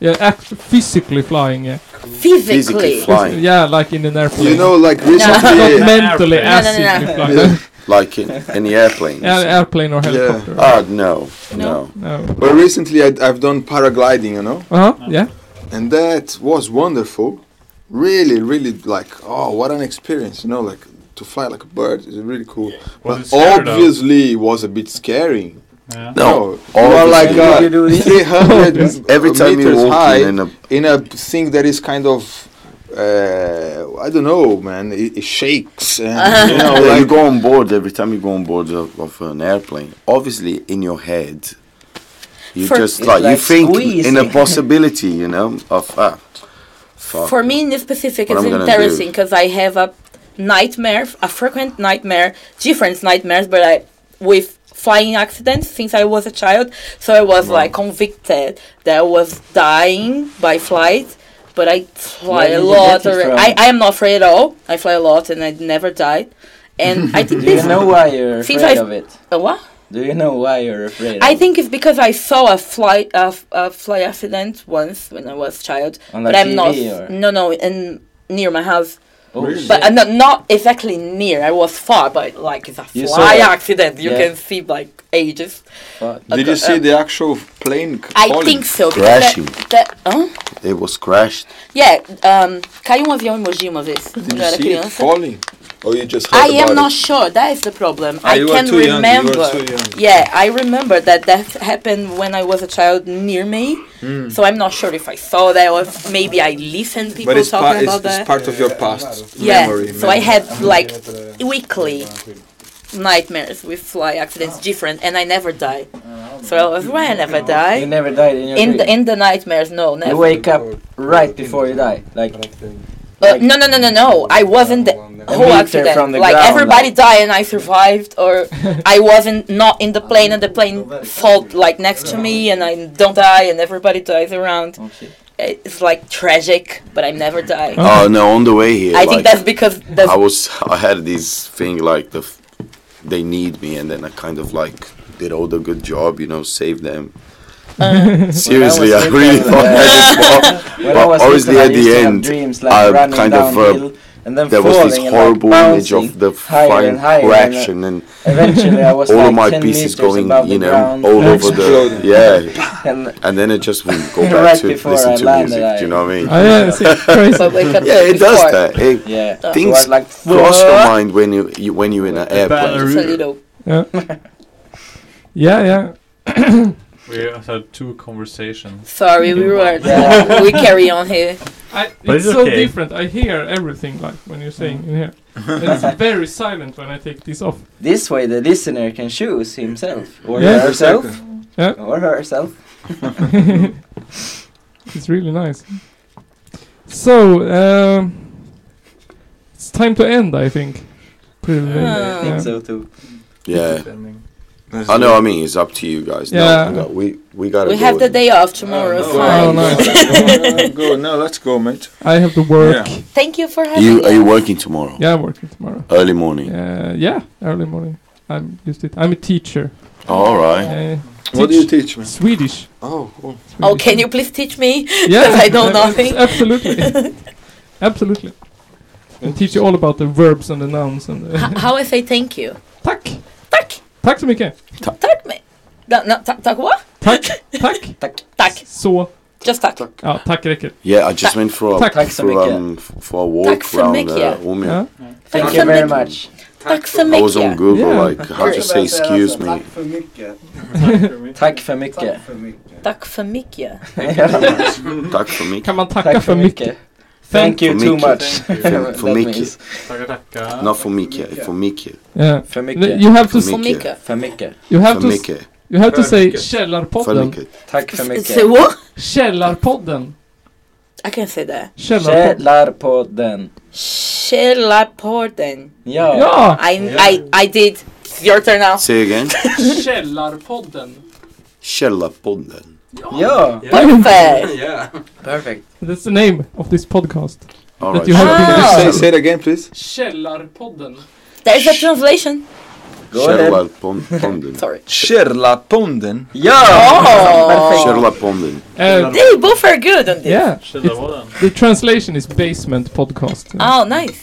[SPEAKER 5] Yeah, act physically flying, yeah.
[SPEAKER 1] Physically. Physically
[SPEAKER 3] flying.
[SPEAKER 5] Yeah, like in an airplane.
[SPEAKER 13] You know, like recently.
[SPEAKER 5] Not mentally,
[SPEAKER 1] No, no, no,
[SPEAKER 5] actively
[SPEAKER 1] no.
[SPEAKER 5] flying.
[SPEAKER 3] Yeah. like in any airplane.
[SPEAKER 5] Yeah, an airplane or helicopter.
[SPEAKER 3] Ah, no, no.
[SPEAKER 5] No.
[SPEAKER 13] But recently I, I've done paragliding, you know?
[SPEAKER 5] Uh huh. Yeah.
[SPEAKER 13] And that was wonderful. Really, really like, oh, what an experience, you know, like to fly like a bird is really cool.
[SPEAKER 6] Was it
[SPEAKER 13] But
[SPEAKER 6] scary though?
[SPEAKER 13] obviously it was a bit scary.
[SPEAKER 6] Yeah.
[SPEAKER 13] No,
[SPEAKER 3] No,
[SPEAKER 13] you are like
[SPEAKER 3] obviously.
[SPEAKER 13] uh,
[SPEAKER 3] Did you do this?
[SPEAKER 13] 300
[SPEAKER 3] Every time you
[SPEAKER 13] meters
[SPEAKER 3] walk in
[SPEAKER 13] high
[SPEAKER 3] in a-
[SPEAKER 13] in a thing that is kind of. Uh, I don't know, man. It, it shakes, and you know,
[SPEAKER 3] Yeah, you
[SPEAKER 13] like
[SPEAKER 3] go on board every time you go on board of, of an airplane. Obviously, in your head, you
[SPEAKER 1] For-
[SPEAKER 3] just
[SPEAKER 1] It's
[SPEAKER 3] like, you
[SPEAKER 1] like
[SPEAKER 3] think in a
[SPEAKER 1] squeezing.
[SPEAKER 3] possibility, you know, of ah, fuck.
[SPEAKER 1] For me, in specific,
[SPEAKER 3] What
[SPEAKER 1] it's
[SPEAKER 3] I'm gonna do.
[SPEAKER 1] interesting because I have a nightmare, a frequent nightmare, different nightmares, but I with flying accidents since I was a child. So I was like convicted that I was dying by flight. But I fly
[SPEAKER 11] Where
[SPEAKER 1] a
[SPEAKER 11] did you
[SPEAKER 1] lot.
[SPEAKER 11] get it
[SPEAKER 1] alre-
[SPEAKER 11] from?
[SPEAKER 1] I, I am not afraid at all. I fly a lot and I never died. And I think
[SPEAKER 10] Do you
[SPEAKER 1] this
[SPEAKER 10] know why you're
[SPEAKER 1] since
[SPEAKER 10] afraid
[SPEAKER 1] I-
[SPEAKER 10] of it?
[SPEAKER 1] A what?
[SPEAKER 10] Do you know why you're afraid?
[SPEAKER 1] I
[SPEAKER 10] of
[SPEAKER 1] think it's because I saw a fly a, f- a fly accident once when I was child,
[SPEAKER 10] On the
[SPEAKER 1] but I'm
[SPEAKER 10] TV
[SPEAKER 1] not
[SPEAKER 10] or-
[SPEAKER 1] no no in near my house.
[SPEAKER 10] Oh, Really?
[SPEAKER 1] But
[SPEAKER 10] shit.
[SPEAKER 1] uh, not not exactly near. I was far, but like it's a
[SPEAKER 13] You saw
[SPEAKER 1] fly
[SPEAKER 13] it?
[SPEAKER 1] accident. You
[SPEAKER 13] Yeah.
[SPEAKER 1] can see like ages.
[SPEAKER 13] Did you
[SPEAKER 1] Okay,
[SPEAKER 13] see
[SPEAKER 1] um,
[SPEAKER 13] the actual plane c-
[SPEAKER 1] I
[SPEAKER 13] falling?
[SPEAKER 1] think so. because
[SPEAKER 3] Crashing.
[SPEAKER 1] That, that, huh?
[SPEAKER 3] It was crashed.
[SPEAKER 1] Yeah, um, caiu um avião em Mogi uma vez
[SPEAKER 13] Did
[SPEAKER 1] quando eu
[SPEAKER 13] you
[SPEAKER 1] era
[SPEAKER 13] see it
[SPEAKER 1] criança.
[SPEAKER 13] falling? Or you just heard
[SPEAKER 1] I am
[SPEAKER 13] about
[SPEAKER 1] not
[SPEAKER 13] it?
[SPEAKER 1] sure. That is the problem.
[SPEAKER 13] Ah,
[SPEAKER 1] I
[SPEAKER 13] you are
[SPEAKER 1] can
[SPEAKER 13] too young, you are
[SPEAKER 1] remember.
[SPEAKER 13] too young.
[SPEAKER 1] Yeah, I remember that that happened when I was a child near me.
[SPEAKER 13] Mm.
[SPEAKER 1] So I'm not sure if I saw that or if maybe I listened people
[SPEAKER 13] But it's,
[SPEAKER 1] talking
[SPEAKER 13] pa- it's,
[SPEAKER 1] about
[SPEAKER 13] it's
[SPEAKER 1] that.
[SPEAKER 13] part of your past
[SPEAKER 1] yeah.
[SPEAKER 13] memory.
[SPEAKER 1] so I
[SPEAKER 13] memory.
[SPEAKER 1] had like weekly nightmares with fly accidents, different, and I never die. So I was, well, I never die.
[SPEAKER 10] You never died in your
[SPEAKER 1] in the
[SPEAKER 10] dream.
[SPEAKER 1] in the nightmares, no,
[SPEAKER 10] you
[SPEAKER 1] never.
[SPEAKER 10] wake up right before you die, like
[SPEAKER 1] Uh, no, no, no, no, no. I wasn't the whole
[SPEAKER 10] meter
[SPEAKER 1] accident.
[SPEAKER 10] from the
[SPEAKER 1] like
[SPEAKER 10] ground,
[SPEAKER 1] everybody died and I survived, or I wasn't not in the plane and the plane fell like next to me and I don't die and everybody dies around.
[SPEAKER 10] Oh,
[SPEAKER 1] It's like tragic, but I never die.
[SPEAKER 3] Oh no! On the way here,
[SPEAKER 1] I
[SPEAKER 3] like,
[SPEAKER 1] think that's because that's
[SPEAKER 3] I was I had this thing like the f- they need me, and then I kind of like did all the good job, you know, save them. Seriously,
[SPEAKER 10] When I
[SPEAKER 3] I,
[SPEAKER 10] was
[SPEAKER 3] really
[SPEAKER 10] little,
[SPEAKER 3] thought that was
[SPEAKER 10] uh, when I
[SPEAKER 3] but
[SPEAKER 10] was
[SPEAKER 3] obviously
[SPEAKER 10] little, I
[SPEAKER 3] at the
[SPEAKER 10] used to have uh,
[SPEAKER 3] end,
[SPEAKER 10] dreams, like
[SPEAKER 3] I
[SPEAKER 10] running
[SPEAKER 3] kind of uh,
[SPEAKER 10] downhill and then
[SPEAKER 3] there was this
[SPEAKER 10] falling and, like,
[SPEAKER 3] horrible image
[SPEAKER 10] bouncing
[SPEAKER 3] of the
[SPEAKER 10] higher
[SPEAKER 3] flying
[SPEAKER 10] and higher and, uh,
[SPEAKER 3] crash, and, then
[SPEAKER 10] eventually I was
[SPEAKER 3] all
[SPEAKER 10] like
[SPEAKER 3] of my
[SPEAKER 10] 10 meters
[SPEAKER 3] pieces going,
[SPEAKER 10] above the
[SPEAKER 3] you know,
[SPEAKER 10] ground.
[SPEAKER 3] all over the
[SPEAKER 10] Exploding.
[SPEAKER 3] yeah,
[SPEAKER 10] And-
[SPEAKER 3] and then it just would go back
[SPEAKER 10] Right
[SPEAKER 3] to
[SPEAKER 10] before
[SPEAKER 3] listen
[SPEAKER 10] I
[SPEAKER 3] to
[SPEAKER 10] landed,
[SPEAKER 3] music.
[SPEAKER 10] I-
[SPEAKER 3] do you know what I mean?
[SPEAKER 10] Oh, yeah, it's crazy. But wake up
[SPEAKER 3] yeah, it does
[SPEAKER 10] before.
[SPEAKER 3] that. It-
[SPEAKER 10] Yeah. So
[SPEAKER 3] things
[SPEAKER 10] I like-
[SPEAKER 3] cross your mind when you, you when you're in an
[SPEAKER 1] Just a
[SPEAKER 3] airplane.
[SPEAKER 1] little.
[SPEAKER 5] Yeah. yeah, yeah.
[SPEAKER 15] We had two conversations.
[SPEAKER 1] Sorry, we were there. we carry on here.
[SPEAKER 5] I,
[SPEAKER 15] But
[SPEAKER 5] it's
[SPEAKER 15] it's
[SPEAKER 5] so
[SPEAKER 15] okay.
[SPEAKER 5] different. I hear everything like when you're saying in here. And it's very silent when I take this off.
[SPEAKER 10] This way, the listener can choose himself or
[SPEAKER 5] Yeah.
[SPEAKER 10] herself
[SPEAKER 5] Yeah.
[SPEAKER 10] or herself.
[SPEAKER 5] it's really nice. So, um, it's time to end, I think. Pretty late,
[SPEAKER 10] I think
[SPEAKER 5] yeah.
[SPEAKER 10] so too.
[SPEAKER 3] Yeah. I know. I mean, it's up to you guys.
[SPEAKER 5] Yeah.
[SPEAKER 3] No, no, we we gotta.
[SPEAKER 1] We
[SPEAKER 3] go
[SPEAKER 1] have the
[SPEAKER 3] with-
[SPEAKER 1] day off tomorrow.
[SPEAKER 3] no.
[SPEAKER 1] so-
[SPEAKER 3] Oh,
[SPEAKER 13] nice. go now. Let's go, mate.
[SPEAKER 5] I have to work.
[SPEAKER 1] Thank you for having
[SPEAKER 3] You
[SPEAKER 1] me.
[SPEAKER 3] are you working tomorrow?
[SPEAKER 5] Yeah, I'm working tomorrow.
[SPEAKER 3] Early morning.
[SPEAKER 5] Uh, yeah, early morning. I'm used to it. I'm a teacher.
[SPEAKER 3] Oh, all right.
[SPEAKER 5] Uh,
[SPEAKER 13] What do you teach, man?
[SPEAKER 5] Swedish.
[SPEAKER 13] Oh, cool.
[SPEAKER 1] Oh, can you please teach me?
[SPEAKER 5] Yeah,
[SPEAKER 1] Because I know
[SPEAKER 5] ab- ab-
[SPEAKER 1] nothing.
[SPEAKER 5] Absolutely. absolutely. And teach you all about the verbs and the nouns and. The
[SPEAKER 1] H- how I say thank you?
[SPEAKER 5] Tack.
[SPEAKER 1] Tack.
[SPEAKER 5] Tack så mycket.
[SPEAKER 1] Tack mig. No, no, tack, tack what?
[SPEAKER 5] Tack. Tack.
[SPEAKER 1] tack. Tack.
[SPEAKER 5] Så.
[SPEAKER 1] Just tack.
[SPEAKER 5] Ja, tack räcker.
[SPEAKER 3] Yeah, I just went for a
[SPEAKER 5] Tack. Tack så
[SPEAKER 3] for,
[SPEAKER 5] mycket.
[SPEAKER 3] um, f- for a
[SPEAKER 1] Tack
[SPEAKER 3] walk
[SPEAKER 1] så
[SPEAKER 3] around
[SPEAKER 1] mycket.
[SPEAKER 3] uh, Umeå.
[SPEAKER 5] Ja.
[SPEAKER 10] Thank
[SPEAKER 1] Tack
[SPEAKER 10] you
[SPEAKER 1] så
[SPEAKER 10] very
[SPEAKER 1] mycket.
[SPEAKER 10] much.
[SPEAKER 1] Tack så
[SPEAKER 3] I
[SPEAKER 1] mycket.
[SPEAKER 3] was on Google
[SPEAKER 10] Yeah.
[SPEAKER 3] like how to
[SPEAKER 10] Great.
[SPEAKER 3] say excuse me.
[SPEAKER 14] Tack för mycket.
[SPEAKER 10] Tack för mycket.
[SPEAKER 1] Tack för mycket.
[SPEAKER 3] Tack för mycket.
[SPEAKER 5] Kan man tacka
[SPEAKER 10] Tack
[SPEAKER 5] för
[SPEAKER 10] för
[SPEAKER 5] mycket?
[SPEAKER 10] mycket. Thank you
[SPEAKER 3] För
[SPEAKER 10] too
[SPEAKER 3] mycket.
[SPEAKER 10] much.
[SPEAKER 3] För, för
[SPEAKER 10] That
[SPEAKER 3] mycket.
[SPEAKER 10] means-
[SPEAKER 3] Not for mycket. För mycket.
[SPEAKER 5] Yeah.
[SPEAKER 10] För mycket.
[SPEAKER 5] You have to
[SPEAKER 3] För mycket.
[SPEAKER 10] För mycket.
[SPEAKER 5] You have
[SPEAKER 3] För
[SPEAKER 5] to
[SPEAKER 3] mycket.
[SPEAKER 5] s- you have to
[SPEAKER 3] För
[SPEAKER 5] say
[SPEAKER 3] mycket. För
[SPEAKER 5] Källarpodden.
[SPEAKER 3] mycket.
[SPEAKER 10] Tack för mycket.
[SPEAKER 1] Say what?
[SPEAKER 5] Källarpodden.
[SPEAKER 1] I can say that.
[SPEAKER 5] Källarpodden.
[SPEAKER 10] Källarpodden.
[SPEAKER 1] Källarpodden.
[SPEAKER 10] Ja.
[SPEAKER 5] Ja.
[SPEAKER 1] I, I, I did. It's your turn now.
[SPEAKER 3] Say again.
[SPEAKER 5] Källarpodden.
[SPEAKER 3] Källarpodden.
[SPEAKER 10] Ja.
[SPEAKER 1] Perfect.
[SPEAKER 10] Perfect.
[SPEAKER 5] That's the name of this podcast.
[SPEAKER 3] All
[SPEAKER 5] That
[SPEAKER 3] right.
[SPEAKER 5] you have
[SPEAKER 1] Ah.
[SPEAKER 5] been-
[SPEAKER 1] Say-
[SPEAKER 13] Say it again, please.
[SPEAKER 5] Källarpodden.
[SPEAKER 1] There's a translation.
[SPEAKER 3] Källarpodden.
[SPEAKER 1] Sorry.
[SPEAKER 8] Källarpodden.
[SPEAKER 1] Oh.
[SPEAKER 3] Källarpodden.
[SPEAKER 5] Uh,
[SPEAKER 1] They both are good on this.
[SPEAKER 5] yeah.
[SPEAKER 6] Källarpodden.
[SPEAKER 5] it's- The translation is basement podcast.
[SPEAKER 1] Oh, nice.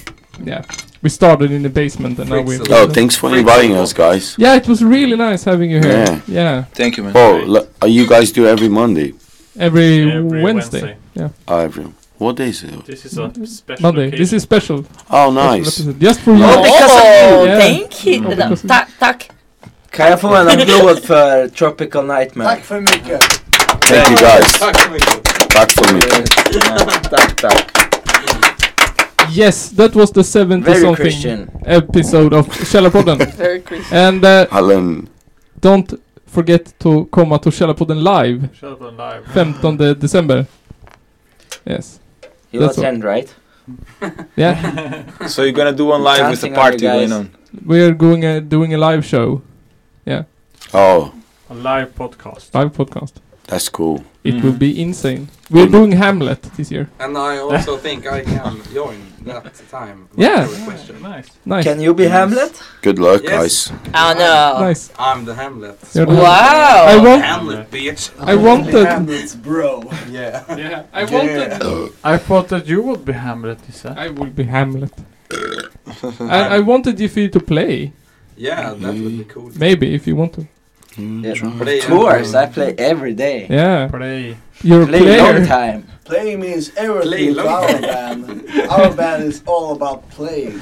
[SPEAKER 5] Yeah. We started in the basement and now we.
[SPEAKER 3] Oh, thanks for inviting us, guys.
[SPEAKER 5] Yeah, it was really nice having you here.
[SPEAKER 3] Yeah.
[SPEAKER 5] Yeah.
[SPEAKER 8] Thank you, man.
[SPEAKER 3] Oh, lo- uh, you guys do every Monday.
[SPEAKER 5] Every,
[SPEAKER 6] Every
[SPEAKER 5] Wednesday.
[SPEAKER 6] Wednesday.
[SPEAKER 5] Yeah.
[SPEAKER 3] Oh, every. What day is it?
[SPEAKER 6] This is a special
[SPEAKER 5] Monday. This is special.
[SPEAKER 3] Oh,
[SPEAKER 5] Special
[SPEAKER 3] nice.
[SPEAKER 5] episode. Just for you.
[SPEAKER 1] Oh, because of you.
[SPEAKER 5] Yeah.
[SPEAKER 1] Thank you. No, tack, tack.
[SPEAKER 10] Kan jag få en applåd för Tropical Nightmare?
[SPEAKER 14] Tack för mycket.
[SPEAKER 3] Thank you, guys.
[SPEAKER 12] Tack så mycket.
[SPEAKER 3] Tack för mycket.
[SPEAKER 10] Tack, tack.
[SPEAKER 5] Yes, that was the 70
[SPEAKER 10] Very
[SPEAKER 5] something
[SPEAKER 10] Christian.
[SPEAKER 5] episode of Källarpodden.
[SPEAKER 1] Very Christian.
[SPEAKER 5] and uh,
[SPEAKER 3] Hallon.
[SPEAKER 5] don't forget to komma to Källarpodden live
[SPEAKER 6] Källarpodden live.
[SPEAKER 5] 15 December. Yes.
[SPEAKER 10] You
[SPEAKER 5] all.
[SPEAKER 10] attend, right?
[SPEAKER 5] Yeah.
[SPEAKER 8] So you're gonna do one live with the
[SPEAKER 10] Counting on you
[SPEAKER 8] party going
[SPEAKER 10] guys.
[SPEAKER 8] on.
[SPEAKER 5] We are going uh, doing a live show. Yeah,
[SPEAKER 3] Oh,
[SPEAKER 6] A live podcast.
[SPEAKER 5] live podcast.
[SPEAKER 3] That's cool.
[SPEAKER 5] It would be insane. We're doing Hamlet this year.
[SPEAKER 8] And I also think I can join that time.
[SPEAKER 5] Yeah.
[SPEAKER 8] Nice.
[SPEAKER 5] Nice.
[SPEAKER 10] Can you be Hamlet?
[SPEAKER 3] Good luck,
[SPEAKER 8] Yes.
[SPEAKER 3] guys.
[SPEAKER 1] Oh no.
[SPEAKER 5] Nice.
[SPEAKER 8] I'm the Hamlet.
[SPEAKER 5] You're the
[SPEAKER 1] Oh.
[SPEAKER 5] Wow. Hamlet. I want-
[SPEAKER 8] Hamlet, bitch.
[SPEAKER 5] I wanted-
[SPEAKER 16] Hamlet's bro.
[SPEAKER 8] Yeah.
[SPEAKER 16] Yeah.
[SPEAKER 5] I wanted-
[SPEAKER 6] I thought that you would be Hamlet, you said.
[SPEAKER 5] I would be Hamlet. I, I wanted you to play.
[SPEAKER 8] Yeah, that would be cool.
[SPEAKER 5] Maybe if you want to.
[SPEAKER 10] Yeah, of course, I play every day.
[SPEAKER 5] Yeah.
[SPEAKER 6] Play.
[SPEAKER 5] You're a
[SPEAKER 10] Play
[SPEAKER 5] player.
[SPEAKER 10] long time.
[SPEAKER 16] Play means
[SPEAKER 8] Play
[SPEAKER 16] everything to
[SPEAKER 8] long.
[SPEAKER 16] our band. Our band is all about playing.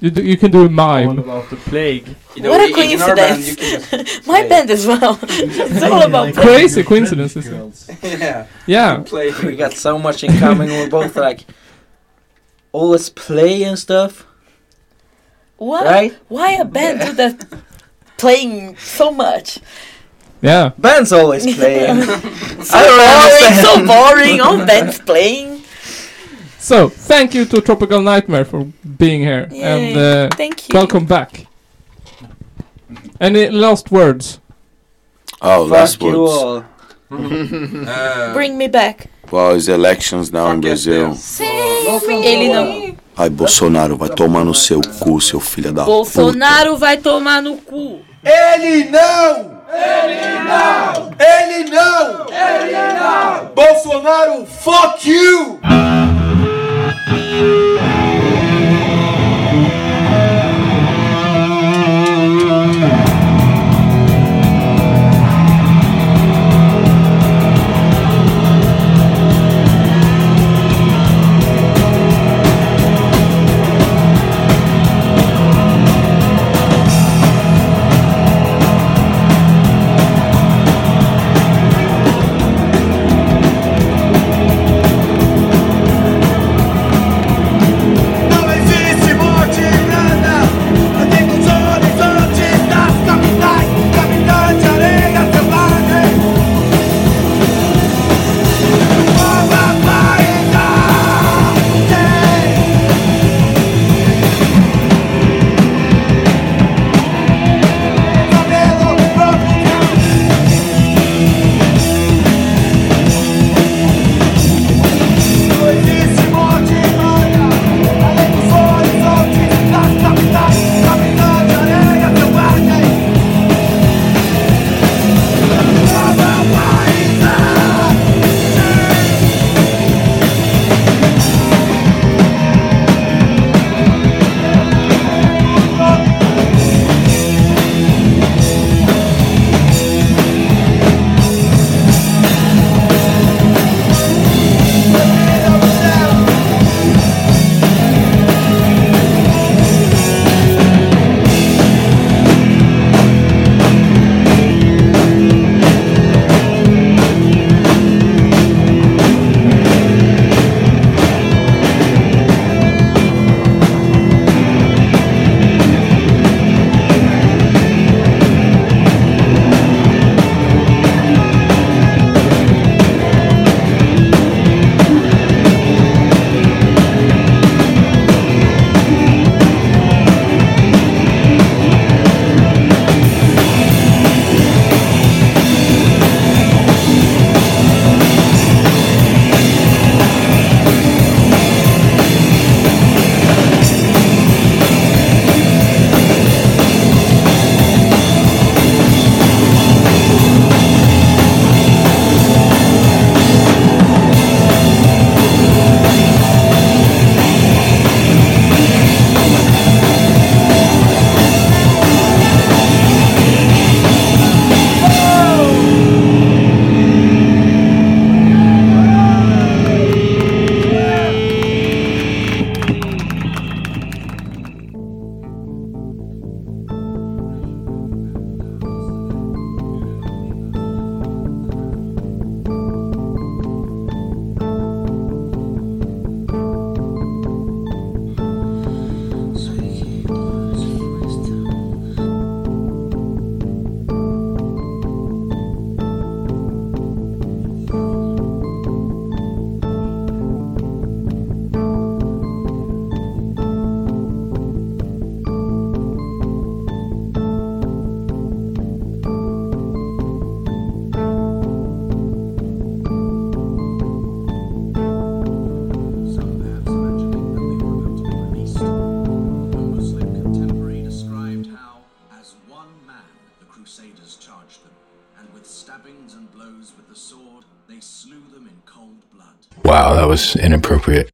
[SPEAKER 5] you, do, you can do a mime.
[SPEAKER 6] All about the plague.
[SPEAKER 8] You know,
[SPEAKER 1] what a
[SPEAKER 8] in our band, you can
[SPEAKER 1] coincidence! My band as well. it's all about
[SPEAKER 5] Crazy coincidences.
[SPEAKER 8] Yeah.
[SPEAKER 5] Yeah.
[SPEAKER 8] Play.
[SPEAKER 10] We got so much in common. We're both like always play and stuff.
[SPEAKER 1] Why?
[SPEAKER 10] Right?
[SPEAKER 1] Why a band do that? Playing so much.
[SPEAKER 5] Yeah.
[SPEAKER 10] Bands always playing.
[SPEAKER 1] So
[SPEAKER 10] I
[SPEAKER 1] boring.
[SPEAKER 10] don't
[SPEAKER 1] So
[SPEAKER 10] understand.
[SPEAKER 1] boring. All bands playing.
[SPEAKER 5] So thank you to Tropical Nightmare for being here and
[SPEAKER 1] Yay,
[SPEAKER 5] uh,
[SPEAKER 1] thank you.
[SPEAKER 5] welcome back. Any last words?
[SPEAKER 3] Oh, last
[SPEAKER 10] Fuck you
[SPEAKER 3] words.
[SPEAKER 10] all.
[SPEAKER 1] Bring me back.
[SPEAKER 3] Well, it's elections now in Brazil.
[SPEAKER 1] Ele não.
[SPEAKER 3] Ai, Bolsonaro, vai tomar no seu cu, seu filho da puta.
[SPEAKER 1] Bolsonaro vai tomar no cu.
[SPEAKER 17] Ele não! Ele não! Ele não! Bolsonaro, fuck you!
[SPEAKER 18] Thank
[SPEAKER 19] the Crusaders charged them, and with stabbings and blows with the sword, they slew them in cold blood.
[SPEAKER 20] Wow, that was inappropriate.